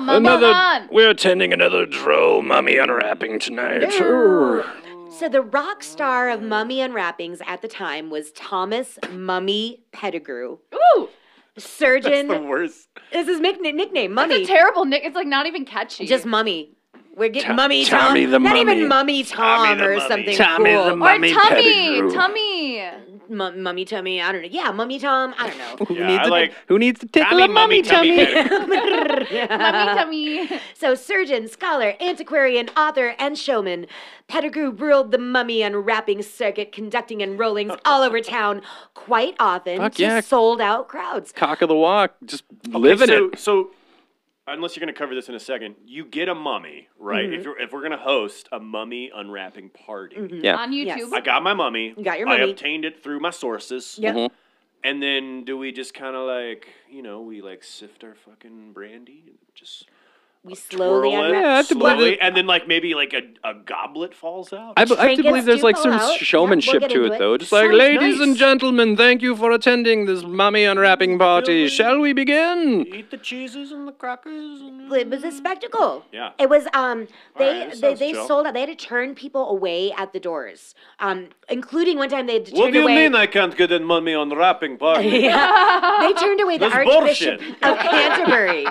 F: mom, mom, mom.
E: We're attending another Dro Mummy unwrapping tonight.
D: So the rock star of mummy unwrappings at the time was Thomas Mummy Pettigrew,
F: Ooh,
D: surgeon.
H: That's the worst.
D: This is his nickname, nickname
F: it's a
D: Mummy.
F: terrible nick. It's like not even catchy.
D: Just Mummy. We're getting
E: To-
D: mummy Tom.
E: Tommy the
D: Not
E: mummy.
D: even mummy Tom
E: Tommy the
D: or
E: mummy.
D: something
E: Tommy
D: cool.
E: the mummy Pettigrew.
D: Tummy. Mum mummy tummy. I don't know. Yeah, mummy Tom. I don't know.
E: Who,
H: Yeah,
E: needs
H: I
E: to,
H: like-
E: who needs to tickle
H: Tommy,
E: a mummy
H: mummy, tummy,
E: tummy?
D: mummy tummy. So, surgeon, scholar, antiquarian, author, and showman, Pettigrew ruled the mummy unwrapping circuit, conducting enrollings all over town quite often
E: Fuck
D: to
E: yeah.
D: sold out crowds.
E: Cock of the walk, just living
H: so,
E: it.
H: So, unless you're going to cover this in a second, you get a mummy, right? If, you're, if we're going to host a mummy unwrapping party
E: Yeah.
K: On YouTube.
H: I Mm-hmm. got my mummy.
K: You got your
H: I
K: mummy.
H: obtained it through my sources.
K: Yep.
E: Mm-hmm.
K: Mhm.
H: And then do we just kind of like, you know, we like sift our fucking brandy and just
D: We slowly
H: twirl it
D: unwrap.
H: slowly, and then like maybe like a, a goblet falls out.
E: I, b- I have to believe there's like some showmanship to it, though. Just like,
H: Sounds
E: ladies
H: nice.
E: and gentlemen, thank you for attending this mummy unwrapping party. Shall we begin?
H: Eat the cheeses and the crackers.
D: It was a spectacle.
E: Yeah.
D: It was um they
E: right, that
D: they,
E: sounds
D: they
E: chill.
D: sold out. They had to turn people away at the doors. Um including one time they had to turn
H: What do you
D: away
H: mean I can't get in mummy unwrapping party?
D: Yeah. They turned away the
H: That's
D: Archbishop
H: bullshit.
D: of Canterbury.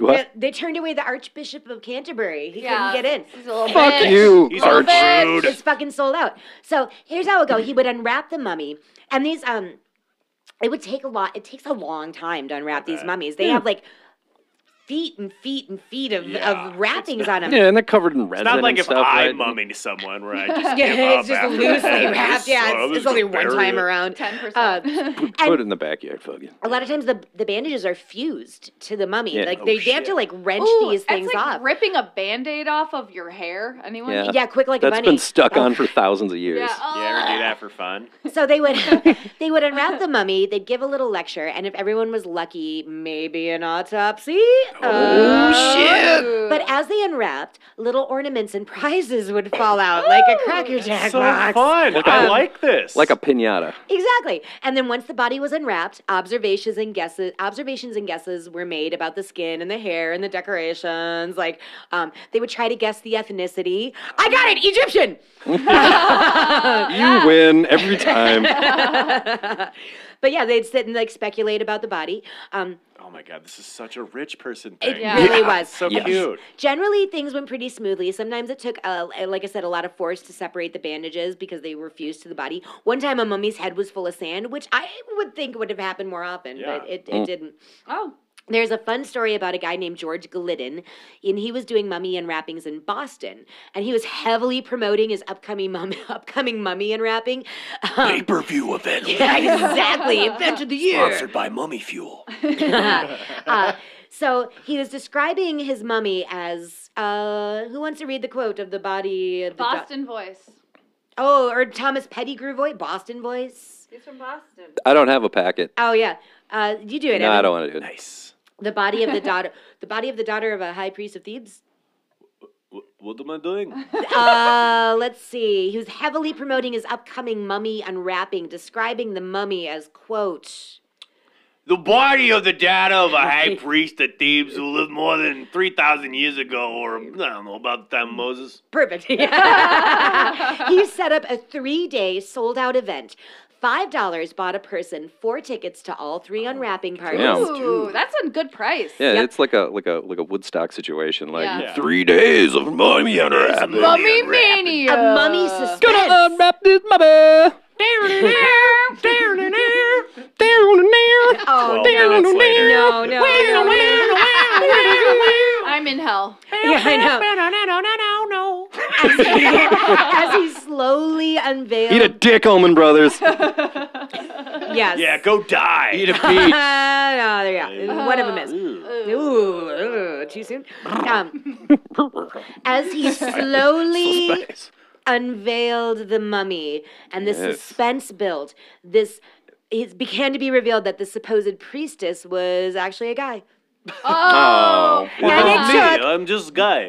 E: What?
D: They, they turned away the Archbishop of Canterbury. He
K: Yeah,
D: couldn't get in.
K: he's a little Fuck bitch. you, He's a little Archdude. bitch.
D: It's fucking sold out. So here's how it go. He would unwrap the mummy, and these um, it would take a lot. It takes a long time to unwrap these mummies. They
E: Yeah.
D: have like feet and feet and feet of, of wrappings on them.
E: Yeah, and they're covered in
H: It's
E: resin.
H: not like
E: and
H: if
E: stuff,
H: I
E: right?
H: mummy someone where I just
D: Yeah,
H: give up
D: it's just
H: after
D: loosely
H: that.
D: wrapped. Yeah,
H: Son of
D: it's,
H: a
D: it's only one
H: bury
D: time
H: it.
D: around. Ten percent.
E: Put it in the backyard, fucking.
D: A lot of times the the bandages are fused to the mummy.
E: Yeah.
D: Like
E: Oh,
D: they, they have to like wrench
K: Ooh,
D: these things
K: that's like
D: off.
K: ripping a band-aid off of your hair. Anyone?
E: Yeah.
D: quick like a
E: That's
D: bunny.
E: been stuck on for thousands of years.
K: Oh,
H: Yeah, ever do that for fun?
D: So they would they would unwrap the mummy. They'd give a little lecture, and if everyone was lucky, maybe an autopsy. Oh
E: shit!
D: But as they unwrapped, little ornaments and prizes would fall out like a cracker jack
E: so
D: box.
H: fun. I like this.
E: Like a pinata.
D: Exactly. And then once the body was unwrapped, observations and guesses observations and guesses were made about the skin and the hair and the decorations. Like um, they would try to guess the ethnicity. I got it, Egyptian.
E: Oh, You win every time.
D: but yeah, they'd sit and like speculate about the body. Um,
H: Oh my god, this is such a rich person thing.
D: it really
H: Yeah.
D: was
H: So
D: It-
H: cute.
D: Generally, things went pretty smoothly. Sometimes it took, uh, like I said, a lot of force to separate the bandages because they were fused to the body. One time, a mummy's head was full of sand, which I would think would have happened more often,
K: Yeah.
D: but it, it
K: Mm.
D: didn't.
K: Oh.
D: There's a fun story about a guy named George Glidden, and he was doing mummy unwrappings in Boston, and he was heavily promoting his upcoming mum- upcoming mummy unwrapping. Um,
G: Pay-per-view event.
D: Yeah, exactly. Event of the year.
G: Sponsored by Mummy Fuel.
D: Uh, so he was describing his mummy as uh, who wants to read the quote of the body of the do-
K: Boston voice.
D: oh, or Thomas Pettigrew voice, Boston voice.
K: He's from Boston.
E: I don't have a packet.
D: Oh yeah, uh, you do it.
E: No, I
D: Evan.
E: don't want to do it. Nice.
D: The body of the daughter, the body of the daughter of a high priest of Thebes.
H: What am I doing?
D: Uh, let's see. He was heavily promoting his upcoming mummy unwrapping, describing the mummy as quote.
G: The body of the data of a high priest at Thebes who lived more than 3,000 years ago, or I don't know, about the time of Moses.
D: Perfect. he set up a three day sold out event. $5 bought a person four tickets to all three unwrapping parties.
K: Ooh, that's a good price.
E: Yeah, it's like a like a like a Woodstock situation. Like
K: Yeah. Yeah.
E: three days of mummy unwrapping.
K: Mummy mania.
D: A mummy suspense.
E: Gonna unwrap this mummy.
K: Oh,
D: no. No, no, no,
K: I'm in hell.
D: Yeah, I know. As he, as he slowly unveiled.
E: Eat a dick, Omen Brothers.
D: yes.
G: Yeah, go die.
E: Eat a
D: Ah, no, there you
H: Uh,
D: go. One of them is. Ooh, ooh, too soon. Um, as he slowly unveiled the mummy and the
K: Yes.
D: suspense built, this it began to be revealed that the supposed priestess was actually a guy.
H: Oh,
D: Well, And it
H: me. I'm just
D: Oh,
H: guy.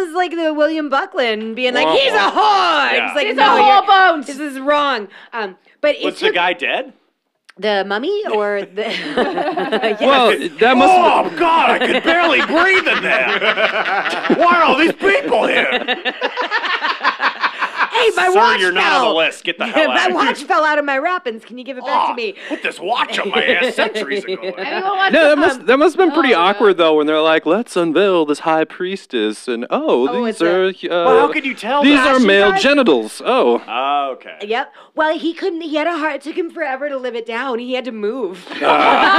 D: this is like the William Buckland being like, he's a whore.
H: Yeah.
D: It's like,
K: He's a
D: no, you're-
K: whorebones."
D: This is wrong. Um, but it
H: Was the
D: took
H: guy dead?
D: the mummy or the
E: Well, that must.
G: Oh God, I could barely breathe in there. Why are all these people here?
D: Hey, my
H: Sir,
D: watch
H: you're
D: fell.
H: not on the list. Ah. Get the hell out
D: My
H: of
D: watch
H: here.
D: fell out of my wrappings. Can you give it back to me?
H: Put this watch up my ass centuries ago.
E: No, that must that must have been pretty awkward though when they're like, let's unveil this high priestess, and oh, these are uh,
H: well, how could you tell?
E: these
H: that?
E: are male genitals. Oh,
H: Ah, okay.
D: Yep. Well, he couldn't. He had a heart. It took him forever to live it down. He had to move.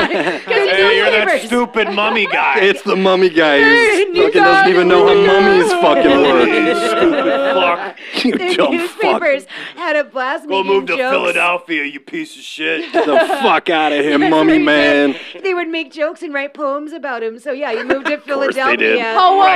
G: Hey, you're that
H: stupid mummy guy.
E: It's the mummy guy
D: Dude,
E: who
D: you
E: fucking doesn't
D: gotta
E: even know how
D: leave.
E: mummies fucking work.
G: You stupid
H: fuck.
E: You
D: The
E: dumb fuck.
D: newspapers had a blast
G: Go
D: making
G: move to
D: jokes.
G: Philadelphia, you piece of shit.
E: Get the fuck out of here, mummy man.
D: They would make jokes and write poems about him. So yeah, he moved to
E: course they did.
D: Philadelphia.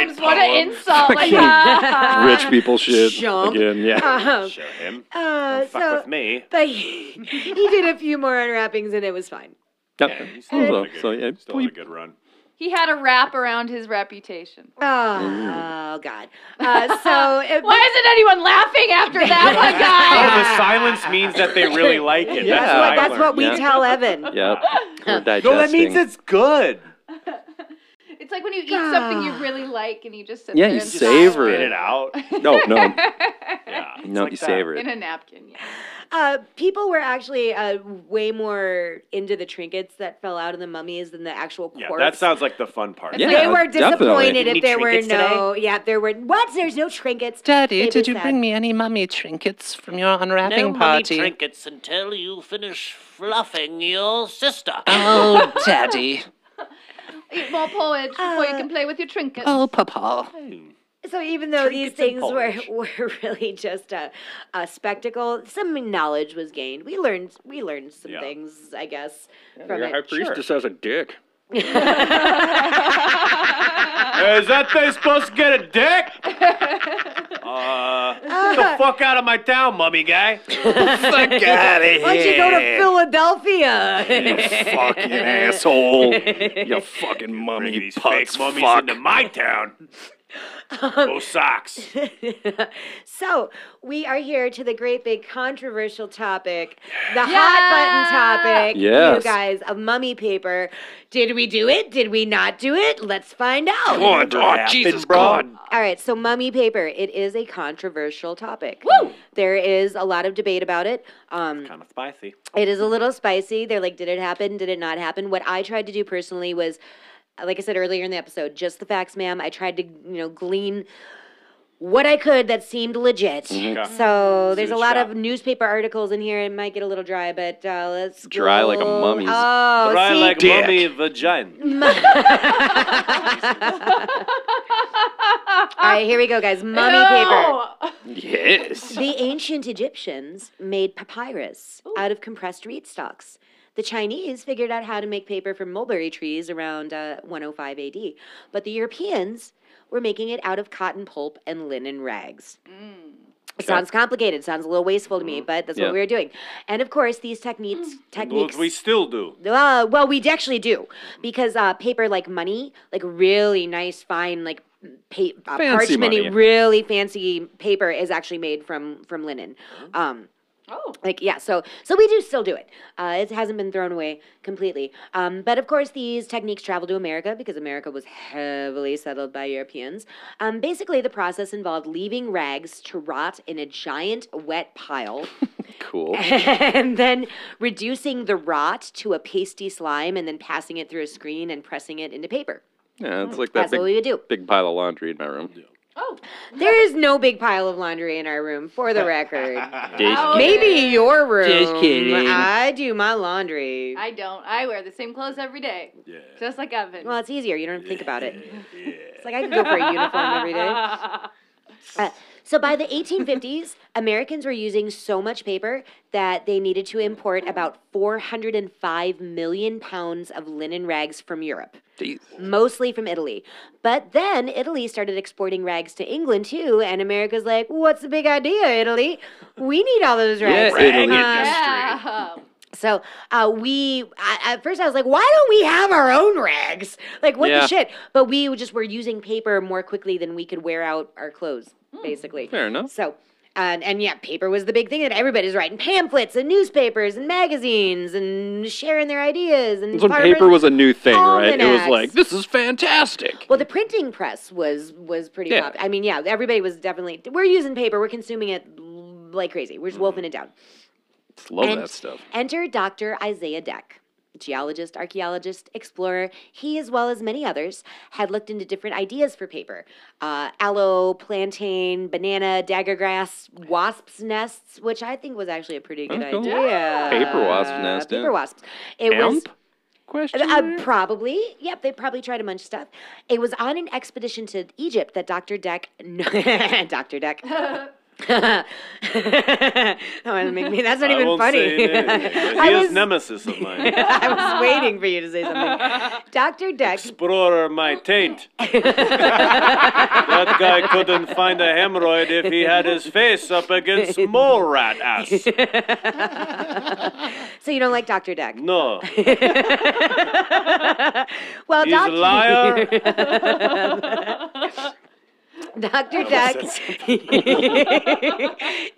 K: Poems, what an insult. Like, ah.
E: Rich people shit
D: Jump.
E: again. Yeah.
D: Um,
H: Show him.
D: uh,
H: Don't fuck
D: so-
H: with me.
D: But he, he did a few more unwrappings and it was fine.
E: Yeah. So, so, yeah.
H: Still had a good run.
K: He had a wrap around his reputation.
D: Oh, oh God. Uh, so it,
K: Why isn't anyone laughing after that one, guy?
H: Oh, the silence means that they really like it.
E: Yeah.
H: That's,
E: That's
H: what I
E: what-
D: that's what we
E: Yeah.
D: tell Evan.
E: Yep. We're
H: No, that means
E: digesting.
H: it's good.
K: It's like when you eat something you really like and you just sit
E: Yeah,
K: there
E: you
K: and
E: savor
H: Spit
E: it.
H: it out.
E: No, no, no, you savor
K: in
E: it.
K: a napkin. Yeah.
D: Uh, people were actually uh, way more into the trinkets that fell out of the mummies than the actual
H: Yeah,
D: corpse.
H: that sounds like the fun part.
E: Yeah,
D: they were
E: definitely.
D: disappointed
E: Any
D: if there were
E: trinkets
D: no. Yeah, there were. What? There's no trinkets.
R: Daddy,
D: They
R: did you
D: said.
R: bring me any mummy trinkets from your
S: no
R: unwrapping party?
S: mummy trinkets until you finish fluffing your sister.
H: Uh,
R: Oh, Daddy.
K: Eat more porridge
D: Uh,
K: before you can play with your trinkets.
R: Oh, Papa.
D: So even though these things
R: Trinkets and
D: were were really just a, a spectacle, some knowledge was gained. We learned we learned some
Q: Yeah.
D: things, I guess, from it.
Q: has a dick.
H: Is that they supposed to get a dick? Uh, get
E: Uh-huh.
H: the fuck out of my town, mummy guy. fuck
D: out of Why'd you go to Philadelphia?
H: fucking
E: asshole. You fucking mummy
H: These
E: putz
H: fake mummies
E: fuck. Um,
H: into my town. Go socks.
D: so we are here to the great big controversial topic, the
K: Yeah.
D: hot button topic.
E: Yes.
D: You guys, of mummy paper. Did we do it? Did we not do it? Let's find out.
E: Oh, oh, Jesus, God.
D: All right, so mummy paper. It is a controversial topic. Woo! There is a lot of debate about it. Um,
H: kind of spicy.
D: It is a little spicy. They're like, did it happen? Did it not happen? What I tried to do personally was, like I said earlier in the episode, just the facts, ma'am. I tried to, you know, glean what I could that seemed legit.
E: Mhm. Okay.
D: So there's
E: Good
D: a lot
E: shot.
D: of newspaper articles in here. It might get a little dry, but uh, let's
E: Dry like a
D: go-
E: mummy's
D: Oh,
H: Dry
D: see?
H: like mummy vagina.
D: All right, here we go, guys. Mummy paper.
E: Yes.
D: The ancient Egyptians made papyrus out of compressed reed stalks. The Chinese figured out how to make paper from mulberry trees around uh, 105 AD, but the Europeans were making it out of cotton pulp and linen rags. It Sounds complicated. Sounds a little wasteful to me, but that's
H: Mm. Mm-hmm. Yeah.
D: what we were doing. And of course, these techniques techniques
H: Well, we still do.
D: uh, well, we actually do because uh, paper like money, like really nice, fine, like pa- uh,
E: Fancy money.
D: parchmenty, really fancy paper is actually made from from linen. Um,
K: oh,
D: like yeah. So so we do still do it. Uh, it hasn't been thrown away completely. Um, but of course, these techniques traveled to America because America was heavily settled by Europeans. Um, basically, the process involved leaving rags to rot in a giant wet pile
E: Cool.
D: and then reducing the rot to a pasty slime and then passing it through a screen and pressing it into paper.
E: Yeah, it's like that
D: That's
E: big,
D: what we would do.
E: big pile of laundry in my room.
D: There is no big pile of laundry in our room, for the record.
E: Just
D: Maybe your room.
E: Oh, Just kidding.
D: I do my laundry.
K: I don't. I wear the same clothes every day. Yeah. Just like Evan.
D: Well, it's easier. You don't have to think about it. It's like I can go for a uniform every day. Uh, so by the 1850s, Americans were using so much paper that they needed to import about 405 million pounds of linen rags from Europe, mostly from Italy. But then Italy started exporting rags to England too, and America's like, "What's the big idea, Italy? We need all those rags."
E: Italy.
D: Uh, so uh, we, I, at first, I was like, why don't we have our own rags? Like, what
E: Yeah.
D: the shit? But we just were using paper more quickly than we could wear out our clothes, basically.
E: Hmm, Fair enough.
D: So, and, and yeah, paper was the big thing that everybody's writing pamphlets and newspapers and magazines and sharing their ideas. And
E: That's when
D: farmers-
E: paper was a new thing, right? It was
D: almanacs.
E: like, this is fantastic.
D: Well, the printing press was was pretty
E: Yeah.
D: pop. I mean, yeah, everybody was definitely we're using paper, we're consuming it l- like crazy. We're just
E: Hmm.
D: wolfing it down.
E: Love
D: And
E: that stuff.
D: Enter Dr. Isaiah Deck. Geologist, archaeologist, explorer, he, as well as many others, had looked into different ideas for paper uh, aloe, plantain, banana, daggergrass, wasps' nests, which I think was actually a pretty good
E: Oh, cool.
D: idea.
E: Paper wasp nest, yeah.
D: Paper wasps. It was
E: Hemp? Question?
D: uh, probably. Yep, they probably try to munch stuff. It was on an expedition to Egypt that Dr. Deck. Dr. Deck. that would make me. That's not
H: I
D: even
H: won't
D: funny.
H: say it anyway.
D: I
H: he is
D: was-
H: nemesis of mine.
D: I was waiting for you to say something. Dr. Deck.
H: Explorer my taint. that guy couldn't find a hemorrhoid if he had his face up against mole rat ass.
D: So you don't like Dr. Deck?
H: No.
D: Well,
H: He's a
D: Dr.
H: liar.
D: Dr.
H: I
D: Deck
H: almost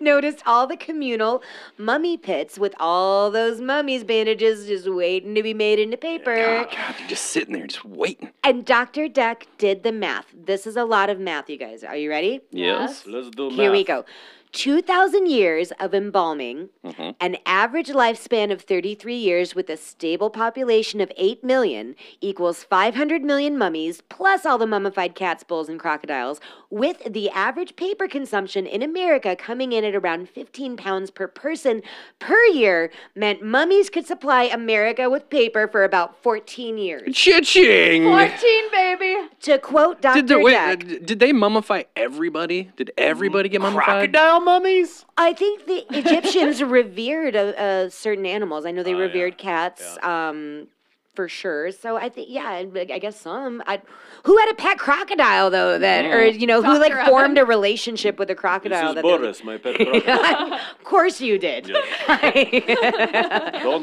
D: noticed all the communal mummy pits with all those mummies' bandages just waiting to be made into paper.
E: You're just sitting there, just waiting.
D: And Dr. Deck did the math. This is a lot of math, you guys. Are you ready?
E: Yes.
H: Let's do
D: Here we
H: math.
D: go. 2,000 years of embalming,
E: Mhm.
D: an average lifespan of 33 years with a stable population of 8 million equals 500 million mummies, plus all the mummified cats, bulls, and crocodiles, with the average paper consumption in America coming in at around 15 pounds per person per year, meant mummies could supply America with paper for about 14 years.
E: Cha-ching! 14,
D: baby! To quote Dr.
E: Did they, wait,
D: Deck,
E: uh, d- did they mummify everybody? Did everybody get mummified?
H: Crocodile mummies?
D: I think the Egyptians revered uh, uh, certain animals. I know
H: Oh,
D: they revered cats um, for sure. So I think, yeah, I I guess some. I, who had a pet crocodile though? That or
H: Mm.
D: you know who
H: Dr.
D: like
H: Evan.
D: formed a relationship with a
H: This
D: crocodile?
H: is
D: that they-
H: Boris, my pet crocodile.
D: of course you did.
H: Don't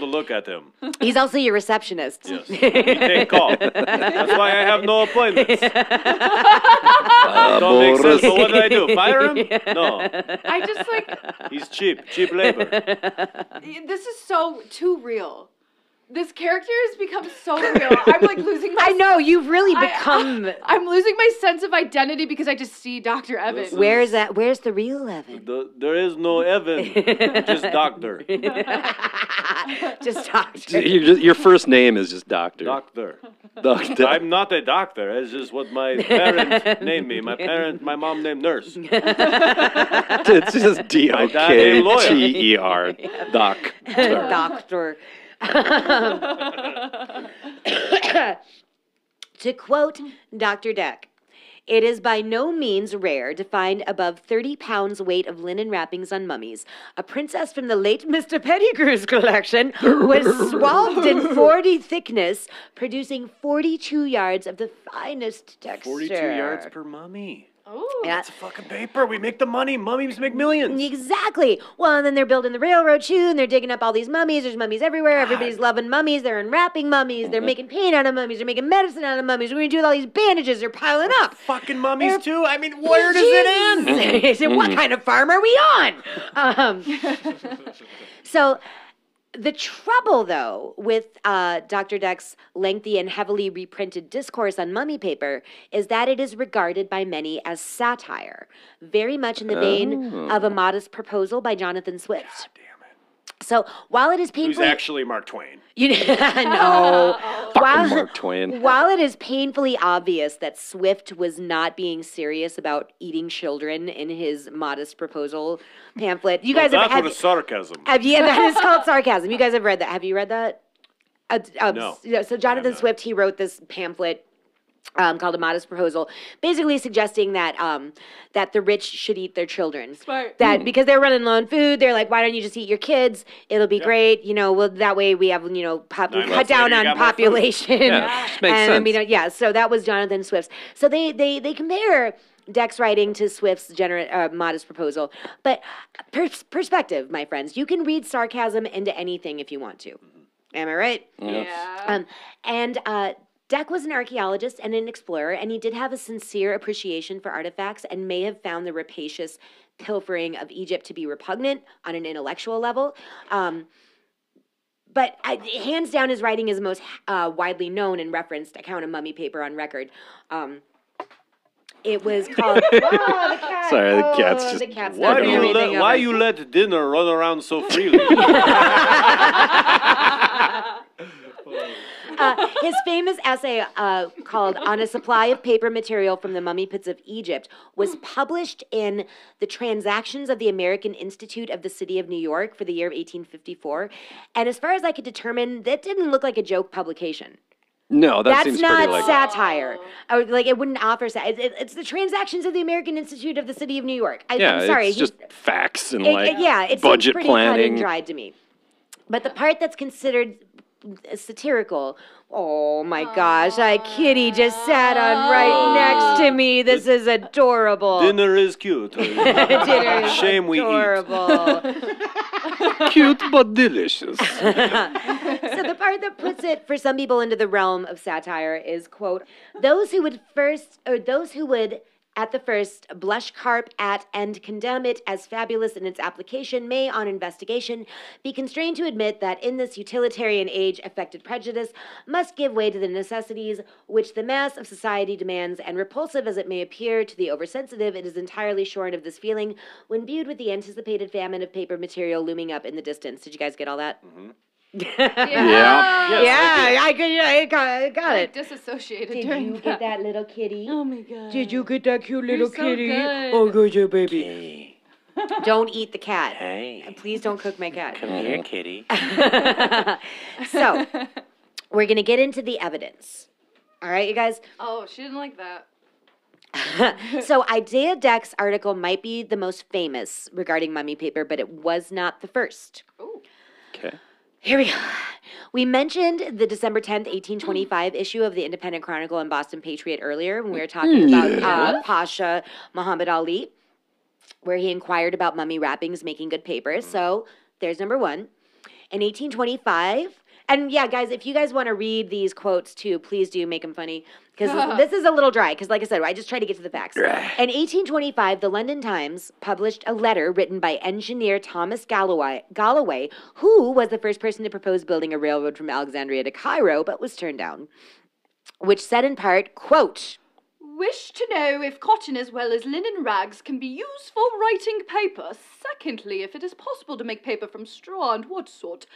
H: look at him.
D: He's also your receptionist.
H: He take call. That's why I have no appointments. Don't make sense. So what do I do? Fire him? No.
F: I just like
H: He's cheap. Cheap labor.
F: this is so too real. This character has become so real. I'm like losing my. I know
D: you've really
H: uh,
F: become. I, am losing my sense of identity because I just see Dr. Evans.
D: Where is that? Where's the real Evan?
H: The- there is no Evan, just doctor.
D: Just doctor.
E: You're just- your first name is just Doctor.
H: Doctor.
E: Doctor.
H: I'm not a doctor. It's just what my parents named me. My parent, my mom named nurse.
E: it's just D O
H: dad ain't
E: K
H: loyal.
E: T E R. Doc.
D: Doctor. to quote Dr. Deck, it is by no means rare to find above 30 pounds weight of linen wrappings on mummies. A princess from the late Mr. Pettigrew's collection was swathed in 40 thickness, producing 42 yards of the finest texture.
H: 42 yards per mummy.
F: Oh,
D: yeah.
H: That's a fucking paper. We make the money. Mummies make millions.
D: Exactly. Well, and then they're building the railroad shoe and they're digging up all these mummies. There's mummies everywhere. Everybody's loving mummies. They're unwrapping mummies. They're making paint out of mummies. They're making medicine out of mummies. We're going to do all these bandages. They're piling up.
H: Fucking mummies, too. I mean, where does it end?
D: what kind of farm are we on? Um, so the trouble, though, with uh, Dr. Deck's lengthy and heavily reprinted discourse on mummy paper is that it is regarded by many as satire, very much in the vein of
H: Oh.
D: a modest proposal by Jonathan Swift. So while it is
H: Who's
D: painfully
H: actually Mark Twain?
D: you know, while,
H: Mark Twain.
D: While it is painfully obvious that Swift was not being serious about eating children in his modest proposal pamphlet, you
H: Well,
D: guys
H: that's
D: have,
H: what
D: have,
H: is sarcasm.
D: have yeah, that is called sarcasm. You guys have read that. Have you read that? Uh, d- um,
H: No.
D: s- yeah, So Jonathan Swift, he wrote this pamphlet um, called "A Modest Proposal," basically suggesting that um, that the rich should eat their children.
F: Smart.
D: That because they're running low on food, they're like, "Why don't you just eat your kids? It'll be great." You know, well that way we have you know pop-
F: Nine
D: cut
F: months
D: down
F: later, you
D: on
F: got more food.
D: population.
F: Yeah, just makes
D: and then we
F: sense.
D: don't- yeah. So that was Jonathan Swift's. So they they they compare. Deck's writing to Swift's gener- uh, modest proposal. But pers- perspective, my friends, you can read sarcasm into anything if you want to. Am I right?
F: Yeah.
D: Um, and uh, Deck was an archaeologist and an explorer, and he did have a sincere appreciation for artifacts and may have found the rapacious pilfering of Egypt to be repugnant on an intellectual level. Um, but I, hands down, his writing is the most uh, widely known and referenced account of mummy paper on record. Um, it was called. Wow, the cat.
E: Sorry, the cat's just.
I: the cat's
E: Why
I: not
E: do
I: doing
E: you
I: anything
H: let- why
I: of it.
H: you let dinner run around so freely?
D: Uh, his famous essay uh, called On a Supply of Paper Material from the Mummy Pits of Egypt was published in the Transactions of the American Institute of the City of New York for the year of 1854. And as far as I could determine, that didn't look like a joke publication.
E: No, that
D: That's
E: seems
D: not
E: pretty like.
D: satire. Or, like, it wouldn't offer satire. It's, it's the Transactions of the American Institute of the City of New York. I,
E: yeah,
D: am sorry.
E: it's
D: he-
E: just facts and
D: it-
E: like
D: it- yeah, it seems
E: budget
D: pretty cut
E: planning.
D: and dried to me. But the part that's considered satirical. Oh my gosh, a kitty just sat on right next to me. This is adorable.
H: dinner is cute.
D: Dinner is
H: Shame we eat.
D: adorable.
E: Cute but delicious.
D: so the part that puts it for some people into the realm of satire is quote those who would first or those who would at the first blush carp at and condemn it as fabulous in its application may on investigation be constrained to admit that in this utilitarian age affected prejudice must give way to the necessities which the mass of society demands and repulsive as it may appear to the oversensitive it is entirely shorn of this feeling when viewed with the anticipated famine of paper material looming up in the distance did you guys get all that
E: Yeah.
D: yeah, I, could. Yeah, I got, I got
K: I
D: it.
K: disassociated
D: Did
K: during
D: you get that little kitty? Oh
K: my god.
D: Did you get that cute
K: You're
D: little
K: so
D: kitty?
K: good.
D: Oh, good, your baby. Don't eat the cat.
C: Hey.
D: And Please don't cook my cat.
C: Come here, kitty.
D: so, we're gonna get into the evidence. All right, you guys.
K: Oh, she didn't like that.
D: so Idea Deck's article might be the most famous regarding mummy paper, but it was not the first.
E: Okay.
D: Here we go. We mentioned the December 10th, 1825 issue of the Independent Chronicle and Boston Patriot earlier when we were talking about uh,
N: Yeah.
D: Pasha Muhammad Ali, where he inquired about mummy wrappings making good paper. So there's number one. In 1825, and yeah, guys, if you guys want to read these quotes too, please do make them funny because this is a little dry. Because, like I said, I just try to get to the facts. In 1825, the London Times published a letter written by engineer Thomas Galloway, Galloway, who was the first person to propose building a railroad from Alexandria to Cairo, but was turned down, which said in part, "quote."
K: Wish to know if cotton as well as linen rags can be used for writing paper. Secondly, if it is possible to make paper from straw and what sort.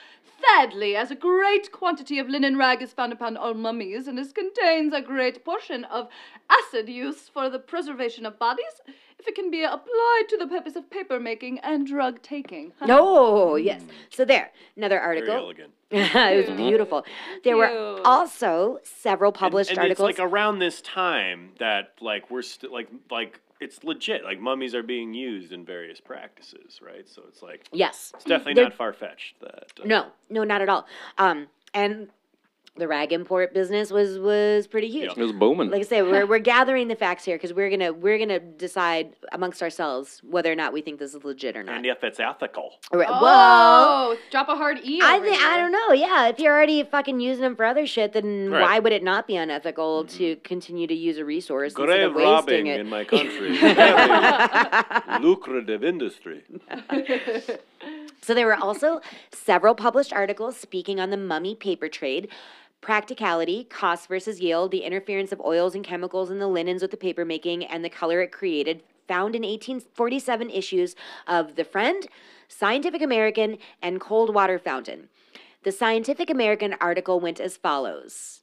K: Thirdly, as a great quantity of linen rag is found upon all mummies and as contains a great portion of acid used for the preservation of bodies, if it can be applied to the purpose of paper making and drug taking.
D: No, yes.
H: Hmm.
D: So there, another article.
H: elegant.
D: it was
H: Cute.
D: beautiful. There were
H: Cute.
D: also several published
H: and
D: articles.
H: it's like around this time that like we're still like like it's legit. Like mummies are being used in various practices, right? So it's like
D: Yes.
H: it's definitely
D: They're-
H: not far fetched. That uh,
D: No, no, not at all. Um, and the rag import business was was pretty huge.
E: It was booming.
D: Like I say, we're we're gathering the facts here because we're gonna we're gonna decide amongst ourselves whether or not we think this is legit or not.
H: and if it's ethical,
D: All right, whoa.
K: Oh, drop a hard E.
D: I
K: over
D: think I
K: here.
D: don't know. Yeah, if you're already fucking using them for other shit, then
H: Right. Mm-hmm.
D: why would it not be unethical to continue to use a resource instead
H: grave
D: of wasting
H: robbing
D: it?
H: in my country, is a very lucrative industry.
D: So there were also several published articles speaking on the mummy paper trade, practicality, cost versus yield, the interference of oils and chemicals in the linens with the paper making, and the color it created. Found in 1847 issues of The Friend, Scientific American, and Cold Water Fountain. The Scientific American article went as follows.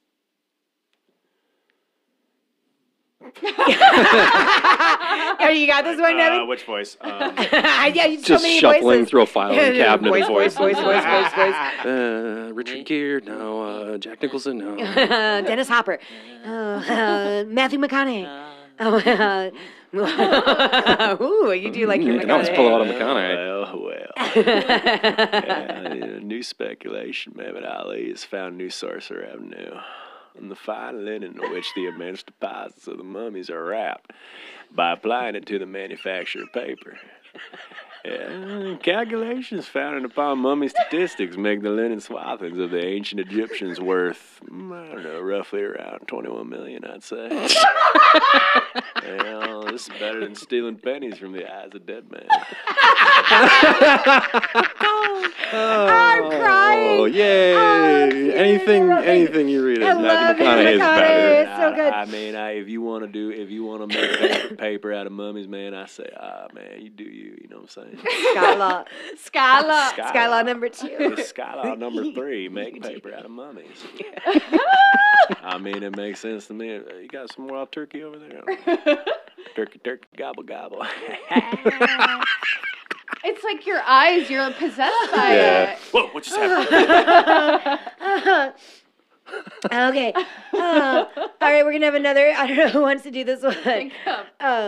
D: Oh, you got this one, Nevin?
H: Uh, which voice? Um,
D: yeah, you so
E: Just
D: many
E: shuffling
D: voices.
E: through a filing cabinet
D: voice,
E: of
D: voice, voice, voice, voice, voice.
E: Uh, Richard Gere, no. Uh, Jack Nicholson, no.
D: Dennis Hopper, uh, uh, Matthew McConaughey. Oh, uh, ooh, you do like your
E: You can always
D: McConaughey.
E: pull out a McConaughey.
G: Well, well. Uh, new speculation, Mehmet Ali has found New Sorcerer Avenue. And the fine linen in which the immense deposits of the mummies are wrapped by applying it to the manufacture of paper.
H: Uh, calculations founded upon mummy statistics make the linen swathings of the ancient Egyptians worth, mm, I don't know, roughly around 21 million, I'd say. well, this is better than stealing pennies from the eyes of dead men.
D: Oh,
E: I'm crying. Oh, yay. anything, anything you read.
H: I
E: love
H: it.
E: better.
H: so good. I mean, I, if you want to do, if you want to make paper, paper out of mummies, man, I say, ah, man, you do you. You know what I'm saying?
I: Skylar.
D: Skylar.
H: Skylar.
D: Skylar number two.
H: The Skylar number three, make paper out of mummies. I mean, it makes sense to me. Uh, You got some wild turkey over there? turkey, turkey, gobble, gobble.
F: It's like your eyes, you're possessed by it.
H: Whoa, what just
D: okay. Uh, all right, we're gonna have another. I don't know who wants to do this one.
K: oh.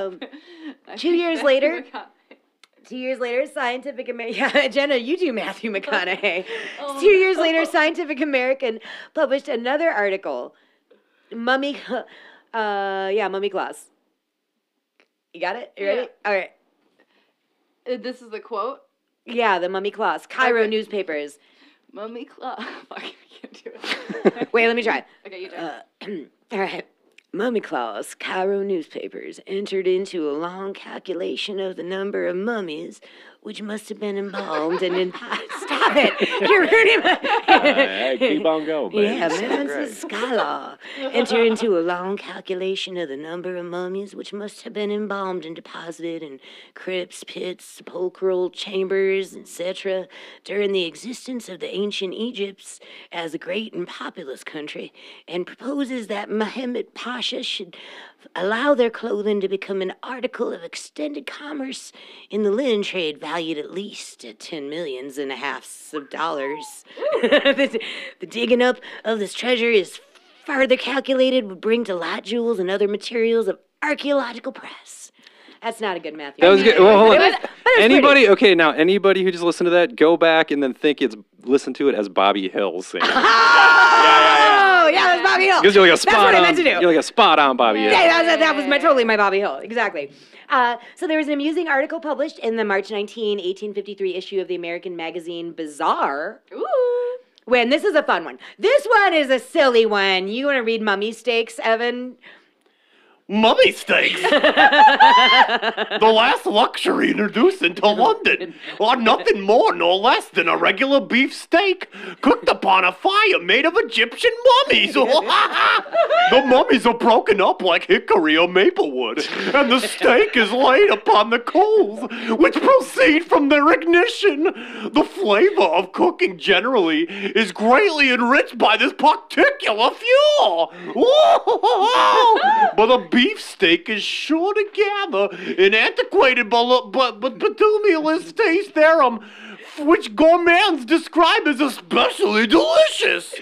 D: Um, two years later. Two years later, Scientific American. Yeah, Jenna, you do Matthew McConaughey.
I: Oh,
D: two years
I: no.
D: later, Scientific American published another article. Mummy. Uh, yeah, mummy claws. You got it? You ready?
F: Yeah.
D: All right.
F: Uh, This is the quote.
D: Yeah, the mummy claws. Cairo newspapers.
F: Mummy Claw. Fuck, I can't do it.
D: Wait, let me try.
F: Okay, you do
D: Uh, all right. Mummy Claus, Cairo newspapers, entered into a long calculation of the number of mummies which must have been embalmed and in. Stop it! You're ruining my.
H: hey, keep on going, man.
D: Yeah,
H: This is
D: man,
H: great.
D: this is Skylar. Enter into a long calculation of the number of mummies which must have been embalmed and deposited in crypts, pits, sepulchral chambers, etc., during the existence of the ancient Egypts as a great and populous country, and proposes that Mohammed Pasha should allow their clothing to become an article of extended commerce in the linen trade valued at least at ten millions and a half of dollars. the, the digging up of this treasure is further calculated would bring to light jewels and other materials of archaeological price. That's not a good math.
E: That was good. Well, hold on.
D: It was- but it was
E: anybody?
D: pretty.
E: Okay, now anybody who just listened to that, go back and then think it's listen to it as Bobby Hill singing.
I: Oh, yeah, that was Bobby Hill.
E: Because you're like a spot
I: That's what
E: on.
I: I meant to do.
E: You're like a spot on Bobby Hill.
I: Yeah,
D: that was, that was my totally my Bobby Hill. Exactly. Uh, so there was an amusing article published in the March 19, 1853 issue of the American magazine Bazaar. Ooh. When this is a fun one. This one is a silly one. You want to read mummy steaks, Evan?
K: Mummy steaks! the last luxury introduced into London are nothing more nor less than a regular beef steak cooked upon a fire made of Egyptian mummies. the mummies are broken up like hickory or maple wood, and the steak is laid upon the coals, which proceed from their ignition. The flavor of cooking generally is greatly enriched by this particular fuel. but a beefsteak is sure to gather an antiquated but but but bituminous taste thereum, which gourmands describe as especially delicious.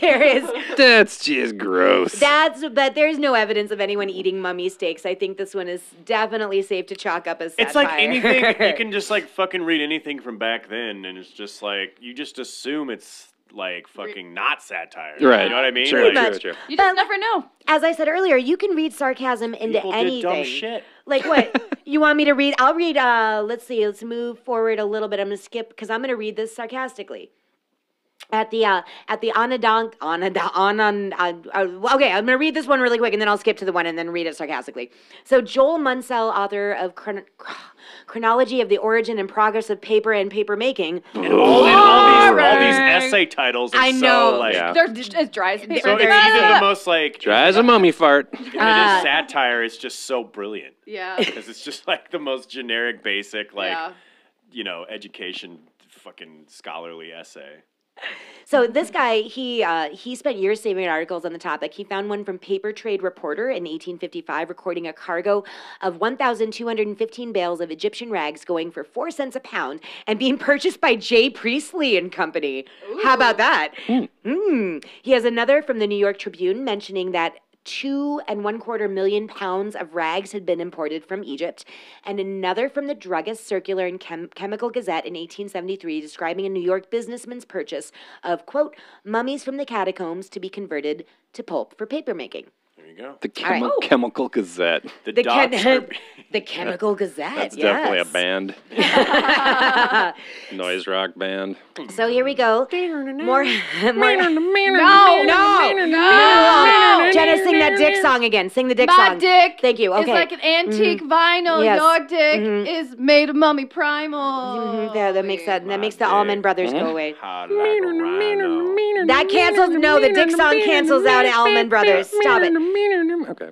D: there is.
E: That's just gross.
D: That's, but there's no evidence of anyone eating mummy steaks. I think this one is definitely safe to chalk up as
C: It's like
D: satire.
C: anything you can just like fucking read anything from back then, and it's just like you just assume it's like fucking not satire,
E: Right.
C: You know what I mean?
E: Sure,
C: like,
E: Pretty much. sure, sure.
D: You
F: just never know.
D: As I said earlier, you can read sarcasm into
C: People
D: anything.
C: did dumb shit.
D: Like what? you want me to read? I'll read. Uh, let's see. Let's move forward a little bit. I'm gonna skip because I'm gonna read this sarcastically. At the uh, at the Onondaga, Onondaga, Onon, uh, uh, okay, I'm gonna read this one really quick, and then I'll skip to the one and then read it sarcastically. So Joel Munsell, author of Chron- Chronology of the Origin and Progress of Paper and Paper Making,
C: And all, and all these all these essay titles. Are
D: I
C: So,
D: know.
C: like,
E: Yeah.
F: They're d- as dry as paper.
C: So it's either the most like
E: Dry as a mummy fart.
C: if it is satire. It's just so brilliant.
F: Yeah.
C: because it's just like the most generic, basic, like
F: Yeah.
C: you know, education, fucking scholarly essay.
D: So this guy, he uh, he spent years saving articles on the topic. He found one from Paper Trade Reporter in 1855, recording a cargo of 1,215 bales of Egyptian rags going for four cents a pound and being purchased by J. Priestley and Company. How about that? Mm. He has another from the New York Tribune mentioning that two and one quarter million pounds of rags had been imported from Egypt, and another from the Druggist Circular and Chem- Chemical Gazette in 1873 describing a New York businessman's purchase of, quote, mummies from the catacombs to be converted to pulp for papermaking.
C: There you go.
E: The
D: All right. Oh.
E: chemi- Chemical Gazette.
C: The,
D: The dots can- are- The Chemical Gazette.
E: That's
D: yes.
E: definitely a band. Noise rock band.
D: So here we go. More. more
F: No,
D: no, no,
F: no,
D: no.
F: no.
D: Jenna, sing that dick song again. Sing the dick
F: My
D: song.
F: dick
D: Thank you. Okay.
F: It's like an antique
D: Mhm.
F: vinyl.
D: Yes.
F: Your dick
D: Mhm.
F: is made of mummy primal.
D: Mhm, that, that makes that that makes the Allman Brothers go away. That
F: That
D: cancels. No, the Dick song cancels out Allman Brothers. Stop it.
E: Okay.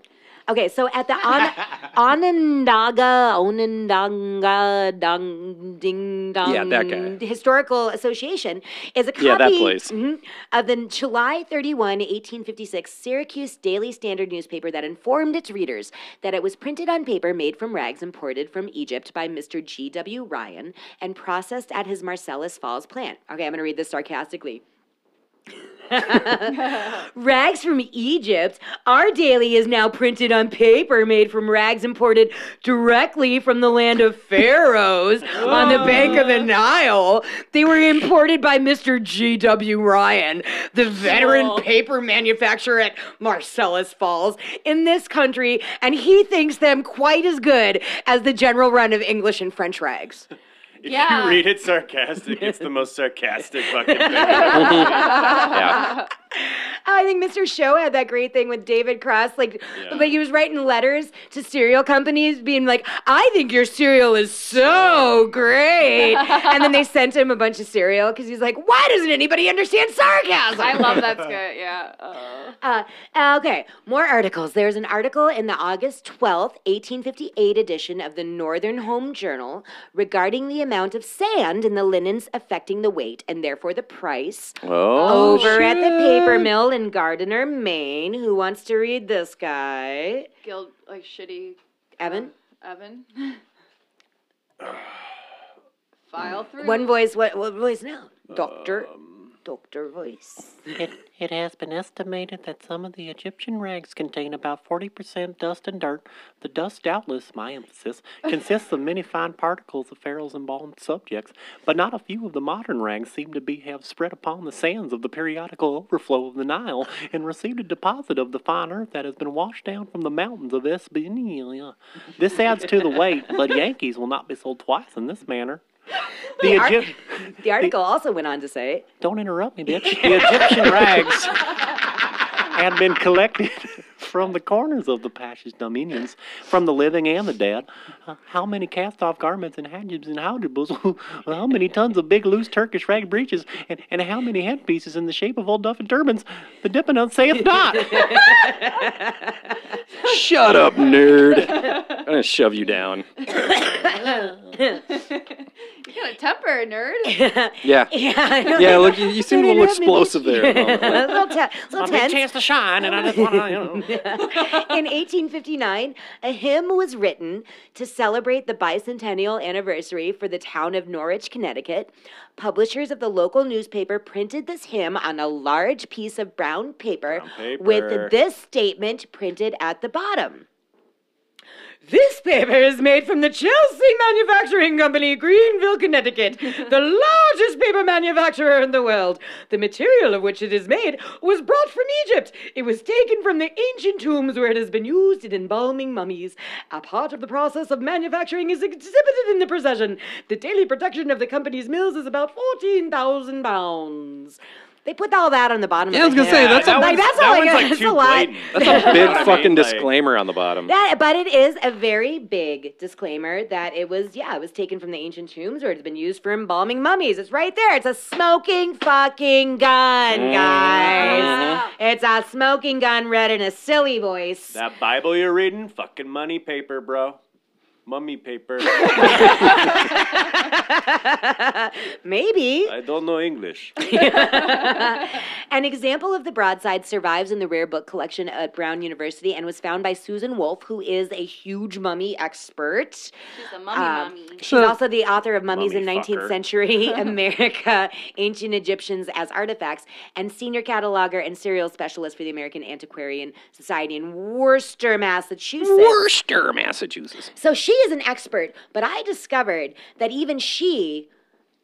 D: Okay, so at the on, Onondaga, Onondaga, Dong, Ding Dong
E: Yeah, that guy.
D: Historical Association is a copy
E: Yeah, that place.
D: Mhm, of the July 31, 1856 Syracuse Daily Standard newspaper that informed its readers that it was printed on paper made from rags imported from Egypt by Mr. G.W. Ryan and processed at his Marcellus Falls plant. Okay, I'm going to read this sarcastically. Rags from Egypt. Our daily is now printed on paper made from rags imported directly from the land of pharaohs on the bank of the Nile. They were imported by Mr. G.W. Ryan, the veteran paper manufacturer at Marcellus Falls in this country, and he thinks them quite as good as the general run of English and French rags.
A: If
F: Yeah.
A: you read it sarcastic, it's the most sarcastic fucking thing.
D: Yeah. Oh, I think Mr. Show had that great thing with David Cross, like, like he was writing letters to cereal companies, being like, "I think your cereal is so great," and then they sent him a bunch of cereal because he's like, "Why doesn't anybody understand sarcasm?"
F: I love that skirt. Yeah. Uh-oh.
D: Uh, okay, more articles. There's an article in the August 12th, 1858 edition of the Northern Home Journal regarding the amount of sand in the linens affecting the weight and therefore the price
E: Oh,
D: over at the paper mill in Gardiner, Maine. Who wants to read this guy?
F: Guild like shitty
D: Evan?
F: Evan. File
E: Mm.
F: through.
D: Mm. One voice, what, what voice now? Doctor.
E: Um,
D: Doctor voice.
Q: It, it has been estimated that some of the Egyptian rags contain about 40% dust and dirt. The dust, doubtless, my emphasis, consists of many fine particles of Pharaoh's embalmed subjects, but not a few of the modern rags seem to be have spread upon the sands of the periodical overflow of the Nile and received a deposit of the fine earth that has been washed down from the mountains of Esbenia. This adds to the weight, but Yankees will not be sold twice in this manner. The
D: ar-
Q: Egypt-
D: The article also went on to say.
Q: Don't interrupt me, bitch. The Egyptian rags had been collected from the corners of the Pasha's dominions, from the living and the dead. Uh, how many cast off garments and hajibs and howdibs? how many tons of big loose Turkish rag breeches? And, and how many headpieces in the shape of old duff and turbans? The Dippinut saith not.
E: Shut up, nerd. I'm gonna shove you down.
F: you got a temper, nerd.
E: Yeah.
F: Yeah.
E: Yeah, look, you, you seem a little
D: Don't interrupt me,
E: explosive there. at the moment.
D: a little, te-
Q: My
D: little
Q: big
D: tense.
Q: chance to shine, and I just want to, you know.
D: In 1859, a hymn was written to celebrate the bicentennial anniversary for the town of Norwich, Connecticut. Publishers of the local newspaper printed this hymn on a large piece of brown paper,
N: paper.
D: with this statement printed at the bottom. This paper is made from the Chelsea Manufacturing Company, Greenville, Connecticut, the largest paper manufacturer in the world. The material of which it is made was brought from Egypt. It was taken from the ancient tombs where it has been used in embalming mummies. A part of the process of manufacturing is exhibited in the procession. The daily production of the company's mills is about 14,000 pounds. They put all that on the bottom
E: Yeah, I
D: of
E: was
D: the
E: gonna say
D: can.
E: that's a
D: like, that's all I got. That's a lot.
E: That's a
D: You know
E: big
D: what I mean?
E: fucking disclaimer on the bottom.
D: That, but it is a very big disclaimer that it was, yeah, it was taken from the ancient tombs or it's been used for embalming mummies. It's right there. It's a smoking fucking gun, guys. It's a smoking gun read in a silly voice.
A: That Bible you're reading, fucking money paper, bro. Mummy paper.
D: Maybe.
A: I don't know English.
D: An example of the broadside survives in the rare book collection at Brown University and was found by Susan Wolf, who is a huge mummy expert. She's
F: a mummy mommy.
D: She's also the author of Mummies
F: Mummy
D: in 19th
F: fucker.
D: Century America, Ancient Egyptians as Artifacts, and senior cataloger and serial specialist for the American Antiquarian Society in Worcester, Massachusetts.
E: Worcester, Massachusetts.
D: So she is an expert, but I discovered that even she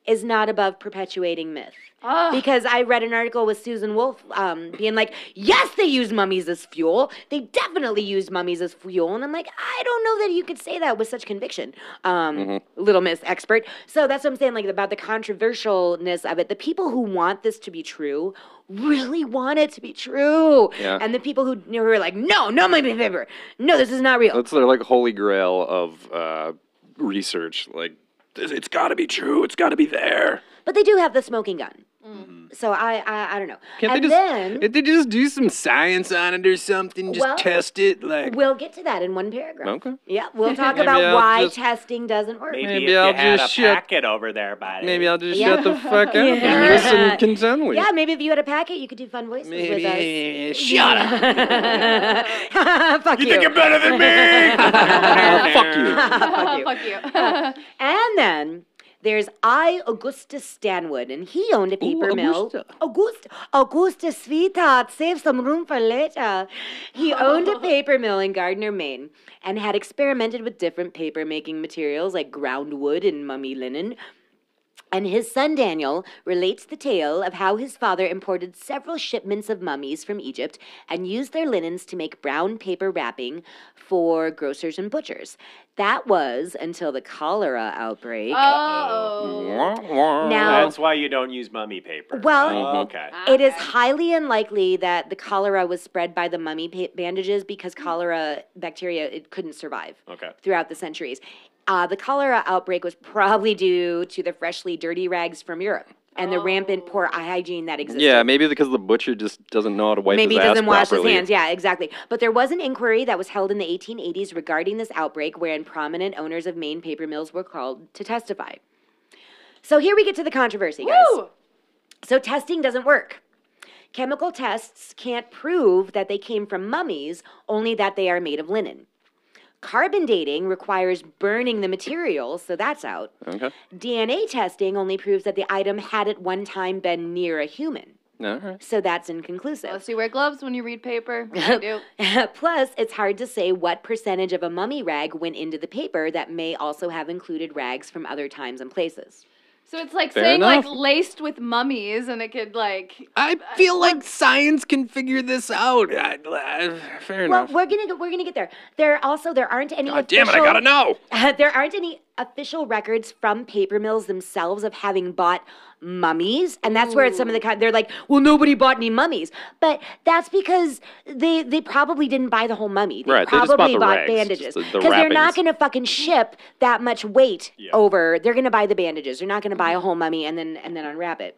D: is not above perpetuating myth.
F: Ah.
D: Because I read an article with Susan Wolf um, being like, yes, they use mummies as fuel. They definitely use mummies as fuel. And I'm like, I don't know that you could say that with such conviction, um, Little Miss expert. So that's what I'm saying, like, about the controversialness of it. The people who want this to be true really want it to be true.
E: Yeah.
D: And the people who, who are like, no, no, my paper. No, this is not real.
E: That's their like holy grail of uh, research. Like, this- it's got to be true. It's got to be there.
D: But they do have the smoking gun. So I, I I don't know.
E: Mm-hmm. Can't
D: and
E: they just?
D: then
E: can't they just do some science on it or something? Just
D: Well,
E: test it. Like,
D: we'll get to that in one paragraph.
E: okay.
D: Yeah, we'll talk
E: Maybe
D: about
E: I'll
D: why
E: just-
D: testing doesn't work.
E: Maybe Maybe if you I'll had just a shut-
Q: Get over there, buddy.
E: Maybe I'll just
D: Yeah.
E: shut the fuck up
D: Yeah.
E: and listen contently.
D: Yeah, maybe if you had a packet, you could do fun voices with us.
E: Shut
D: up. Fuck you.
E: think you're better than me? Fuck you.
D: Fuck you. Uh, and then there's I Augustus Stanwood, and he owned a paper mill. August, Augustus, sweetheart, save some room for later. He owned a paper mill in Gardner, Maine, and had experimented with different paper making materials like ground wood and mummy linen. And his son Daniel relates the tale of how his father imported several shipments of mummies from Egypt and used their linens to make brown paper wrapping for grocers and butchers. That was until the cholera outbreak.
F: Oh.
D: Now-
Q: That's why you don't use mummy paper.
D: Well,
E: Uh-huh.
Q: Oh, okay.
D: it is highly unlikely that the cholera was spread by the mummy pa- bandages because cholera bacteria it couldn't survive
Q: Okay.
D: throughout the centuries. Uh, the cholera outbreak was probably due to the freshly dirty rags from Europe and the rampant poor hygiene that existed.
E: Yeah, maybe because the butcher just doesn't know how to wipe
D: Maybe he
E: his ass
D: doesn't wash
E: properly.
D: his hands. Yeah, exactly. But there was an inquiry that was held in the 1880s regarding this outbreak, wherein prominent owners of Maine paper mills were called to testify. So here we get to the controversy, guys. So testing doesn't work. Chemical tests can't prove that they came from mummies, only that they are made of linen. Carbon dating requires burning the material, so that's out.
E: Okay.
D: DNA testing only proves that the item had at one time been near a human,
E: All right.
D: so that's
F: Oh,
D: inconclusive.
K: Unless you wear gloves when you read paper. I do.
D: Plus, it's hard to say what percentage of a mummy rag went into the paper that may also have included rags from other times and places.
K: So it's like
D: Fair
K: saying
D: enough.
K: like laced with mummies, and it could like.
E: I feel like science can figure this out. I, I- fair
D: well,
E: enough.
D: we're gonna go, we're gonna get there. There also there aren't any.
E: God damn it,
D: official,
E: I gotta know.
D: there aren't any official records from paper mills themselves of having bought mummies, and that's where it's some of the kind. They're like, well, nobody bought any mummies, but that's because they they probably didn't buy the whole mummy. They
E: Right, they just bought
D: probably
E: the
D: bought
E: rags,
D: bandages
E: just the- the
D: they're not
E: wrappings.
D: gonna fucking ship that much weight over. They're gonna buy the bandages. They're not gonna buy a whole mummy and then and then unwrap it.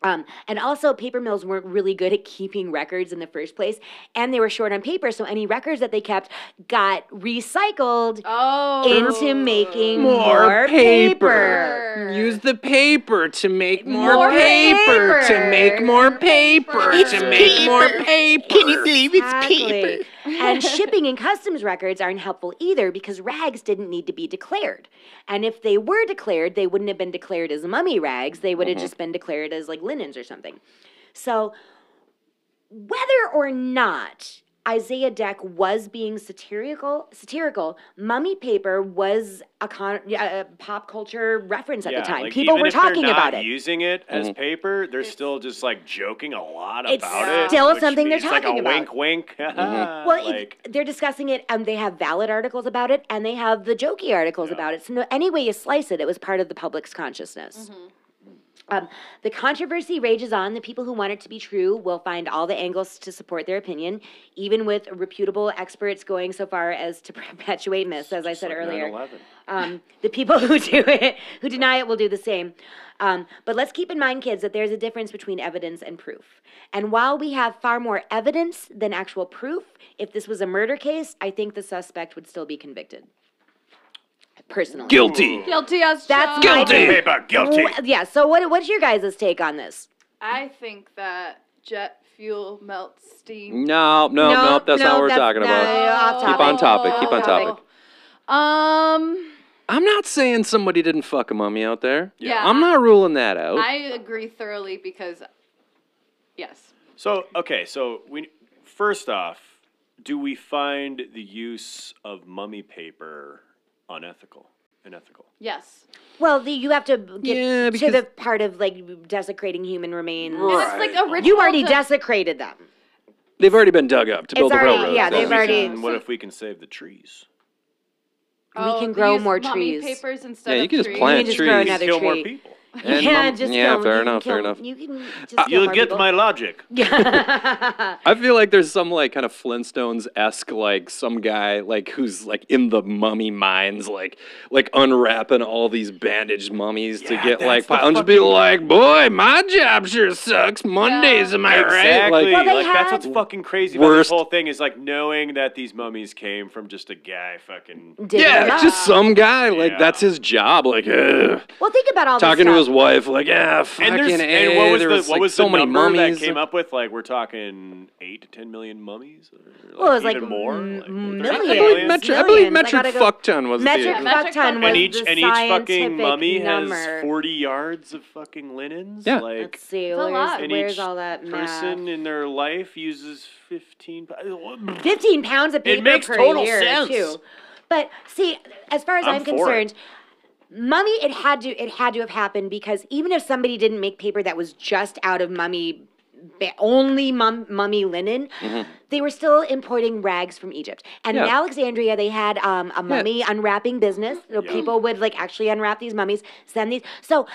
D: Um, and also, paper mills weren't really good at keeping records in the first place, and they were short on paper, so any records that they kept got recycled
K: oh.
D: into making more, paper.
E: Use the paper to make more,
D: More
E: paper,
D: paper.
E: to make more paper
D: It's
E: to make more
D: paper.
E: paper. Can you believe
D: Exactly. and shipping and customs records aren't helpful either because rags didn't need to be declared. And if they were declared, they wouldn't have been declared as mummy rags. They would have
I: Mhm.
D: just been declared as like linens or something. So, whether or not Isaiah Deck was being satirical, satirical, mummy paper was a, con- yeah, a pop culture reference at
H: Yeah,
D: the time.
H: like,
D: People
H: even
D: were
H: if they're
D: talking
H: not
D: about it.
H: Using it as
E: Mm-hmm.
H: paper, they're still just like joking a lot about
D: It's
H: it.
D: still
H: which
D: something they're
H: means, like,
D: talking
H: a
D: about.
H: Wink, wink.
E: Mm-hmm.
D: Well,
C: uh,
D: it-
H: like
D: they're discussing it, and they have valid articles about it, and they have the jokey articles about it. So, no, any way you slice it, it was part of the public's consciousness. Um, the controversy rages on. The people who want it to be true will find all the angles to support their opinion, even with reputable experts going so far as to perpetuate myths, as I said earlier.
H: 9/11.
D: Um, the people who do it, who deny it, will do the same. Um, but let's keep in mind, kids, that there's a difference between evidence and proof. And while we have far more evidence than actual proof, if this was a murder case, I think the suspect would still be convicted. Personally,
F: Guilty.
K: Guilty as
D: That's my
F: Guilty.
D: take.
F: Paper, guilty.
D: Wh- yeah. So what? What's your guys' take on this?
K: I think that jet fuel melts steam. Oh.
E: No, no, no, that's not what we're talking about. Keep on topic, keep on topic.
K: Um,
E: I'm not saying somebody didn't fuck a mummy out there.
K: Yeah.
E: I'm not ruling that out.
K: I agree thoroughly because, yes.
H: So okay, so we first off, do we find the use of mummy paper unethical?
C: unethical.
K: Yes.
D: Well, the, you have to b- get
C: Yeah,
D: to the part of like desecrating human remains.
E: And it's like a Right.
D: You
E: ritual
D: already
E: to-
D: desecrated them.
E: They've already been dug up to
D: It's
E: build
D: already-
E: the railroad.
D: yeah,
E: so-
D: they've already-
C: And what if we can save the trees?
K: Oh,
D: we can
K: they
D: grow
K: use
D: more
K: mummy
D: trees.
K: papers instead
E: Yeah, you
K: of
E: can just
K: trees.
E: plant
D: just
E: trees.
D: grow another
C: Kill more
D: tree.
C: people.
E: And
D: yeah,
E: mum-
D: just
E: yeah,
D: kill-
E: fair
D: you can
E: enough, fair
D: kill-
E: enough.
D: You can just
E: Uh,
D: kill
E: you'll
D: more
E: get
D: people.
E: my
C: logic.
E: I feel like there's some like kind of Flintstones esque like some guy like who's like in the mummy mines like like unwrapping all these bandaged mummies to get like
G: the
E: pounds. Be like, boy, my job sure sucks. Mondays, am I right?
C: Exactly.
E: Like,
C: Like, that's what's fucking crazy about this
E: worst-
C: whole thing is like knowing that these mummies came from just a guy fucking
E: yeah, just some guy like
C: Yeah.
E: that's his job. Like, ugh.
D: Well, think about all
E: talking to
D: this
E: his
D: stuff.
E: wife, like, yeah, fucking.
C: and, there's,
E: A,
C: and what was
E: there
C: the
E: was,
C: what
E: like,
C: was
E: so
C: the
E: many
C: number
E: mummies
C: that came up with? Like we're talking eight to ten million mummies, or like
D: Well, it was like
C: even more.
D: millions.
E: I believe metric, I believe
D: Millions. I
E: metric
D: gotta go-
E: fuck ton was
D: Metric
E: the
D: fuck ton was
C: and each
D: the
C: and each fucking
D: scientific
C: mummy
D: number.
C: has forty yards of fucking linens.
E: Yeah.
C: like,
D: Let's see,
K: It's a lot.
D: where's,
C: And
D: where's
C: each
D: all that math?
C: person in their life uses fifteen. pa-
D: Fifteen pounds of
C: It
D: paper
C: makes
D: per
C: total
D: year
C: sense.
D: too. But see, as far as I'm,
C: I'm for it.
D: concerned, mummy it had to it had to have happened because even if somebody didn't make paper that was just out of mummy ba- only mum, mummy linen,
C: Mm-hmm.
D: they were still importing rags from Egypt. And in
I: Yeah.
D: Alexandria, they had um, a mummy unwrapping business. So people would like actually unwrap these mummies, send these. So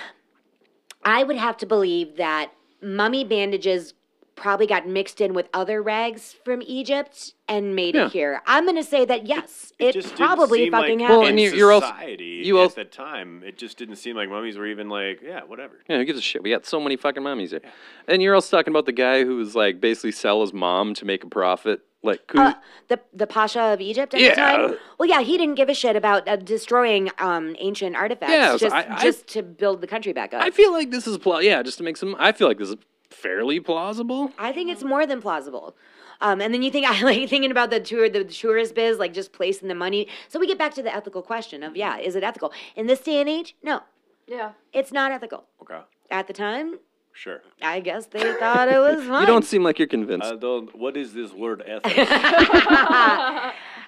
D: I would have to believe that mummy bandages probably got mixed in with other rags from Egypt and made
E: Yeah.
D: it here. I'm going to say that yes, it,
C: just didn't
D: probably
C: seem like
D: fucking
E: Well,
D: happened.
E: and
C: in
E: you- you're also-
C: society
E: you
C: at
E: also-
C: that time. It just didn't seem like mummies were even like yeah, whatever.
E: Yeah, who gives a shit? We got so many fucking mummies here. And you're also talking about the guy who was like basically sell his mom to make a profit. Like, who,
D: Uh, the the pasha of Egypt at
E: Yeah.
D: the time. Well, yeah, he didn't give a shit about uh, destroying um, ancient artifacts
E: Yeah, so
D: just
E: I- I-
D: just to build the country back up.
E: I feel like this is pla- yeah, just to make some. I feel like this is fairly plausible.
D: I think it's more than plausible. Um, and then you think I like thinking about the tour, the tourist biz, like just placing the money. So we get back to the ethical question of yeah, is it ethical in this day and age? No,
K: Yeah.
D: it's not ethical.
C: Okay,
D: At the time,
C: sure.
D: I guess they thought it was fine.
E: You don't seem like you're convinced.
C: I don't. What is this word ethics?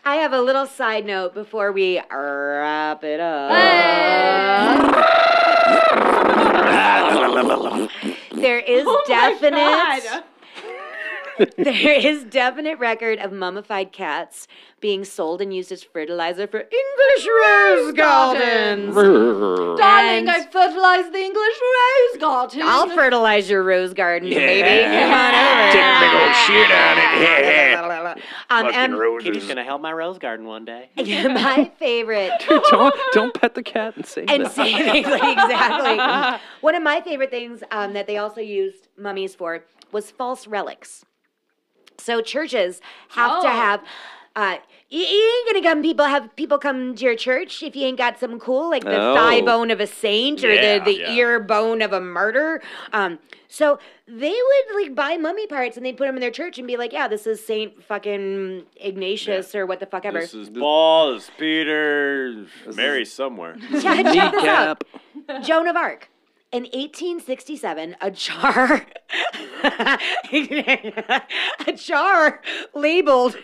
D: I have a little side note before we wrap it up. There is definite. there is definite record of mummified cats being sold and used as fertilizer for English rose gardens.
K: Darling,
D: And-
K: I fertilized the English rose garden.
D: I'll fertilize your rose garden, baby. Come on over.
Q: Take a big old shit on it.
D: Um, and
Q: Kitty's gonna help my rose garden one day.
D: my favorite.
E: don't don't pet the cat and save
D: and
E: it.
D: saving exactly. One of my favorite things um, that they also used mummies for was false relics. So churches have to
K: Oh.
D: have. Uh, you, you ain't gonna come. People have people come to your church if you ain't got something cool, like the thigh
I: Oh.
D: bone of a saint or
I: Yeah,
D: the, the
I: yeah.
D: ear bone of a martyr. Um, so they would like buy mummy parts and they'd put them in their church and be like, "Yeah, this is Saint fucking Ignatius or what the fuck ever."
C: this is Paul, this is Peter, Mary somewhere.
D: Yeah, check this out. Joan of Arc. In 1867, a jar, a jar labeled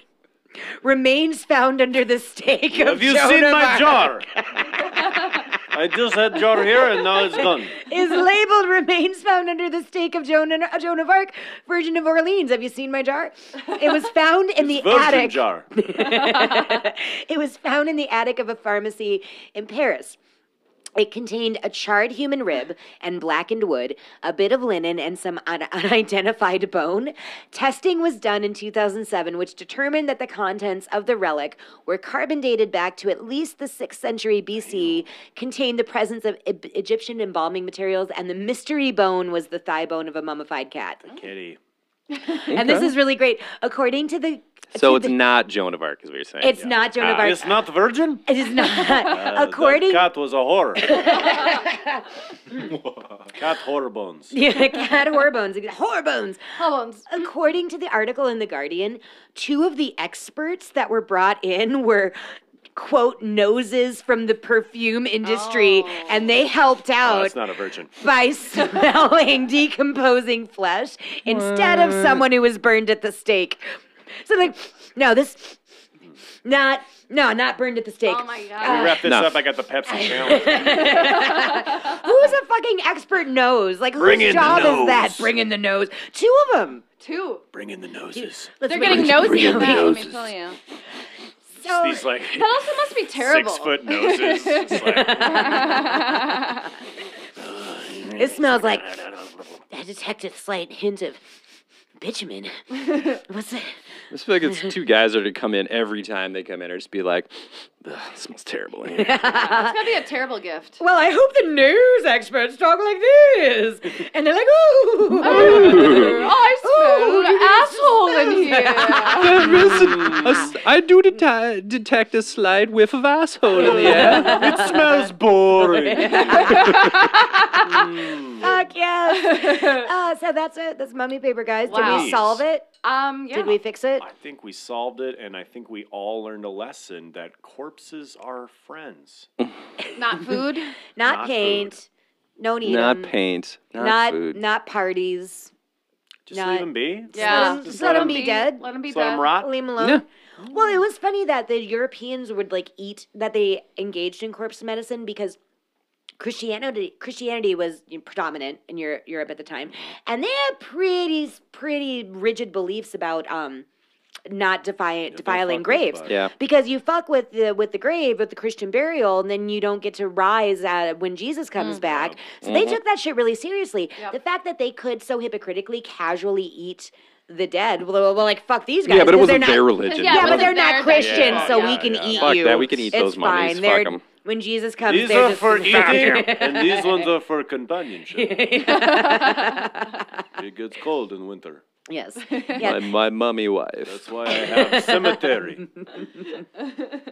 D: "remains found under the stake of
G: Have you
D: Joan
G: seen
D: of
G: my
D: Arc,"
G: jar?
C: I just had jar here and now it's gone.
D: Is labeled "remains found under the stake of Joan, and, uh, Joan of Arc, Virgin of Orleans." Have you seen my jar? It was found in the
C: Virgin
D: attic.
C: jar.
D: it was found in the attic of a pharmacy in Paris. It contained a charred human rib and blackened wood, a bit of linen, and some un- unidentified bone. Testing was done in 2007, which determined that the contents of the relic were carbon dated back to at least the 6th century BC, contained the presence of E- Egyptian embalming materials, and the mystery bone was the thigh bone of a mummified cat.
C: Kitty.
D: And this
E: Okay.
D: is really great. According to the
E: So
D: to
E: it's
D: the-
E: not Joan of Arc, is what you're saying.
D: It's not Joan of Arc.
C: It's not virgin?
D: It is not.
C: Uh,
D: according
C: that cat was a horror. cat horror bones.
D: Yeah, cat hormones. Hormones. Hormones. According to the article in The Guardian, two of the experts that were brought in were quote noses from the perfume industry and they helped
C: Oh,
D: out
C: it's not a virgin.
D: by smelling decomposing flesh instead of
C: What?
D: someone who was burned at the stake. So like no, this Not, no, not burned at the stake.
K: Oh my
H: Can we wrap this up? I got the Pepsi challenge.
D: Who's a fucking expert nose? Like,
H: Bring
D: whose
H: in the
D: job is that?
H: nose.
D: Bring in the nose. Two of them.
K: Two.
C: Bring in the noses.
K: They're getting nosy
C: Bring in
K: about
C: the
K: that, let me
C: noses.
K: tell you.
C: It's these like
K: That also must be terrible.
C: foot noses. It's
I: It smells like I detected a slight hint of bitumen. What's that?
E: I just feel like it's two guys that are to come in every time they come in or just be like, "Ugh, it smells terrible. in here."
K: It's gonna be a terrible gift.
D: Well, I hope the news experts talk like this. And they're like, ooh.
K: Ooh, I smell an asshole in here.
E: there is an, a s- I do deti- detect a slight whiff of asshole in the air. It smells boring.
D: Fuck yes. uh, so that's it. That's mummy paper, guys. Did
H: Wow.
D: we solve it?
K: Um,
D: Did we fix it?
H: I think we solved it, and I think we all learned a lesson that corpses are friends.
K: Not food.
D: Not,
H: Not
D: paint. No need.
E: Not paint. Not,
D: Not
E: food.
D: not parties.
H: Just
D: Not-
H: leave them be.
K: Yeah.
D: Let him,
H: Just
D: let
H: let
D: him
H: him
D: be
H: be.
D: dead.
K: Let him be
H: Just let him
K: dead.
H: rot.
D: Leave him alone.
E: Yeah.
D: Well, it was funny that the Europeans would like eat that they engaged in corpse medicine because Christianity Christianity was predominant in Europe, Europe at the time, and they had pretty pretty rigid beliefs about um not defi- defiling graves.
E: Yeah.
D: Because you fuck with the with the grave with the Christian burial, and then you don't get to rise at, when Jesus comes back. So they
E: Mhm.
D: took that shit really seriously.
K: Yep.
D: The fact that they could so hypocritically casually eat the dead, well, well like fuck these guys.
E: Yeah, but it
D: 'cause they're
E: wasn't their
D: not-
E: religion.
K: Yeah,
D: Yeah,
K: it
D: but they're
K: wasn't
D: not
K: their
D: Christian,
K: dead.
D: so
K: Yeah,
D: we can
K: yeah.
D: eat
E: Fuck
D: you.
E: that, we can eat
D: it's
E: those mummies,
D: Fine.
E: fuck
D: They're-
E: 'em.
D: When Jesus comes,
H: These
D: they're
H: are
D: just
H: for
D: gonna-
H: eating, and these ones are for companionship. It gets cold in winter.
D: yes.
E: My,
D: Yeah.
E: my mummy wife.
H: That's why I have cemetery.
D: and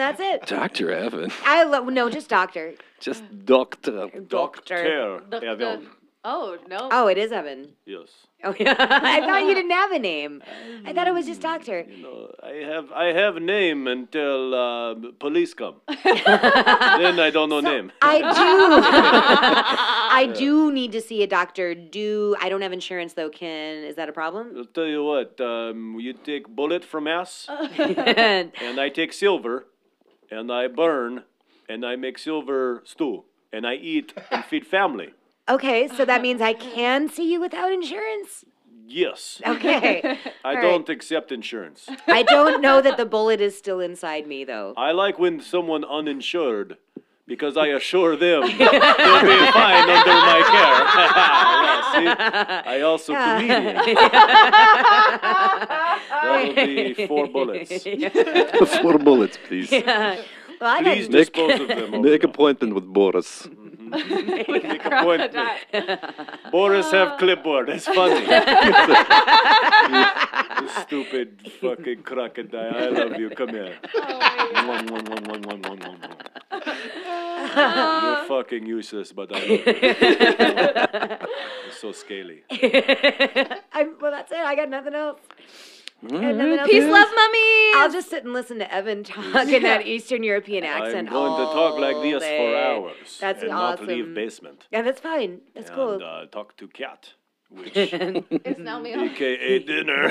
D: that's it.
E: Dr. Evan.
D: I love no, just doctor.
E: Just doctor.
D: Doctor.
H: Care,
K: The-
H: Evian.
K: the- oh no.
D: Oh, it is Evan.
H: Yes.
D: Oh yeah. I thought you didn't have a name. I thought it was just doctor.
H: No, I have I have name until uh, police come. then I don't know name.
D: I do. I do need to see a doctor. Do I don't have insurance though? Can is that a problem?
H: I'll tell you what. Um, you take bullet from us,
D: and
H: and I take silver, and I burn, and I make silver stew, and I eat and feed family.
D: okay, so that means I can see you without insurance.
H: Yes.
D: Okay,
H: I
D: all right.
H: don't accept insurance.
D: I don't know that the bullet is still inside me though.
H: I like when someone uninsured because I assure them they'll be fine under my care. yeah, see? I also comedian. That will be four bullets.
E: Four bullets, please.
D: Yeah. Well, I
H: Please
D: didn't-
H: dispose of them. over
E: Make
H: now.
E: appointment with Boris.
H: Make appointment. Boris have clipboard. It's funny. You Stupid fucking crocodile. I love you. Come here. Mwah, mwah, mwah, mwah, mwah, mwah, mwah, mwah.
D: Uh-huh.
H: You're fucking useless, but I love you. It's so scaly.
D: I, well, that's it. I got nothing else. I got nothing else.
K: Mm-hmm. Peace, love, mummy.
D: I'll just sit and listen to Evan talk in that Eastern European accent.
H: I'm going to talk like
D: all
H: this for
D: day.
H: hours.
D: That's
H: and
D: awesome.
H: not leave basement.
D: Yeah, that's fine. That's
H: and
D: cool.
H: uh, talk to cat, which
K: It's now me.
H: aka dinner.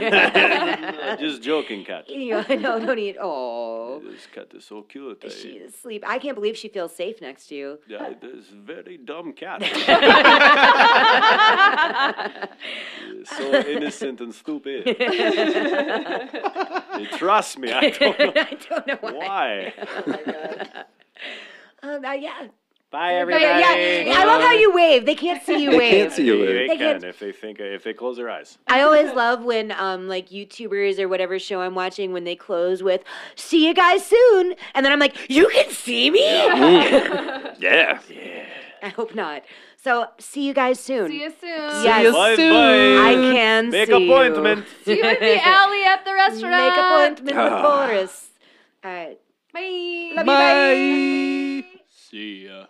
H: Just joking, cat.
D: You know, no, no need. Oh,
H: This cat is so cute. I-
D: she's asleep. I can't believe she feels safe next to you.
H: Yeah, this very dumb cat. so innocent and stupid. They trust me. I don't know
D: I don't know why.
H: why.
D: Um, uh, yeah.
H: Bye, everybody.
D: Yeah, yeah. I love how you wave. They can't see you
E: They
D: wave.
E: can't see you.
H: They,
E: Lou.
D: They
H: can
D: can't-
H: if they think if they close their eyes.
D: I always love when um like YouTubers or whatever show I'm watching when they close with "See you guys soon," and then I'm like, "You can see me."
E: Yeah.
D: I hope not. So see you guys soon.
K: See you soon.
D: Yes.
H: Bye
D: I
H: bye.
D: can
H: Make
D: see you.
H: appointment.
K: See you in the alley at the restaurant.
D: Make appointment with
E: Ah.
D: Boris. All right.
K: Bye.
D: Love you, bye.
M: See ya.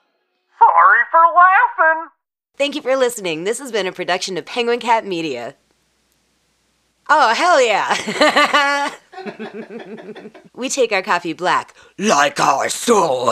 A: Sorry for laughing.
D: Thank you for listening. This has been a production of Penguin Cat Media. Oh, hell yeah. we take our coffee black, like our soul.